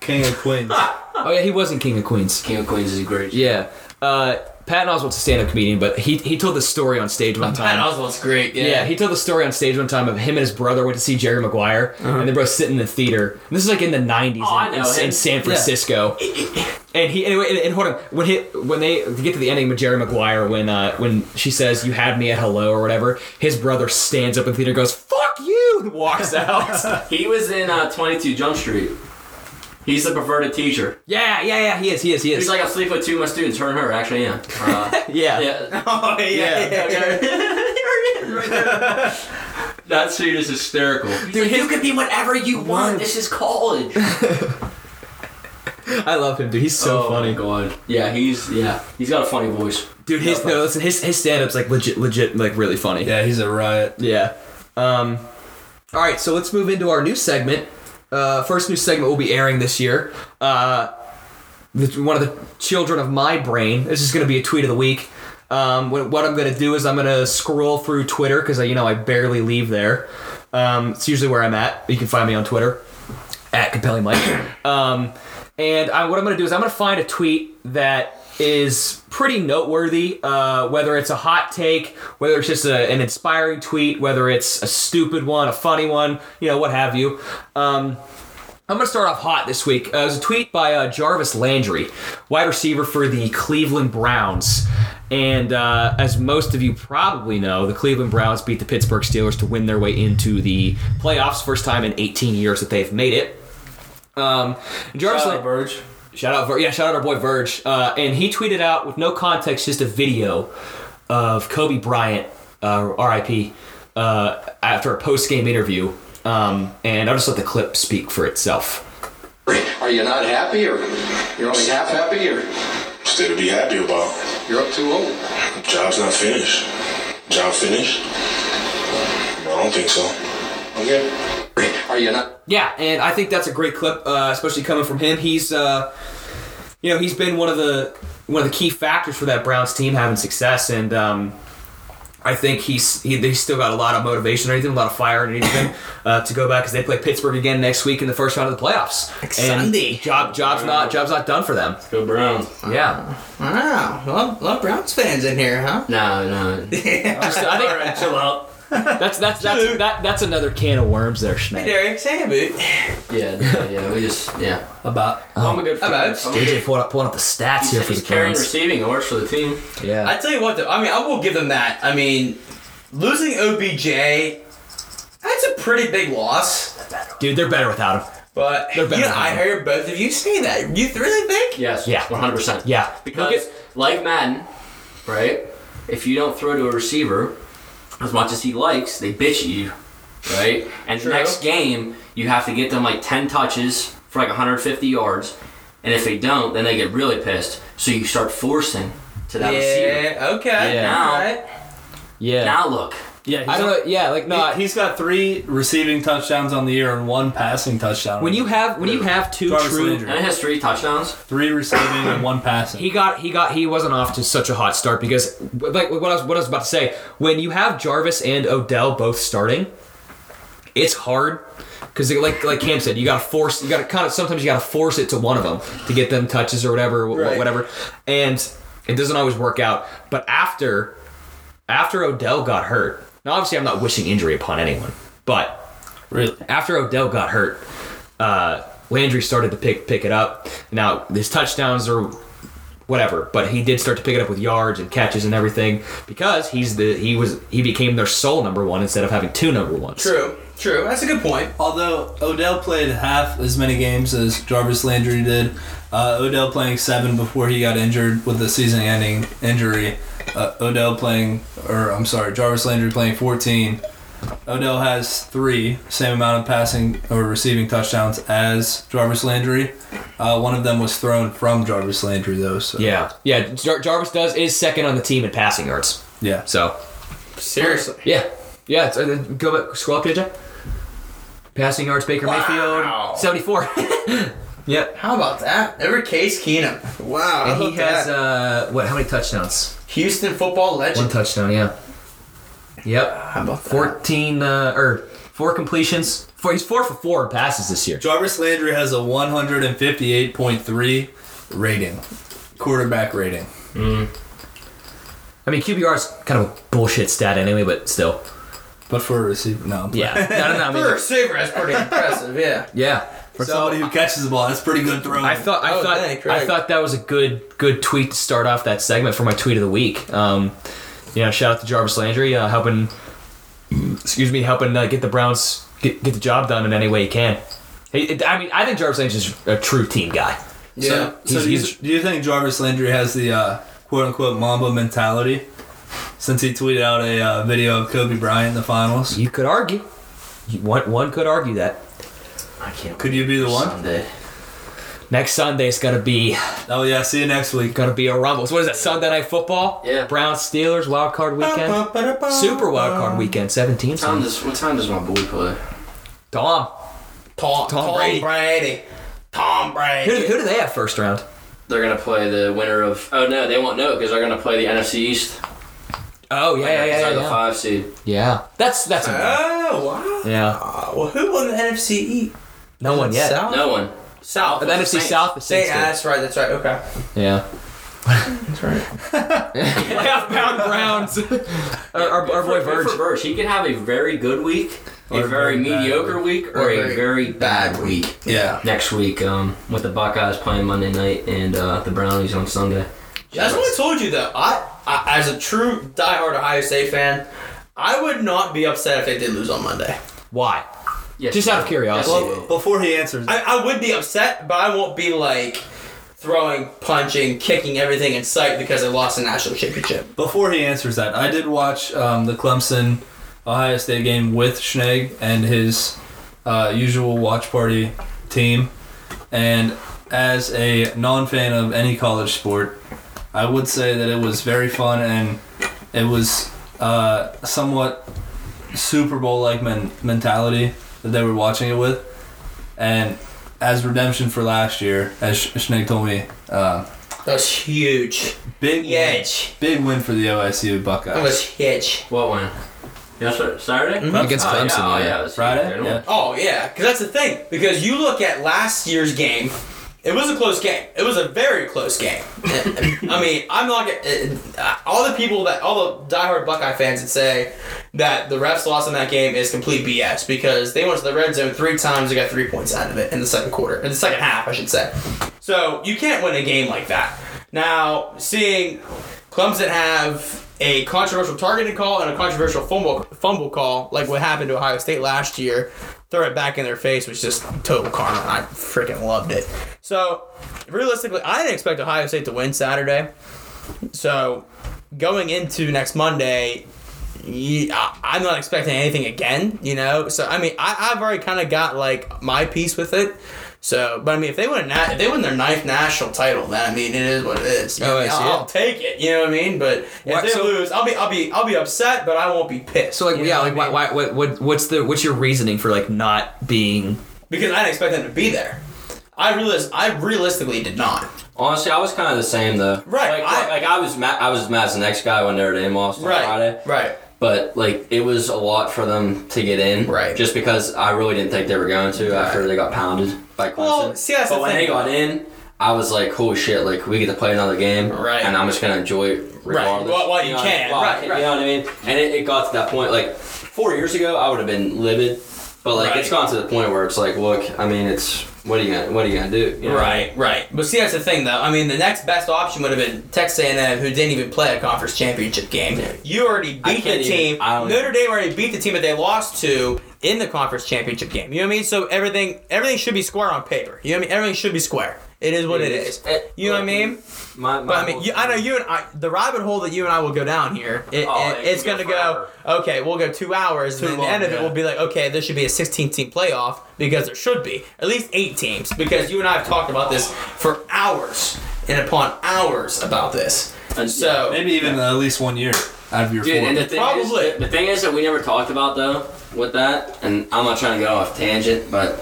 [SPEAKER 1] King of Queens.
[SPEAKER 4] Oh yeah, he was in King of Queens.
[SPEAKER 3] King of Queens is great.
[SPEAKER 4] Yeah. uh, Patton Oswalt's a stand-up comedian, but he he told this story on stage one time.
[SPEAKER 2] Pat Oswald's great. Yeah.
[SPEAKER 4] Yeah. he told the story on stage one time of him and his brother went to see Jerry Maguire, and they both sitting in the theater. And this is like in the '90s
[SPEAKER 3] Uh-huh. Oh, I
[SPEAKER 4] in,
[SPEAKER 3] know
[SPEAKER 4] in- in
[SPEAKER 3] him.
[SPEAKER 4] San Francisco. and he anyway, and, and hold on, when he when they get to the ending with Jerry Maguire, when uh, when she says "You had me at hello" or whatever, his brother stands up in the theater, and goes "Fuck you," and walks out.
[SPEAKER 3] He was in uh, 22 Jump Street. He's the perverted teacher.
[SPEAKER 4] yeah, yeah, yeah. He is. He is. He is.
[SPEAKER 3] He's like, I sleep with two of my students, her and her, actually, yeah. Uh,
[SPEAKER 4] yeah.
[SPEAKER 3] yeah.
[SPEAKER 2] Oh yeah.
[SPEAKER 4] Yeah.
[SPEAKER 3] That scene is hysterical. Dude, you can be whatever you want. This is college.
[SPEAKER 4] I love him, dude. He's
[SPEAKER 3] Oh,
[SPEAKER 4] so funny.
[SPEAKER 3] God. Yeah, he's yeah. He's got a funny voice.
[SPEAKER 4] Dude, his no, listen, his his stand-up's like legit, legit, like really funny.
[SPEAKER 1] Yeah, he's a riot.
[SPEAKER 4] Yeah. Um, all right, so let's move into our new segment. Uh, first new segment we'll be airing this year. Uh, the, one of the children of my brain. This is going to be a tweet of the week. Um, what, what I'm going to do is I'm going to scroll through Twitter because you know I barely leave there. Um, it's usually where I'm at. You can find me on Twitter at compelling Mike. Um, and I, what I'm going to do is I'm going to find a tweet that is pretty noteworthy. Uh, whether it's a hot take, whether it's just a, an inspiring tweet, whether it's a stupid one, a funny one, you know, what have you. Um, I'm going to start off hot this week. Uh, it was a tweet by uh, Jarvis Landry, wide receiver for the Cleveland Browns. And uh, as most of you probably know, the Cleveland Browns beat the Pittsburgh Steelers to win their way into the playoffs, first time in 18 years that they've made it. Um, Jarvis
[SPEAKER 3] Uh,
[SPEAKER 4] Lan-
[SPEAKER 1] Verge.
[SPEAKER 4] Shout out, Ver- yeah, shout out our boy Verge. Uh, and he tweeted out with no context, just a video of Kobe Bryant, uh, RIP, uh, after a post game interview. Um, and I'll just let the clip speak for itself.
[SPEAKER 7] Are you not happy, or you're only half happy, or
[SPEAKER 8] Still to be happy about.
[SPEAKER 7] you're up too old?
[SPEAKER 8] Job's not finished. Job finished? No, I don't think so.
[SPEAKER 7] Okay. Are you not?
[SPEAKER 4] Yeah, and I think that's a great clip, uh, especially coming from him. He's, uh, you know, he's been one of the one of the key factors for that Browns team having success, and um, I think he's he, he's still got a lot of motivation or anything, a lot of fire and anything uh, to go back because they play Pittsburgh again next week in the first round of the playoffs. And
[SPEAKER 2] Sunday.
[SPEAKER 4] job job's not job's not done for them.
[SPEAKER 3] Go Browns.
[SPEAKER 4] Yeah,
[SPEAKER 2] Wow. Love, love Browns fans in here, huh?
[SPEAKER 3] No, no.
[SPEAKER 4] Just- I think
[SPEAKER 2] Chill out.
[SPEAKER 4] that's that's that's that, that's another can of worms there,
[SPEAKER 2] Hey,
[SPEAKER 4] Schneid.
[SPEAKER 2] Derek. Say it.
[SPEAKER 3] Yeah, no, yeah. We just yeah.
[SPEAKER 4] About
[SPEAKER 3] I'm a good friend.
[SPEAKER 2] about-
[SPEAKER 3] I'm a good-
[SPEAKER 4] DJ pulling up, pulling up the stats here for
[SPEAKER 3] He's
[SPEAKER 4] the
[SPEAKER 3] carrying
[SPEAKER 4] Browns.
[SPEAKER 3] receiving awards for the team.
[SPEAKER 4] Yeah,
[SPEAKER 2] I tell you what, though. I mean, I will give them that. I mean, losing OBJ, that's a pretty big loss.
[SPEAKER 4] dude, they're better without him.
[SPEAKER 2] But
[SPEAKER 4] They're
[SPEAKER 2] you
[SPEAKER 4] better
[SPEAKER 2] know,
[SPEAKER 4] than
[SPEAKER 2] I
[SPEAKER 4] him.
[SPEAKER 2] heard both of you say that. You really think?
[SPEAKER 3] Yes.
[SPEAKER 4] Yeah.
[SPEAKER 3] 100. percent
[SPEAKER 4] Yeah.
[SPEAKER 3] Because
[SPEAKER 4] Look
[SPEAKER 3] like Madden, right? If you don't throw to a receiver as much as he likes, they bitch at you, right? And the next game, you have to get them like 10 touches for like 150 yards, and if they don't, then they get really pissed. So you start forcing to that receiver.
[SPEAKER 2] Yeah. Okay.
[SPEAKER 4] Yeah.
[SPEAKER 2] All right.
[SPEAKER 4] at- yeah.
[SPEAKER 3] Now look,
[SPEAKER 1] Yeah,
[SPEAKER 4] I don't know. Yeah, like no. I-
[SPEAKER 1] He, has got three receiving touchdowns on the year and one passing touchdown.
[SPEAKER 4] when you have when you have two
[SPEAKER 1] Jarvis
[SPEAKER 4] true,
[SPEAKER 1] Landry.
[SPEAKER 3] and it has three touchdowns.
[SPEAKER 1] three receiving and one passing,
[SPEAKER 4] he got he got he wasn't off to such a hot start because like what I was what I was about to say when you have Jarvis and Odell both starting, it's hard because like like Cam said, you got to force you got to kind of sometimes you got to force it to one of them to get them touches or whatever wh-
[SPEAKER 2] Right.
[SPEAKER 4] whatever, and it doesn't always work out. But after after Odell got hurt, now obviously I'm not wishing injury upon anyone, but
[SPEAKER 1] really.
[SPEAKER 4] after Odell got hurt, uh, Landry started to pick pick it up. Now his touchdowns are whatever, but he did start to pick it up with yards and catches and everything because he's the he was he became their sole number one instead of having two number ones.
[SPEAKER 2] True. True. That's a good point.
[SPEAKER 1] Although Odell played half as many games as Jarvis Landry did, uh, Odell playing seven before he got injured with the season-ending injury. Uh, Odell playing, or I'm sorry, Jarvis Landry playing 14. Odell has three, same amount of passing or receiving touchdowns as Jarvis Landry. Uh, one of them was thrown from Jarvis Landry though. So
[SPEAKER 4] Yeah, yeah. Jar- Jarvis does is second on the team in passing yards.
[SPEAKER 1] yeah.
[SPEAKER 4] So
[SPEAKER 2] Seriously.
[SPEAKER 4] yeah, yeah. It's, uh, go back, scroll up, JJ. Passing yards, Baker
[SPEAKER 2] Wow.
[SPEAKER 4] Mayfield, seventy-four. yep.
[SPEAKER 2] How about that? Over Case Keenum. Wow.
[SPEAKER 4] And
[SPEAKER 2] how
[SPEAKER 4] he
[SPEAKER 2] about
[SPEAKER 4] has
[SPEAKER 2] that?
[SPEAKER 4] uh, what? How many touchdowns?
[SPEAKER 2] Houston football
[SPEAKER 4] One
[SPEAKER 2] legend.
[SPEAKER 4] touchdown. Yeah. Yep.
[SPEAKER 2] How about that?
[SPEAKER 4] 14 uh, or four completions. Four, he's four for four in passes this year.
[SPEAKER 1] Jarvis Landry has a 158.3 rating, quarterback rating.
[SPEAKER 9] I mean, QBR is kind of a bullshit stat anyway, but still.
[SPEAKER 1] But for a receiver, no. I'm
[SPEAKER 9] Yeah. no, no, no. I mean,
[SPEAKER 2] receiver, that's pretty impressive. Yeah.
[SPEAKER 9] yeah.
[SPEAKER 1] For somebody who catches the ball, that's a pretty good throw.
[SPEAKER 9] I thought I
[SPEAKER 2] Oh,
[SPEAKER 9] thought
[SPEAKER 2] thank,
[SPEAKER 9] I
[SPEAKER 2] right.
[SPEAKER 9] thought that was a good good tweet to start off that segment for my tweet of the week. Um, you know, shout out to Jarvis Landry uh, helping, excuse me, helping uh, get the Browns get, get the job done in any way he can. He, I mean, I think Jarvis Landry's a true team guy.
[SPEAKER 1] So,
[SPEAKER 9] Yeah.
[SPEAKER 1] so do, you,
[SPEAKER 9] He's-
[SPEAKER 1] do you think Jarvis Landry has the uh, quote unquote Mamba mentality? Since he tweeted out a uh, video of Kobe Bryant in the finals,
[SPEAKER 9] You could argue, you, one one could argue that
[SPEAKER 3] I can't.
[SPEAKER 1] could you be the one?
[SPEAKER 3] Sunday.
[SPEAKER 9] next Sunday it's gonna be
[SPEAKER 1] Oh yeah, see you next week.
[SPEAKER 9] gonna be a rumble. So what is that Sunday night football?
[SPEAKER 3] Yeah.
[SPEAKER 9] Browns Steelers wild card weekend, super wild card weekend, seven teams.
[SPEAKER 3] What time does what time does my boy play?
[SPEAKER 9] Tom, Tom
[SPEAKER 2] Tom, Tom
[SPEAKER 9] Brady.
[SPEAKER 2] Brady. Tom Brady.
[SPEAKER 9] who, who do they have first round?
[SPEAKER 3] They're gonna play the winner of. Oh no, they won't know because they're gonna play the NFC East.
[SPEAKER 9] Oh yeah yeah yeah
[SPEAKER 3] They're
[SPEAKER 9] yeah.
[SPEAKER 3] the
[SPEAKER 9] yeah.
[SPEAKER 3] five seed.
[SPEAKER 9] Yeah, that's that's a
[SPEAKER 2] Oh wow.
[SPEAKER 9] yeah.
[SPEAKER 2] Well, who won the NFC East?
[SPEAKER 9] No one yet.
[SPEAKER 2] South.
[SPEAKER 3] No one.
[SPEAKER 2] South.
[SPEAKER 9] The NFC
[SPEAKER 3] Saints.
[SPEAKER 9] South, the
[SPEAKER 2] Say,
[SPEAKER 9] Saints.
[SPEAKER 2] ah,
[SPEAKER 9] did.
[SPEAKER 2] that's right. That's right. Okay.
[SPEAKER 9] Yeah. Playoff bound Browns. our, our, our boy
[SPEAKER 3] Good for- good for
[SPEAKER 9] Verge.
[SPEAKER 3] Verge, he can have a very good week, a very mediocre week, or, a very, bad week.
[SPEAKER 1] Yeah,
[SPEAKER 3] Next week, um, with the Buckeyes playing Monday night and uh, the Brownies on Sunday.
[SPEAKER 2] That's what I told you though. I, I as a true diehard Ohio State fan, I would not be upset if they did lose on Monday.
[SPEAKER 9] Why?
[SPEAKER 3] Yes,
[SPEAKER 9] Just out of
[SPEAKER 3] sir.
[SPEAKER 9] curiosity.
[SPEAKER 3] Yes, he
[SPEAKER 1] Well,
[SPEAKER 3] did.
[SPEAKER 1] before he answers,
[SPEAKER 2] I, I would be upset, but I won't be like throwing, punching, kicking everything in sight because they lost the national championship.
[SPEAKER 1] before he answers that, I did watch um, the Clemson Ohio State game with Schneeg and his uh, usual watch party team. And as a non fan of any college sport, I would say that it was very fun and it was uh, somewhat Super Bowl like men- mentality that they were watching it with. And as redemption for last year, as Sch- Schneeg told me, uh,
[SPEAKER 2] That was huge.
[SPEAKER 1] big win,
[SPEAKER 2] Huge.
[SPEAKER 1] big win for the OSU Buckeyes.
[SPEAKER 2] That was huge.
[SPEAKER 3] What one? Yes, sir. Saturday
[SPEAKER 9] Against
[SPEAKER 3] Oh,
[SPEAKER 9] Clemson,
[SPEAKER 3] Yeah, oh,
[SPEAKER 9] yeah.
[SPEAKER 3] yeah. it was
[SPEAKER 1] Friday?
[SPEAKER 3] Saturday.
[SPEAKER 1] Yeah.
[SPEAKER 2] Oh yeah, because that's the thing. Because you look at last year's game, it was a close game. It was a very close game. I mean, I'm not gonna- uh, all the people that all the diehard Buckeye fans that say that the refs lost in that game is complete BS because they went to the red zone three times and got three points out of it in the second quarter, in the second half, I should say. So you can't win a game like that. Now, seeing Clemson have a controversial targeting call and a controversial fumble fumble call, like what happened to Ohio State last year, throw it back in their face was just total karma. I freaking loved it. So, realistically, I didn't expect Ohio State to win Saturday. So, going into next Monday, ye- I- I'm not expecting anything again, you know. So I mean, I, I've already kind of got like my piece with it. So, but I mean, if they win, a na- if they win their ninth national title, then I mean, it is what it is.
[SPEAKER 4] Oh, I see,
[SPEAKER 2] I'll, I'll take it. You know what I mean? But if
[SPEAKER 4] Why-
[SPEAKER 2] they
[SPEAKER 4] so-
[SPEAKER 2] lose, I'll be, I'll be, I'll be upset, but I won't be pissed.
[SPEAKER 9] So like
[SPEAKER 2] you know
[SPEAKER 9] yeah,
[SPEAKER 2] what I
[SPEAKER 9] like why,
[SPEAKER 2] mean?
[SPEAKER 9] why what, what what's the what's your reasoning for like not being
[SPEAKER 2] Because I didn't expect them to be there. I realize I realistically did not.
[SPEAKER 3] Honestly, I was kind of the same though.
[SPEAKER 2] Right,
[SPEAKER 3] Like
[SPEAKER 2] I-
[SPEAKER 3] I, like, I was mad. I was mad as the next guy when Notre Dame lost on Friday.
[SPEAKER 2] Right.
[SPEAKER 3] But like it was a lot for them to get in.
[SPEAKER 2] Right.
[SPEAKER 3] Just because I really didn't think they were going to after they got pounded by Clemson.
[SPEAKER 2] Well, see, that's
[SPEAKER 3] but
[SPEAKER 2] the
[SPEAKER 3] when
[SPEAKER 2] thing.
[SPEAKER 3] they got in, I was like, holy shit! Like we get to play another game.
[SPEAKER 2] Right.
[SPEAKER 3] And I'm just gonna enjoy it. Regardless.
[SPEAKER 2] While- while you
[SPEAKER 3] know,
[SPEAKER 2] can,
[SPEAKER 3] while I
[SPEAKER 2] right, right.
[SPEAKER 3] You know what I mean? And it, it got to that point. Like four years ago, I would have been livid. But like it's
[SPEAKER 2] Right.
[SPEAKER 3] gone to the point where it's like, look, I mean, it's what are you gonna what are you gonna do? You know?
[SPEAKER 2] Right, right. But see, that's the thing, though. I mean, the next best option would have been Texas A&M, who didn't even play a conference championship game. You already
[SPEAKER 3] I
[SPEAKER 2] beat
[SPEAKER 3] can't
[SPEAKER 2] the
[SPEAKER 3] even-
[SPEAKER 2] team.
[SPEAKER 3] I don't-
[SPEAKER 2] Notre Dame already beat the team that they lost to in the conference championship game. You know what I mean? So everything, everything should be square on paper. You know what I mean? Everything should be square. It is what it is. You know what I mean?
[SPEAKER 3] My, my
[SPEAKER 2] But I mean, you, I know you and I, the rabbit hole that you and I will go down here, it,
[SPEAKER 3] Oh,
[SPEAKER 2] it-
[SPEAKER 3] it
[SPEAKER 2] it's
[SPEAKER 3] can
[SPEAKER 2] going
[SPEAKER 3] go
[SPEAKER 2] to go, okay, we'll go two hours, and then the
[SPEAKER 1] long,
[SPEAKER 2] end of
[SPEAKER 1] yeah.
[SPEAKER 2] it will be like, okay, there should be a 16 team playoff because there should be at least eight teams because you and I have talked about this for hours and upon hours about this.
[SPEAKER 3] And-
[SPEAKER 2] So,
[SPEAKER 1] Maybe even at least one year out of your
[SPEAKER 3] Dude,
[SPEAKER 1] four.
[SPEAKER 3] and the thing
[SPEAKER 2] Probably.
[SPEAKER 3] is, the thing is that we never talked about though with that, and I'm not trying to go off tangent, but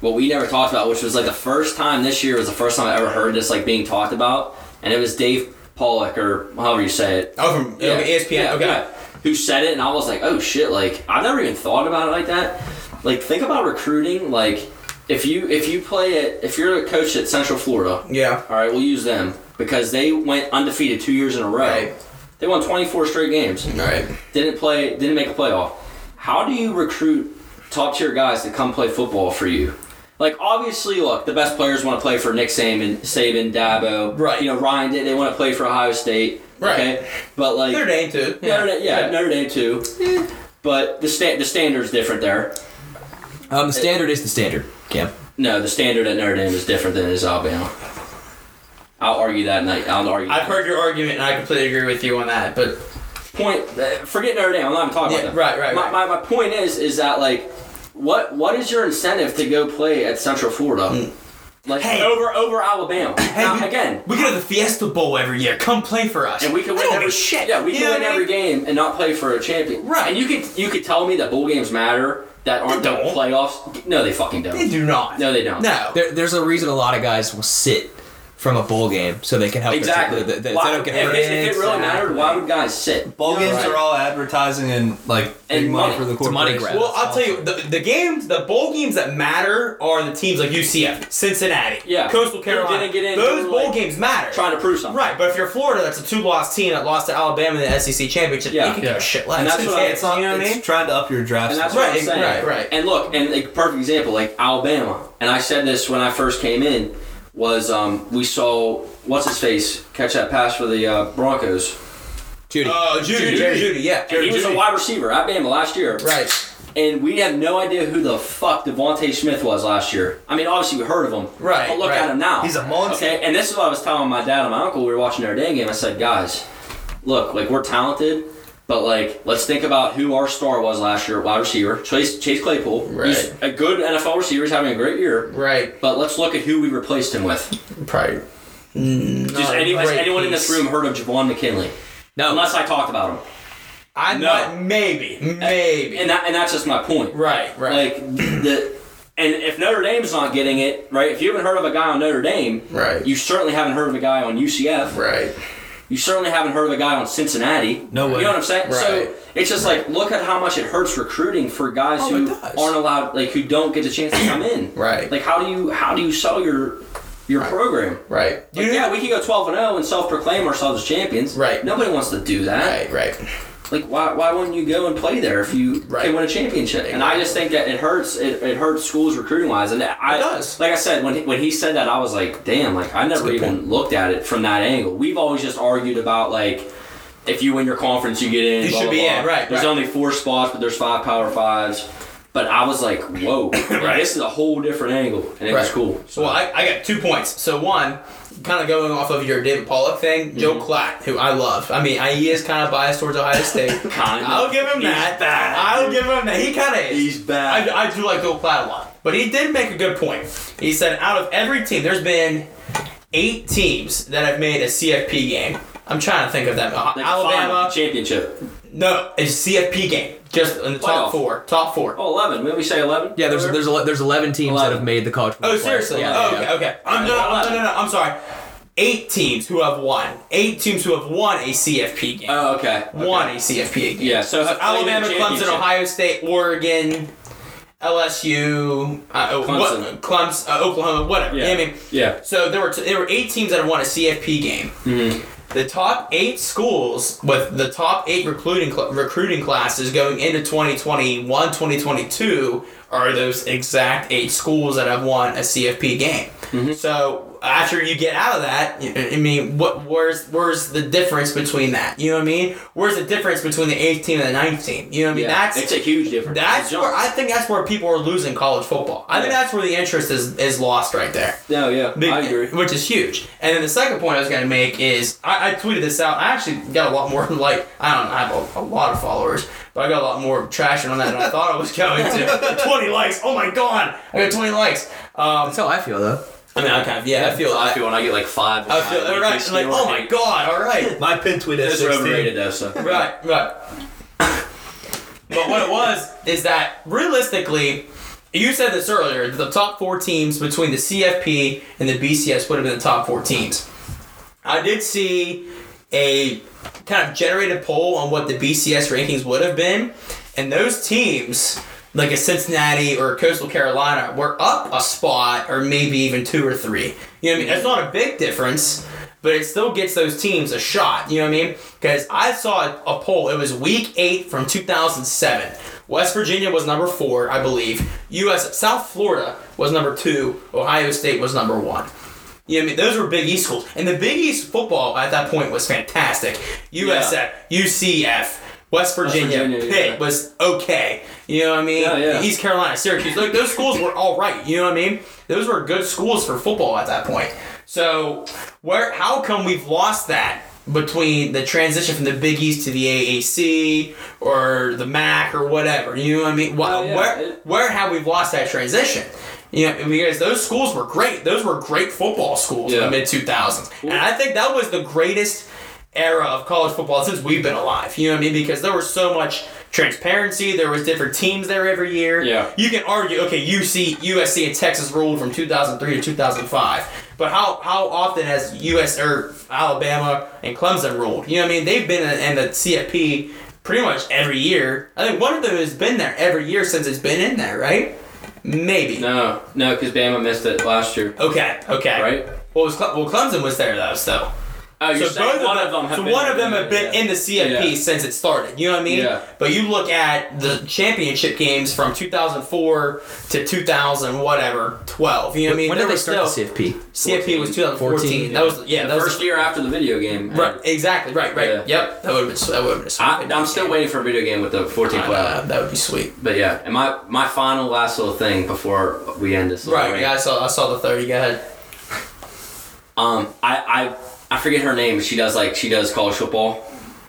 [SPEAKER 3] what we never talked about, which was like the first time this year was the first time I ever heard this like being talked about, and it was Dave Pollock or however you say it.
[SPEAKER 2] oh, from
[SPEAKER 3] Yeah,
[SPEAKER 2] okay, ESPN,
[SPEAKER 3] yeah,
[SPEAKER 2] okay.
[SPEAKER 3] yeah. Who said it? And I was like, oh shit! Like I've never even thought about it like that. Like think about recruiting like if you if you play it, if you're a coach at Central Florida,
[SPEAKER 2] Yeah.
[SPEAKER 3] all right, we'll use them because they went undefeated two years in a row.
[SPEAKER 2] Right.
[SPEAKER 3] They won 24 straight games.
[SPEAKER 2] All right.
[SPEAKER 3] Didn't play. Didn't make a playoff. How do you recruit top tier guys to come play football for you? Like obviously, look, the best players want to play for Nick Saban, Saban, Dabo.
[SPEAKER 2] Right.
[SPEAKER 3] You know, Ryan did. They want to play for Ohio State.
[SPEAKER 2] Right.
[SPEAKER 3] Okay. But like
[SPEAKER 2] Notre Dame too.
[SPEAKER 3] Notre Dame, yeah, Notre Dame too. But the sta- the standard's different there.
[SPEAKER 9] Um, the standard is the standard. Cam.
[SPEAKER 3] No, the standard at Notre Dame is different than it is Alabama. I'll argue that night. I'll argue.
[SPEAKER 2] I've
[SPEAKER 3] that.
[SPEAKER 2] heard your argument and I completely agree with you on that, but
[SPEAKER 3] point. uh, Forget Notre Dame. I'm not even talking
[SPEAKER 2] Yeah,
[SPEAKER 3] about them.
[SPEAKER 2] right, right,
[SPEAKER 3] My,
[SPEAKER 2] right.
[SPEAKER 3] My, my point is is that like, what what is your incentive to go play at Central Florida? Like
[SPEAKER 2] Hmm. Hey.
[SPEAKER 3] over over Alabama. now,
[SPEAKER 2] we-
[SPEAKER 3] again,
[SPEAKER 2] we go to the Fiesta Bowl every year. Come play for us.
[SPEAKER 3] and we can
[SPEAKER 2] I
[SPEAKER 3] win
[SPEAKER 2] don't
[SPEAKER 3] every
[SPEAKER 2] give a shit.
[SPEAKER 3] Yeah, we
[SPEAKER 2] You
[SPEAKER 3] can
[SPEAKER 2] know
[SPEAKER 3] win
[SPEAKER 2] what I
[SPEAKER 3] every
[SPEAKER 2] mean?
[SPEAKER 3] game and not play for a champion.
[SPEAKER 2] Right.
[SPEAKER 3] And you could you could tell me that bowl games matter that aren't the
[SPEAKER 2] don't.
[SPEAKER 3] playoffs. No, they fucking don't.
[SPEAKER 2] They do not.
[SPEAKER 3] No, they don't.
[SPEAKER 2] No.
[SPEAKER 9] There, there's a reason a lot of guys will sit from a bowl game so they can help. their-
[SPEAKER 3] Exactly.
[SPEAKER 9] they- they-
[SPEAKER 3] Why-
[SPEAKER 9] they don't get
[SPEAKER 3] if,
[SPEAKER 9] hurt.
[SPEAKER 3] if- if it really mattered, why would guys sit?
[SPEAKER 1] Ball games
[SPEAKER 3] Right.
[SPEAKER 1] are all advertising and like big
[SPEAKER 3] And
[SPEAKER 1] money
[SPEAKER 3] money.
[SPEAKER 1] for the
[SPEAKER 3] It's
[SPEAKER 1] corporation.
[SPEAKER 9] money grab.
[SPEAKER 2] Well, I'll tell you, the, the games, the bowl games that matter are the teams like UCF, Cincinnati,
[SPEAKER 3] Yeah.
[SPEAKER 2] Coastal
[SPEAKER 3] Who
[SPEAKER 2] Carolina.
[SPEAKER 3] didn't get in,
[SPEAKER 2] Those
[SPEAKER 3] who,
[SPEAKER 2] bowl
[SPEAKER 3] like,
[SPEAKER 2] games matter.
[SPEAKER 3] Trying to prove something.
[SPEAKER 2] right, but if you're Florida, that's a two-loss team that lost to Alabama in the SEC championship.
[SPEAKER 3] Yeah.
[SPEAKER 2] you can
[SPEAKER 1] Yeah.
[SPEAKER 2] give a shit less.
[SPEAKER 3] And that's
[SPEAKER 2] Who
[SPEAKER 3] what I-
[SPEAKER 2] cares?
[SPEAKER 1] It's not.
[SPEAKER 2] you know what I
[SPEAKER 1] it's
[SPEAKER 2] mean?
[SPEAKER 1] trying to up your draft.
[SPEAKER 3] And that's
[SPEAKER 1] stock.
[SPEAKER 3] what I'm
[SPEAKER 2] Right,
[SPEAKER 3] saying.
[SPEAKER 2] right, right.
[SPEAKER 3] And look, and a perfect example, like Alabama, and I said this when I first came in, was um, we saw what's his face catch that pass for the uh, Broncos.
[SPEAKER 9] Judy.
[SPEAKER 1] uh,
[SPEAKER 2] Oh, Judy, Judy, Judy, yeah.
[SPEAKER 3] And he was a wide receiver at Bama last year.
[SPEAKER 2] Right,
[SPEAKER 3] And we have no idea who the fuck Devontae Smith was last year. I mean, obviously we heard of him.
[SPEAKER 2] Right,
[SPEAKER 3] But look
[SPEAKER 2] right.
[SPEAKER 3] at him now.
[SPEAKER 5] He's a monster.
[SPEAKER 3] Okay, and this is what I was telling my dad and my uncle. We were watching their day game. I said, guys, look, like we're talented, but like let's think about who our star was last year, at wide receiver, Chase Chase Claypool. He's
[SPEAKER 2] Right.
[SPEAKER 3] a good NFL receiver. He's having a great year.
[SPEAKER 2] right,
[SPEAKER 3] But let's look at who we replaced him with.
[SPEAKER 2] probably.
[SPEAKER 3] Just any, has
[SPEAKER 2] great
[SPEAKER 3] anyone in
[SPEAKER 2] piece.
[SPEAKER 3] this room heard of Javon McKinley?
[SPEAKER 9] No.
[SPEAKER 3] Unless I talked about him.
[SPEAKER 2] I
[SPEAKER 3] No.
[SPEAKER 2] not maybe, maybe.
[SPEAKER 3] uh, And that, and that's just my point.
[SPEAKER 2] right, right,
[SPEAKER 3] Like the and if Notre Dame's not getting it, right? If you haven't heard of a guy on Notre Dame,
[SPEAKER 2] Right.
[SPEAKER 3] You certainly haven't heard of a guy on UCF.
[SPEAKER 2] right.
[SPEAKER 3] You certainly haven't heard of a guy on Cincinnati.
[SPEAKER 1] No way.
[SPEAKER 3] You know what I'm saying?
[SPEAKER 2] Right.
[SPEAKER 3] So it's just like look at how much it hurts recruiting for guys
[SPEAKER 2] Oh, it
[SPEAKER 3] who
[SPEAKER 2] does.
[SPEAKER 3] aren't allowed, like who don't get the chance to come in.
[SPEAKER 2] Right.
[SPEAKER 3] Like how do you how do you sell your your program?
[SPEAKER 2] Right.
[SPEAKER 3] Like, yeah, we can go 12 and 0 and self-proclaim ourselves as champions.
[SPEAKER 2] Right.
[SPEAKER 3] Nobody wants to do that
[SPEAKER 2] Right, right.
[SPEAKER 3] like why, why wouldn't you go and play there if you
[SPEAKER 2] Right.
[SPEAKER 3] can win a championship? And I just think that it hurts. It, it hurts schools recruiting wise. And I,
[SPEAKER 2] It does.
[SPEAKER 3] Like I said, when he, when he said that, I was like, damn. Like I never even looked at it from that angle. We've always just argued about like if you win your conference, you get in.
[SPEAKER 2] You
[SPEAKER 3] blah,
[SPEAKER 2] should
[SPEAKER 3] blah,
[SPEAKER 2] be
[SPEAKER 3] blah.
[SPEAKER 2] in, right,
[SPEAKER 3] There's
[SPEAKER 2] right.
[SPEAKER 3] only four spots, but there's five power fives. But I was like, whoa, like, this is a whole different angle, and it was
[SPEAKER 2] Right.
[SPEAKER 3] cool.
[SPEAKER 2] Well, I, I got two points. So one, kind of going off of your David Pollock thing, Joe
[SPEAKER 3] Mm-hmm.
[SPEAKER 2] Klatt, who I love. I mean, I, he is kind of biased towards Ohio State.
[SPEAKER 3] Kinda.
[SPEAKER 2] I'll give him
[SPEAKER 3] He's
[SPEAKER 2] that.
[SPEAKER 3] bad,
[SPEAKER 2] I'll
[SPEAKER 3] dude.
[SPEAKER 2] give him that. He kind of is.
[SPEAKER 3] He's bad.
[SPEAKER 2] I, I do like Joe Klatt a lot, but he did make a good point. He said out of every team, there's been eight teams that have made a CFP game. I'm trying to think of them.
[SPEAKER 3] Like a final
[SPEAKER 2] Alabama.
[SPEAKER 3] championship.
[SPEAKER 2] No, it's CFP game. Just in the
[SPEAKER 3] Playoff.
[SPEAKER 2] top four. Top four.
[SPEAKER 3] Oh, 11. Didn't we say 11?
[SPEAKER 9] yeah, there's there's ele- there's 11 teams that
[SPEAKER 3] 11.
[SPEAKER 9] have made the college.
[SPEAKER 2] Oh,
[SPEAKER 9] football playoff.
[SPEAKER 2] seriously?
[SPEAKER 9] Yeah,
[SPEAKER 2] oh,
[SPEAKER 9] yeah,
[SPEAKER 2] okay,
[SPEAKER 9] yeah.
[SPEAKER 2] okay. I'm no, no, no, no, no, I'm sorry. Eight teams who have won. Eight teams who have won a CFP game.
[SPEAKER 3] Oh, okay.
[SPEAKER 2] Won a CFP game.
[SPEAKER 3] Yeah. So,
[SPEAKER 2] So Alabama, Clemson,
[SPEAKER 3] Championship.
[SPEAKER 2] Ohio State, Oregon, LSU, uh, oh,
[SPEAKER 3] Clemson.
[SPEAKER 2] what, Clemson uh, Oklahoma, whatever.
[SPEAKER 3] Yeah.
[SPEAKER 2] You know what I mean?
[SPEAKER 3] Yeah.
[SPEAKER 2] So there were t- there were eight teams that have won a CFP game.
[SPEAKER 3] Mm-hmm.
[SPEAKER 2] The top eight schools with the top eight recruiting cl- recruiting classes going into 2021, 2022 are those exact eight schools that have won a CFP game.
[SPEAKER 3] Mm-hmm.
[SPEAKER 2] So after you get out of that, y- I mean, what where's where's the difference between that? You know what I mean? Where's the difference between the eighth team and the ninth team? You know what I mean?
[SPEAKER 3] Yeah,
[SPEAKER 2] That's
[SPEAKER 3] it's a huge difference.
[SPEAKER 2] that's
[SPEAKER 3] It's a
[SPEAKER 2] where
[SPEAKER 3] jump.
[SPEAKER 2] I think that's where people are losing college football. I think
[SPEAKER 3] Yeah.
[SPEAKER 2] that's where the interest is is lost right there.
[SPEAKER 3] No, yeah,
[SPEAKER 2] Big-
[SPEAKER 3] I agree.
[SPEAKER 2] Which is huge. And then the second point I was going to make is I, I tweeted this out. I actually got a lot more, like, I don't know, I have a, a lot of followers, but I got a lot more traction on that than I thought I was going to. 20 likes. Oh my God. I got 20 likes. Um,
[SPEAKER 9] That's how I feel though.
[SPEAKER 2] I mean, I kind of, yeah, I feel, I,
[SPEAKER 3] I feel when I get like five.
[SPEAKER 2] I feel, all right. Like, oh my God, all right.
[SPEAKER 5] My pin tweet is
[SPEAKER 3] It's
[SPEAKER 5] 16.
[SPEAKER 3] overrated though. So
[SPEAKER 2] Right, right. but what it was is that realistically, you said this earlier, the top four teams between the CFP and the BCS would have been the top four teams. I did see a kind of generated poll on what the BCS rankings would have been, and those teams like a Cincinnati or a Coastal Carolina, we're up a spot or maybe even two or three. You know what I mean? That's not a big difference, but it still gets those teams a shot. You know what I mean? Because I saw a, a poll. It was Week Eight from 2007. West Virginia was number four, I believe. U.S. South Florida was number two. Ohio State was number one. You know what I mean? Those were Big East schools. And the Big East football at that point was fantastic. USF, UCF, West Virginia,
[SPEAKER 3] Virginia,
[SPEAKER 2] Pitt
[SPEAKER 3] yeah.
[SPEAKER 2] was okay. You know what I mean?
[SPEAKER 3] Yeah, yeah.
[SPEAKER 2] East Carolina, Syracuse. Like, those schools were all right. You know what I mean? Those were good schools for football at that point. So, where? how come we've lost that between the transition from the Big East to the AAC or the MAC or whatever? You know what I mean? Why,
[SPEAKER 3] Oh, yeah.
[SPEAKER 2] Where, where have we lost that transition? You know, because those schools were great. Those were great football schools in
[SPEAKER 3] Yeah.
[SPEAKER 2] the mid 2000s. And I think that was the greatest era of college football since we've been alive. You know what I mean? Because there was so much transparency. There was different teams there every year.
[SPEAKER 3] Yeah.
[SPEAKER 2] You can argue, okay, UC, USC, and Texas ruled from 2003 to 2005. But how, how often has US or Alabama and Clemson ruled? You know what I mean? They've been in, in the CFP pretty much every year. I think one of them has been there every year since it's been in there, right? Maybe.
[SPEAKER 3] No, no, because Bama missed it last yeyear,
[SPEAKER 2] Okay. Okay.
[SPEAKER 3] right?
[SPEAKER 2] Well, it was Cle- well, Clemson was there though, so.
[SPEAKER 3] Oh, you're
[SPEAKER 2] so
[SPEAKER 3] saying
[SPEAKER 2] both
[SPEAKER 3] one
[SPEAKER 2] of
[SPEAKER 3] of
[SPEAKER 2] them,
[SPEAKER 3] them. Have
[SPEAKER 2] so
[SPEAKER 3] been
[SPEAKER 2] one of them have been
[SPEAKER 3] yeah.
[SPEAKER 2] in the CFP
[SPEAKER 3] Yeah.
[SPEAKER 2] since it started. You know what I mean?
[SPEAKER 3] Yeah.
[SPEAKER 2] But you look at the championship games from 2004 to 2000 whatever 12. You know what I mean?
[SPEAKER 4] when did
[SPEAKER 2] There
[SPEAKER 4] they
[SPEAKER 2] was
[SPEAKER 4] start
[SPEAKER 2] still-
[SPEAKER 4] the CFP?
[SPEAKER 2] CFP was 2014.
[SPEAKER 4] 14,
[SPEAKER 2] That was yeah.
[SPEAKER 3] The
[SPEAKER 2] That was
[SPEAKER 3] first year after the video game.
[SPEAKER 2] right. Exactly. Right. Right.
[SPEAKER 3] Yeah.
[SPEAKER 2] Yep. That would have been. That would have been.
[SPEAKER 3] I, I'm still waiting for a video game with the 14
[SPEAKER 2] I
[SPEAKER 3] play.
[SPEAKER 2] know, that would be sweet.
[SPEAKER 3] But yeah, and my my final last little thing before we end this. little
[SPEAKER 2] Right.
[SPEAKER 3] rant.
[SPEAKER 2] Yeah. I saw. I saw the 30. Go ahead.
[SPEAKER 3] Um, I, I I forget her name. but She does like she does college football,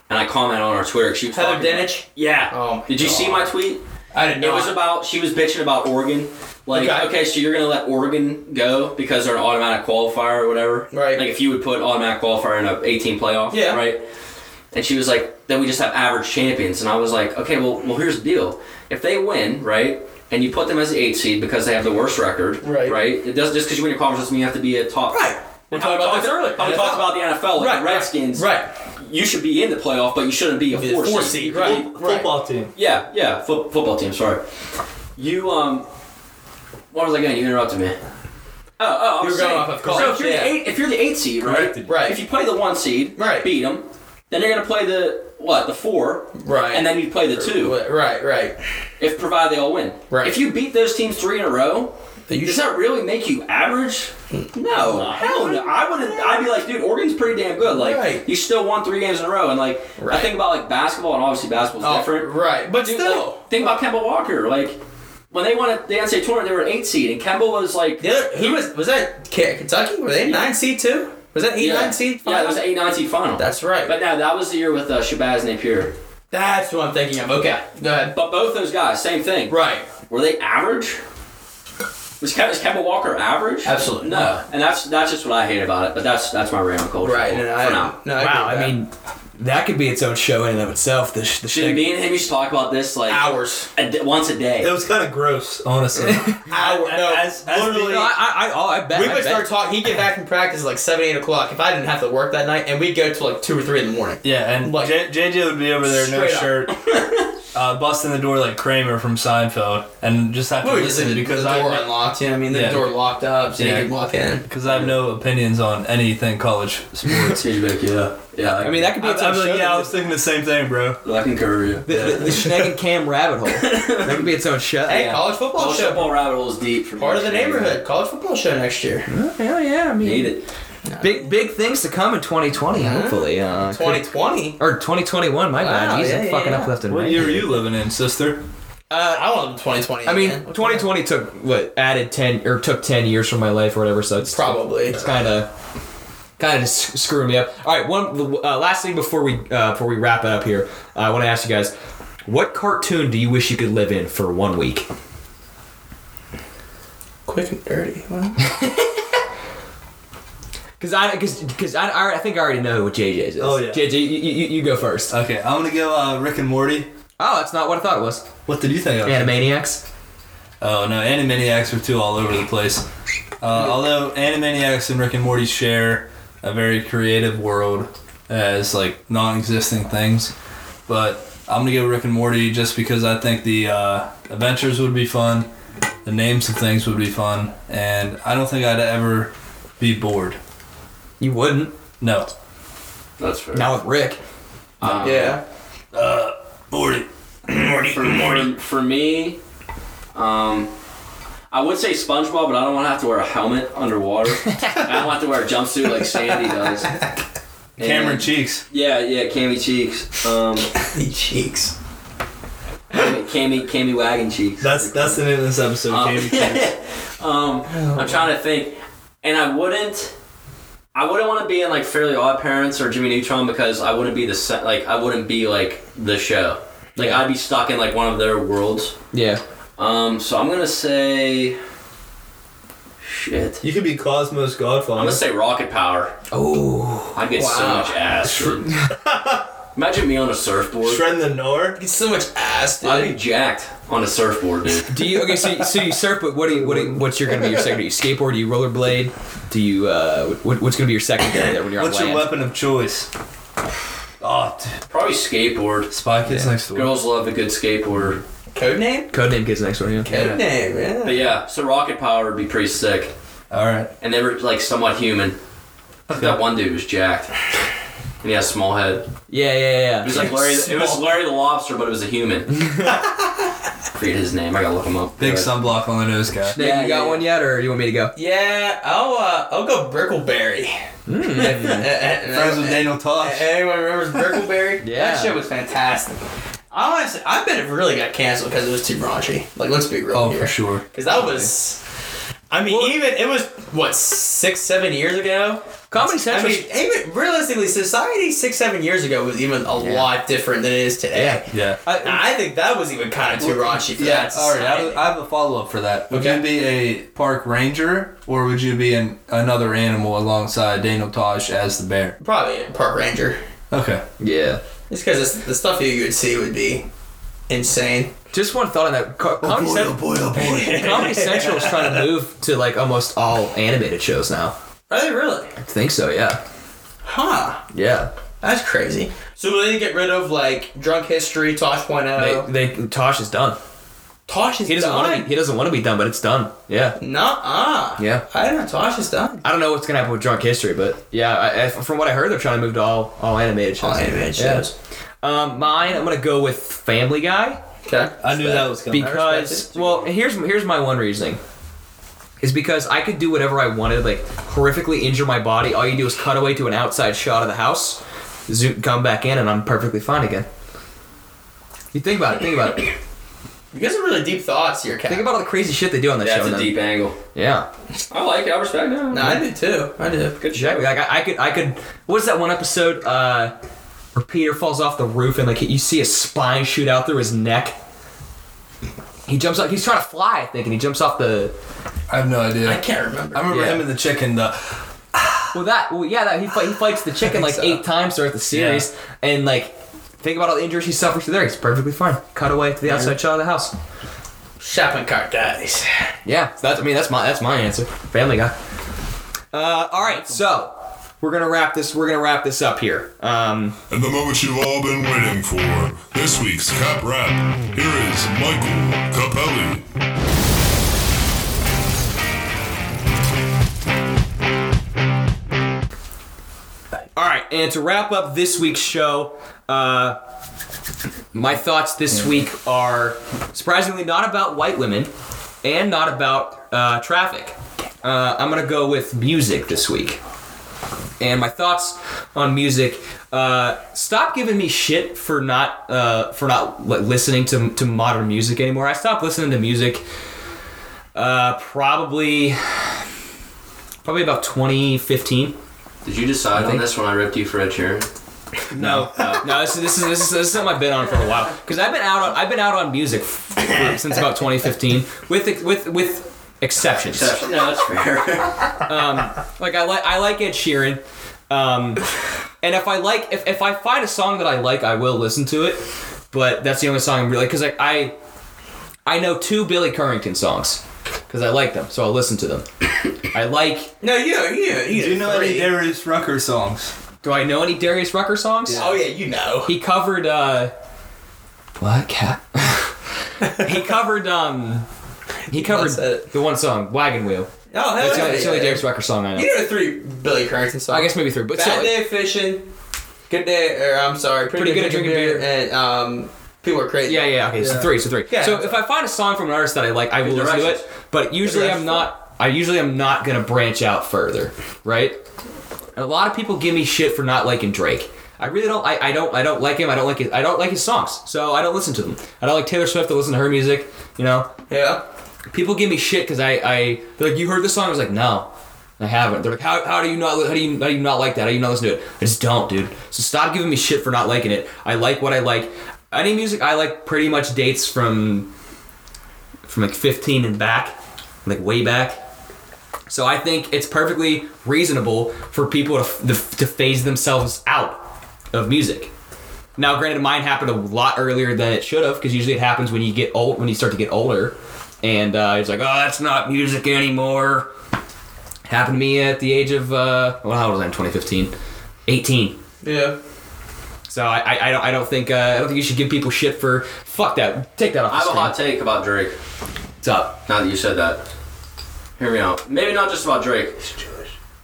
[SPEAKER 3] and I comment on her Twitter. She was
[SPEAKER 2] Heather
[SPEAKER 3] talking-
[SPEAKER 2] Dinich.
[SPEAKER 3] Yeah.
[SPEAKER 2] Oh my
[SPEAKER 3] Did you see
[SPEAKER 2] God.
[SPEAKER 3] my tweet?
[SPEAKER 2] I didn't know.
[SPEAKER 3] It was about she was bitching about Oregon. Like,
[SPEAKER 2] Okay.
[SPEAKER 3] okay. so you're gonna let Oregon go because they're an automatic qualifier or whatever.
[SPEAKER 2] Right.
[SPEAKER 3] Like if you would put automatic qualifier in a 18 playoff.
[SPEAKER 2] Yeah.
[SPEAKER 3] Right. And she was like, then we just have average champions, and I was like, okay, well, well, here's the deal. If they win, right, and you put them as the eight seed because they have the worst record,
[SPEAKER 2] Right.
[SPEAKER 3] Right. It doesn't just because you win a conference doesn't mean you have to be a top.
[SPEAKER 2] Right.
[SPEAKER 3] We're talking about this earlier. How we talked about the NFL, like
[SPEAKER 2] Right,
[SPEAKER 3] the
[SPEAKER 2] right,
[SPEAKER 3] Redskins.
[SPEAKER 2] right.
[SPEAKER 3] You should be in the playoff, but you shouldn't be a
[SPEAKER 2] Be the
[SPEAKER 3] four,
[SPEAKER 2] four seed,
[SPEAKER 3] seed.
[SPEAKER 2] right,
[SPEAKER 3] Fo-
[SPEAKER 2] right.
[SPEAKER 3] Football team. Yeah, yeah. Fo- football team. Sorry. You um. What was I going? You interrupted me. Oh, oh, I
[SPEAKER 2] You
[SPEAKER 3] was
[SPEAKER 2] were going
[SPEAKER 3] saying,
[SPEAKER 2] off of college,
[SPEAKER 3] So if you're
[SPEAKER 2] yeah.
[SPEAKER 3] the eight, if you're the eight seed, right?
[SPEAKER 2] Right.
[SPEAKER 3] If you play the one seed,
[SPEAKER 2] Right.
[SPEAKER 3] Beat them. Then you're gonna play the what? The four.
[SPEAKER 2] Right.
[SPEAKER 3] And then you play the two,
[SPEAKER 2] Right. Right.
[SPEAKER 3] if provided they all win.
[SPEAKER 2] Right.
[SPEAKER 3] If you beat those teams three in a row,
[SPEAKER 2] You
[SPEAKER 3] does that really make you average? No, hell no. I wouldn't. I'd be like, dude, Oregon's pretty damn good. Like,
[SPEAKER 2] Right.
[SPEAKER 3] you still won three games in a row, and like, I
[SPEAKER 2] Right.
[SPEAKER 3] think about like basketball, and obviously basketball's
[SPEAKER 2] Oh,
[SPEAKER 3] different.
[SPEAKER 2] right. But
[SPEAKER 3] Dude, oh.
[SPEAKER 2] still.
[SPEAKER 3] like, think about Kemba Walker. Like, when they won at the NCAA tournament, they were an eight seed, and Kemba was like,
[SPEAKER 2] The other, who was was that? K- Kentucky? Were they nine seed too? Was that eight
[SPEAKER 3] yeah,
[SPEAKER 2] nine seed?
[SPEAKER 3] yeah,
[SPEAKER 2] final?
[SPEAKER 3] it was an eight nine seed final.
[SPEAKER 2] That's right.
[SPEAKER 3] But no, that was the year with uh, Shabazz Napier.
[SPEAKER 2] That's what I'm thinking of. Okay, go ahead.
[SPEAKER 3] But both those guys, same thing.
[SPEAKER 2] Right.
[SPEAKER 3] Were they average? Was Kemba, is Kemba Walker average?
[SPEAKER 2] Absolutely
[SPEAKER 3] no.
[SPEAKER 2] not.
[SPEAKER 3] And that's that's just what I hate about it. But that's that's my rant on culture.
[SPEAKER 2] Right. And I,
[SPEAKER 3] for now.
[SPEAKER 2] No, I
[SPEAKER 9] Wow,
[SPEAKER 2] agree with
[SPEAKER 9] I
[SPEAKER 2] that.
[SPEAKER 9] mean, that could be its own show in and of itself. The, sh- the
[SPEAKER 3] Dude,
[SPEAKER 9] shtick.
[SPEAKER 3] me and him used to talk about this like
[SPEAKER 2] hours.
[SPEAKER 3] a d- once a day.
[SPEAKER 1] It was kind of gross, honestly.
[SPEAKER 2] Hour. No,
[SPEAKER 1] as- as
[SPEAKER 2] literally.
[SPEAKER 1] the-
[SPEAKER 9] No, I, I, I, I bet.
[SPEAKER 2] we
[SPEAKER 9] I
[SPEAKER 2] would
[SPEAKER 9] bet.
[SPEAKER 2] start talking. He'd get back from practice at like seven, eight o'clock. If I didn't have to work that night, and we'd go till like two or three in the morning.
[SPEAKER 1] Yeah, and
[SPEAKER 2] Like-
[SPEAKER 1] J- JJ would be over there, no
[SPEAKER 2] Straight up.
[SPEAKER 1] shirt, uh, busting the door like Kramer from Seinfeld, and just have
[SPEAKER 2] We
[SPEAKER 1] to
[SPEAKER 2] would just
[SPEAKER 1] listen
[SPEAKER 2] leave the,
[SPEAKER 1] because
[SPEAKER 2] the door
[SPEAKER 1] I
[SPEAKER 2] unlocked. You know, what I mean, the
[SPEAKER 1] Yeah.
[SPEAKER 2] door locked up, so
[SPEAKER 1] Yeah.
[SPEAKER 2] you could walk in.
[SPEAKER 1] because I have no opinions on anything college sports.
[SPEAKER 3] yeah, yeah.
[SPEAKER 9] I mean, that could be
[SPEAKER 1] I'm,
[SPEAKER 9] its own show.
[SPEAKER 1] like, yeah, I
[SPEAKER 9] that-
[SPEAKER 1] was thinking the same thing, bro.
[SPEAKER 3] I can cover you.
[SPEAKER 9] the, the, the Schneck and Cam rabbit hole. That could be its own show.
[SPEAKER 2] Hey, college football
[SPEAKER 3] College
[SPEAKER 2] show.
[SPEAKER 3] football rabbit hole is deep. For me.
[SPEAKER 2] Part of the neighborhood. College football show next year.
[SPEAKER 9] Hell yeah! I mean,
[SPEAKER 3] Need it.
[SPEAKER 9] big big things to come in 2020. Hopefully, uh, could-
[SPEAKER 2] 2020.
[SPEAKER 9] or 2021. My
[SPEAKER 2] Wow,
[SPEAKER 9] God, he's
[SPEAKER 2] yeah, yeah,
[SPEAKER 9] fucking
[SPEAKER 2] yeah.
[SPEAKER 9] up left and
[SPEAKER 1] What
[SPEAKER 9] right.
[SPEAKER 1] year are you living in, sister?
[SPEAKER 2] Uh, I want 2020.
[SPEAKER 9] I mean,
[SPEAKER 2] again.
[SPEAKER 9] 2020 took what added 10 or took 10 years from my life or whatever. So it's
[SPEAKER 2] Probably.
[SPEAKER 9] it's kind of kind of just screwing me up. All right, one uh, last thing before we uh, before we wrap it up here, uh, I want to ask you guys, what cartoon do you wish you could live in for one week?
[SPEAKER 2] quick and dirty.
[SPEAKER 9] Because I because I, I, I think I already know what JJ's is.
[SPEAKER 1] Oh, yeah.
[SPEAKER 9] JJ, you, you, you go first.
[SPEAKER 1] Okay, I'm gonna go uh, Rick and Morty.
[SPEAKER 9] Oh, that's not what I thought it was.
[SPEAKER 1] What did you think of?
[SPEAKER 9] Animaniacs.
[SPEAKER 1] Oh no, Animaniacs are too all over the place. Uh, although Animaniacs and Rick and Morty share a very creative world as like non-existing things, but I'm gonna go Rick and Morty just because I think the uh, adventures would be fun, the names of things would be fun, and I don't think I'd ever be bored.
[SPEAKER 4] You wouldn't.
[SPEAKER 1] No,
[SPEAKER 3] That's fair.
[SPEAKER 4] Now with Rick.
[SPEAKER 3] Um,
[SPEAKER 2] Yeah.
[SPEAKER 1] Morty.
[SPEAKER 3] For, for, for me, um, I would say SpongeBob, but I don't want to have to wear a helmet underwater. And I don't have to wear a jumpsuit like Sandy does.
[SPEAKER 1] Cameron
[SPEAKER 3] And-
[SPEAKER 1] Cheeks.
[SPEAKER 3] Yeah, yeah, Cammy Cheeks. Um,
[SPEAKER 2] The cheeks.
[SPEAKER 3] Cammy, Cammy Wagon Cheeks.
[SPEAKER 1] That's that's the name of this episode.
[SPEAKER 3] Um,
[SPEAKER 1] Cameron Cheeks.
[SPEAKER 3] um, I'm trying to think, and I wouldn't. I wouldn't want to be in like Fairly Odd Parents or Jimmy Neutron because I wouldn't be the se- like I wouldn't be like the show. Like I'd be stuck in like one of their worlds.
[SPEAKER 4] Yeah.
[SPEAKER 3] Um, so I'm gonna say, shit.
[SPEAKER 1] You could be Cosmos
[SPEAKER 3] I'm
[SPEAKER 1] Godfather.
[SPEAKER 3] gonna say Rocket Power.
[SPEAKER 4] Oh.
[SPEAKER 3] I'd get so
[SPEAKER 2] Wow.
[SPEAKER 3] much ass. dude. Imagine me on a surfboard.
[SPEAKER 1] Shred the Nor.
[SPEAKER 2] It's so much ass, dude.
[SPEAKER 3] I'd be jacked on a surfboard, dude.
[SPEAKER 4] Do you okay? So, so you surf, but what do you, what do you, what's your gonna be your second? Do you skateboard? Do you rollerblade? Do you uh? What, what's gonna be your secondary there when you're on
[SPEAKER 1] What's your
[SPEAKER 4] land?
[SPEAKER 1] weapon of choice? Oh, dude.
[SPEAKER 3] Probably skateboard.
[SPEAKER 1] Spy Kids next door.
[SPEAKER 3] Girls love a good skateboarder.
[SPEAKER 2] Codename?
[SPEAKER 4] Codename Kids Next Door. Yeah.
[SPEAKER 2] Codename, yeah.
[SPEAKER 3] But yeah, so Rocket Power would be pretty sick.
[SPEAKER 1] All right.
[SPEAKER 3] and they were like somewhat human. That one dude was jacked. And he had a small head.
[SPEAKER 4] Yeah, yeah,
[SPEAKER 3] It
[SPEAKER 4] yeah.
[SPEAKER 3] was like Larry. It was Larry the Lobster, but it was a human. Forget his name. I gotta look him up.
[SPEAKER 1] Big
[SPEAKER 3] But-
[SPEAKER 1] sunblock on the nose, guy.
[SPEAKER 4] Nate,
[SPEAKER 2] Yeah,
[SPEAKER 4] you got
[SPEAKER 2] yeah.
[SPEAKER 4] one yet, or you want me to go?
[SPEAKER 2] Yeah, I'll uh, I'll go Brickleberry.
[SPEAKER 1] Friends with
[SPEAKER 2] Mm.
[SPEAKER 1] Daniel Tosh.
[SPEAKER 2] Anyone remembers Brickleberry?
[SPEAKER 4] Yeah.
[SPEAKER 2] that shit was fantastic. I honestly, I bet it really got canceled because it was too raunchy. Like, let's be real
[SPEAKER 1] Oh,
[SPEAKER 2] here.
[SPEAKER 1] for sure.
[SPEAKER 2] Because that was, I mean, even it was what six, seven years ago.
[SPEAKER 4] Comedy
[SPEAKER 2] I
[SPEAKER 4] Central.
[SPEAKER 2] mean, even realistically, society six, seven years ago was even a lot different than it is today.
[SPEAKER 1] Yeah.
[SPEAKER 2] And I think that was even kind of too raunchy for
[SPEAKER 1] Yeah,
[SPEAKER 2] that.
[SPEAKER 1] all right. I
[SPEAKER 2] society.
[SPEAKER 1] have, I have a follow up for that. Would
[SPEAKER 2] Okay.
[SPEAKER 1] you be a park ranger or would you be an, another animal alongside Daniel Tosh as the bear?
[SPEAKER 2] Probably a park ranger.
[SPEAKER 1] Okay.
[SPEAKER 4] yeah.
[SPEAKER 2] Just because the stuff you would see would be insane.
[SPEAKER 4] Just one thought on that. Co- Comedy, Central,
[SPEAKER 1] boy, oh boy.
[SPEAKER 4] Comedy Central is trying to move to like almost all animated shows now.
[SPEAKER 2] Are they really?
[SPEAKER 4] I think so. Yeah.
[SPEAKER 2] Huh.
[SPEAKER 4] Yeah.
[SPEAKER 2] That's crazy. So will they get rid of like drunk history, Tosh
[SPEAKER 1] Uh,
[SPEAKER 2] 1.0?
[SPEAKER 4] They, they Tosh is done.
[SPEAKER 2] Tosh is
[SPEAKER 4] He doesn't want to
[SPEAKER 2] done.
[SPEAKER 4] be. He doesn't want to be done, but it's done. Yeah.
[SPEAKER 2] Nuh-uh.
[SPEAKER 4] Yeah.
[SPEAKER 2] I don't know. Tosh is done.
[SPEAKER 4] I don't know what's gonna happen with Drunk History, but yeah, I, I, from what I heard, they're trying to move to all all animated shows.
[SPEAKER 2] All animated
[SPEAKER 4] Yeah.
[SPEAKER 2] shows.
[SPEAKER 4] Um, mine, I'm gonna go with Family Guy
[SPEAKER 2] Okay.
[SPEAKER 1] I knew that was going to
[SPEAKER 4] because well, here's here's my one reasoning. Is because I could do whatever I wanted, like horrifically injure my body. All you do is cut away to an outside shot of the house, zoom, come back in, and I'm perfectly fine again. You think about it. Think about it.
[SPEAKER 2] You guys are really deep thoughts here, Cap.
[SPEAKER 4] Think about all the crazy shit they do on that
[SPEAKER 3] That's
[SPEAKER 4] show.
[SPEAKER 3] a
[SPEAKER 4] then.
[SPEAKER 3] deep angle.
[SPEAKER 4] Yeah.
[SPEAKER 3] I like it. I respect it.
[SPEAKER 2] no, I do too. I do.
[SPEAKER 3] Good show.
[SPEAKER 4] Exactly. Like I, I could, I could. What's that one episode? Uh, where Peter falls off the roof and like you see his spine shoot out through his neck. He jumps up. He's trying to fly, I think, and he jumps off the.
[SPEAKER 1] I have no idea.
[SPEAKER 2] I
[SPEAKER 1] I,
[SPEAKER 2] can't remember.
[SPEAKER 1] remember
[SPEAKER 4] Yeah.
[SPEAKER 1] him and the chicken, the.
[SPEAKER 4] Well, that. Well, yeah. That he fight, he fights the chicken like eight times throughout the series, and like. Think about all the injuries he suffers there. He's perfectly fine. Cut away to the outside shot of the house.
[SPEAKER 2] Shopping cart guys.
[SPEAKER 4] Yeah, so that's. I mean, that's my that's my answer. Family Guy. Uh, all right, so we're gonna wrap this. We're gonna wrap this up here. Um,
[SPEAKER 10] And the moment you've all been waiting for, this week's Cap Rap, here is Michael Capelli.
[SPEAKER 4] All right, and to wrap up this week's show, uh, my thoughts this week are surprisingly not about white women and not about uh, traffic. Uh, I'm gonna go with music this week. And my thoughts on music. Uh, stop giving me shit for not uh, for not li- listening to, to modern music anymore. I stopped listening to music uh, probably probably about 2015.
[SPEAKER 3] Did you decide on
[SPEAKER 4] think-
[SPEAKER 3] this when I ripped you for a chair?
[SPEAKER 4] No, no. This is this is this is, this is something I've been on for a while because I've been out on I've been out on music f- for, since about 2015 with with with exceptions.
[SPEAKER 3] No, that's fair.
[SPEAKER 4] Like I like I like Ed Sheeran, um, and if I like if, if I find a song that I like, I will listen to it. But that's the only song I'm really because I, I I know two Billy Currington songs because I like them, so I'll listen to them. I like.
[SPEAKER 2] No, you know, you know, you know.
[SPEAKER 1] Do you know any
[SPEAKER 2] three.
[SPEAKER 1] Darius Rucker songs?
[SPEAKER 4] Do I know any Darius Rucker songs?
[SPEAKER 2] Oh yeah, you know.
[SPEAKER 4] He covered. uh Black Cat. he covered um, he covered the one song Wagon Wheel.
[SPEAKER 2] Oh, hell
[SPEAKER 4] that's the
[SPEAKER 2] yeah,
[SPEAKER 4] only, it's the only
[SPEAKER 2] yeah,
[SPEAKER 4] Derek's
[SPEAKER 2] yeah.
[SPEAKER 4] Rucker song I know.
[SPEAKER 2] You know the three Billy Currington songs.
[SPEAKER 4] I guess maybe three, but
[SPEAKER 2] Bad
[SPEAKER 4] still, like-
[SPEAKER 2] day fishing. Good day, or I'm sorry, pretty,
[SPEAKER 4] Pretty
[SPEAKER 2] good,
[SPEAKER 4] good at
[SPEAKER 2] drinking
[SPEAKER 4] drinking
[SPEAKER 2] beer, and um, people are crazy.
[SPEAKER 4] Yeah, yeah, okay, so three, so three.
[SPEAKER 2] Yeah.
[SPEAKER 4] So if I find a song from an artist that I like, I will listen to it. But usually I'm not. I usually am not gonna branch out further, right? And a lot of people give me shit for not liking Drake. I really don't. I, I don't. I don't like him. I don't like his. I don't like his songs. So I don't listen to them. I don't like Taylor Swift. I listen to her music. You know.
[SPEAKER 2] Yeah.
[SPEAKER 4] People give me shit because I. I they're like you heard this song. I was like no. I haven't. They're like, how, how do you not how do you how do you not like that? How do you not listen to it? I just don't, dude. So stop giving me shit for not liking it. I like what I like. Any music I like pretty much dates from from like 15 and back, like way back. So I think it's perfectly reasonable for people to to phase themselves out of music. Now, granted, mine happened a lot earlier than it should have because usually it happens when you get old, when you start to get older, and uh, it's like, oh, that's not music anymore. Happened to me at the age of uh, well, how old was I in 2015? 18.
[SPEAKER 2] Yeah.
[SPEAKER 4] So I, I, I don't I don't think uh, I don't think you should give people shit for fuck that. Take that off.
[SPEAKER 3] I have
[SPEAKER 4] the
[SPEAKER 3] a hot take about Drake.
[SPEAKER 4] What's up?
[SPEAKER 3] Now that you said that, hear me out. Maybe not just about Drake.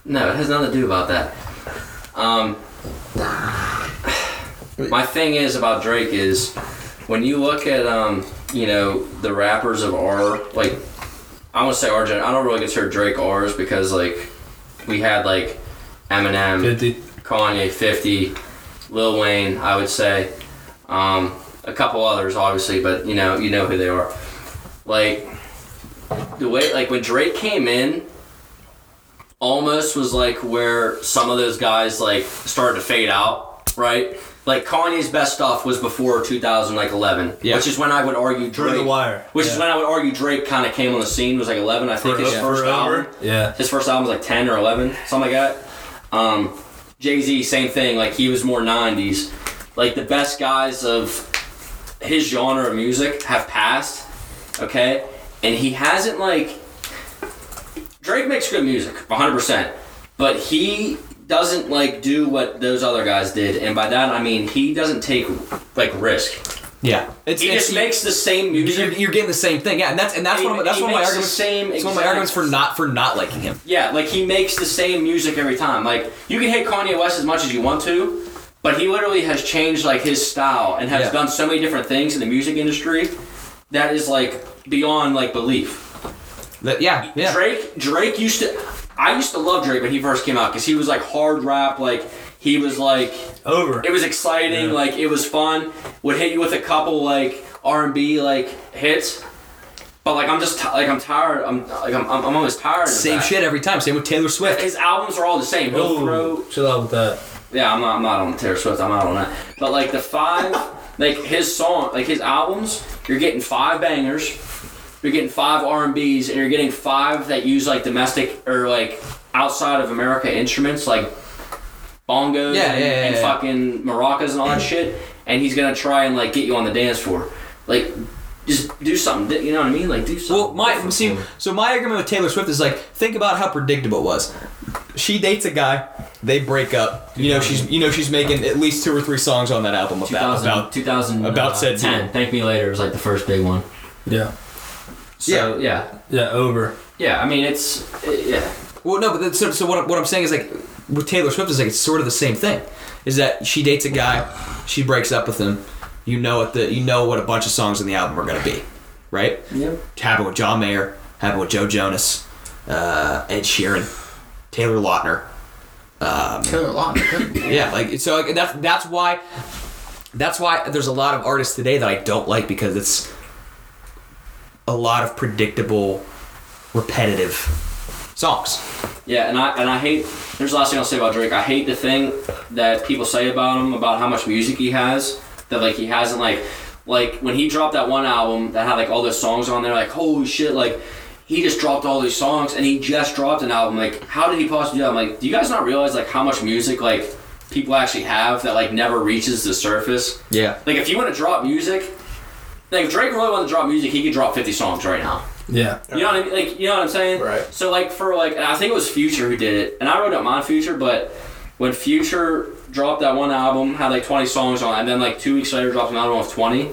[SPEAKER 3] No, it has nothing to do about that. Um, my thing is about Drake is when you look at um, you know the rappers of our like I want to say our gen. I don't really consider Drake ours because like we had like Eminem,
[SPEAKER 1] 50.
[SPEAKER 3] Kanye, Fifty, Lil Wayne. I would say um, a couple others, obviously, but you know you know who they are. Like the way like when Drake came in, almost was like where some of those guys like started to fade out, right? Like Kanye's best stuff was before 2011,
[SPEAKER 1] Yeah.
[SPEAKER 3] which is when I would argue
[SPEAKER 1] Through
[SPEAKER 3] Drake.
[SPEAKER 1] the Wire,
[SPEAKER 3] Which
[SPEAKER 1] yeah.
[SPEAKER 3] is when I would argue Drake kind of came on the scene. Was like 11, I think his
[SPEAKER 1] Yeah.
[SPEAKER 3] first
[SPEAKER 1] Forever.
[SPEAKER 3] album.
[SPEAKER 1] Yeah.
[SPEAKER 3] His first album was like 10 or 11, something like that. Um, Jay Z, same thing. Like he was more 90s. Like the best guys of his genre of music have passed. Okay, and he hasn't like Drake makes good music, 100%. But he doesn't like do what those other guys did, and by that I mean he doesn't take like risk.
[SPEAKER 4] Yeah. It's,
[SPEAKER 3] he
[SPEAKER 4] it's-
[SPEAKER 3] just makes the same music.
[SPEAKER 4] You're, you're getting the same thing, yeah, and that's and that's
[SPEAKER 3] He-
[SPEAKER 4] one of my, that's
[SPEAKER 3] he
[SPEAKER 4] one of my
[SPEAKER 3] makes the
[SPEAKER 4] arguments.
[SPEAKER 3] same
[SPEAKER 4] it's one of my
[SPEAKER 3] exact-
[SPEAKER 4] arguments for not for not liking him.
[SPEAKER 3] Yeah, like he makes the same music every time. Like you can hate Kanye West as much as you want to, but he literally has changed like his style and has
[SPEAKER 4] Yeah.
[SPEAKER 3] done so many different things in the music industry that is like beyond like belief.
[SPEAKER 4] That- yeah, yeah.
[SPEAKER 3] Drake Drake used to I used to love Drake when he first came out because he was like hard rap, like he was like
[SPEAKER 1] Over.
[SPEAKER 3] it was exciting,
[SPEAKER 1] Yeah.
[SPEAKER 3] like it was fun. Would hit you with a couple like R and B like hits, but like I'm just ti like I'm tired. I'm like I'm, I'm I'm almost tired. Of
[SPEAKER 4] Same
[SPEAKER 3] that.
[SPEAKER 4] shit every time. Same with Taylor Swift.
[SPEAKER 3] His albums are all the same. He'll throw.
[SPEAKER 1] Chill out with that.
[SPEAKER 3] Yeah, I'm not, I'm not on Taylor Swift. I'm not on that. But like the five, like his song, like his albums, you're getting five bangers, you're getting five R and B's, and you're getting five that use like domestic or like outside of America instruments, like bongos
[SPEAKER 4] Yeah,
[SPEAKER 3] and,
[SPEAKER 4] yeah, yeah,
[SPEAKER 3] and
[SPEAKER 4] yeah.
[SPEAKER 3] fucking maracas and all that shit. And he's gonna try and like get you on the dance floor, like just do something. di- You know what I mean? Like do something.
[SPEAKER 4] Well, my
[SPEAKER 3] different.
[SPEAKER 4] see, so my argument with Taylor Swift is like, think about how predictable it was. She dates a guy, they break up. You know she's you know she's making at least two or three songs on that album about
[SPEAKER 3] 2000,
[SPEAKER 4] about
[SPEAKER 3] 2000
[SPEAKER 4] about
[SPEAKER 3] uh,
[SPEAKER 4] said
[SPEAKER 3] 10.
[SPEAKER 4] deal.
[SPEAKER 3] Thank me later was like the first big one.
[SPEAKER 1] Yeah.
[SPEAKER 3] So, yeah.
[SPEAKER 1] Yeah. Over.
[SPEAKER 3] Yeah, I mean it's yeah.
[SPEAKER 4] Well, no, but that's, so, so what, I'm- what I'm saying is like with Taylor Swift is like it's sort of the same thing. Is that she dates a guy, she breaks up with him. You know what the you know what a bunch of songs in the album are gonna be, right?
[SPEAKER 3] Yeah.
[SPEAKER 4] Happened with John Mayer, happened with Joe Jonas, uh, Ed Sheeran, Taylor Lautner. Um,
[SPEAKER 2] Taylor Lautner.
[SPEAKER 4] Yeah, like so like, that's that's why that's why there's a lot of artists today that I don't like because it's a lot of predictable, repetitive songs.
[SPEAKER 3] Yeah, and I and I hate there's the last thing I'll say about Drake. I hate the thing that people say about him about how much music he has. That like he hasn't like like when he dropped that one album that had like all those songs on there, like holy shit, like he just dropped all these songs and he just dropped an album. Like, how did he possibly do that? I'm like, do you guys not realize like how much music like people actually have that like never reaches the surface?
[SPEAKER 4] Yeah.
[SPEAKER 3] Like if you want to drop music, like if Drake really wanted to drop music, he could drop fifty songs right now.
[SPEAKER 1] Yeah.
[SPEAKER 3] You know what I mean? Like, you know what I'm saying?
[SPEAKER 2] Right.
[SPEAKER 3] So like for like, and I think it was Future who did it, and I wrote up mine Future, but when Future dropped that one album, had like 20 songs on, it, and then like two weeks later dropped another one with 20.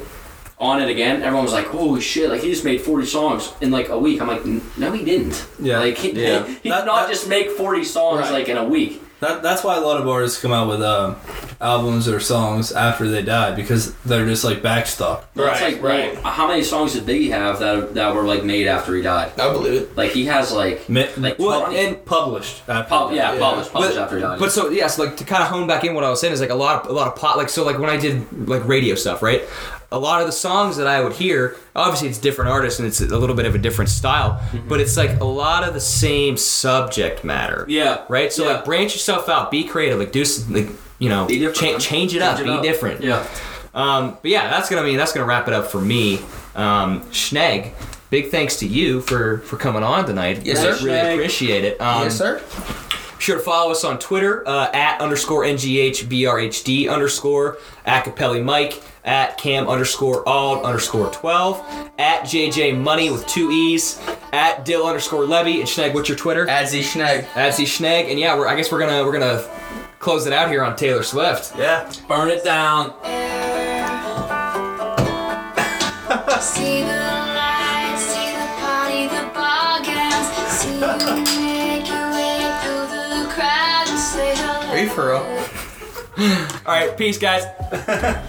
[SPEAKER 3] on it again, everyone was like, "Holy shit! Like he just made 40 songs in like a week." I'm like, "N- "No, he didn't.
[SPEAKER 1] Yeah.
[SPEAKER 3] like he,
[SPEAKER 1] Yeah.
[SPEAKER 3] he did not just make 40 songs like in a week."
[SPEAKER 1] That, that's why a lot of artists come out with um, albums or songs after they die because they're just like backstock.
[SPEAKER 3] Well, it's like, well, how many songs did Biggie have that that were like made after he died?
[SPEAKER 2] I believe it.
[SPEAKER 3] Like he has like
[SPEAKER 1] Mi-
[SPEAKER 3] like
[SPEAKER 4] Well,
[SPEAKER 3] 20.
[SPEAKER 1] and published.
[SPEAKER 3] Pub- yeah, published, published
[SPEAKER 4] but,
[SPEAKER 3] after he died.
[SPEAKER 4] But so yeah, so like to kind of hone back in what I was saying is like a lot of a lot of pot like so like when I did like radio stuff, right? A lot of the songs that I would hear, obviously it's different artists and it's a little bit of a different style,
[SPEAKER 3] Mm-hmm.
[SPEAKER 4] but it's like a lot of the same subject matter.
[SPEAKER 3] Yeah.
[SPEAKER 4] Right? So like branch yourself out, be creative, like do some, like you know,
[SPEAKER 3] Be different,
[SPEAKER 4] cha-
[SPEAKER 3] man.
[SPEAKER 4] change it up,
[SPEAKER 3] Change it
[SPEAKER 4] be
[SPEAKER 3] up.
[SPEAKER 4] different.
[SPEAKER 3] Yeah.
[SPEAKER 4] Um, but yeah, that's gonna mean that's gonna wrap it up for me. Um, Schneg, big thanks to you for for coming on tonight.
[SPEAKER 2] Yes,
[SPEAKER 4] really,
[SPEAKER 2] sir.
[SPEAKER 4] Really
[SPEAKER 2] Schneg.
[SPEAKER 4] appreciate it. Um,
[SPEAKER 2] yes, sir.
[SPEAKER 4] be sure to follow us on Twitter uh, at underscore NGHBRHD underscore at Capelli Mike at Cam underscore Ald underscore 12 at JJ Money with two E's at Dill underscore Levy and Schneg. What's your Twitter?
[SPEAKER 2] At Z Schneg.
[SPEAKER 4] At Z Schneg. And yeah, we're, I guess we're gonna we're gonna close it out here on Taylor Swift.
[SPEAKER 2] Yeah.
[SPEAKER 3] Burn it down.
[SPEAKER 11] See the lights, see the party, the bargains. See you make your way through the crowd and say hello.
[SPEAKER 2] Are you for real?
[SPEAKER 4] All right, peace, guys.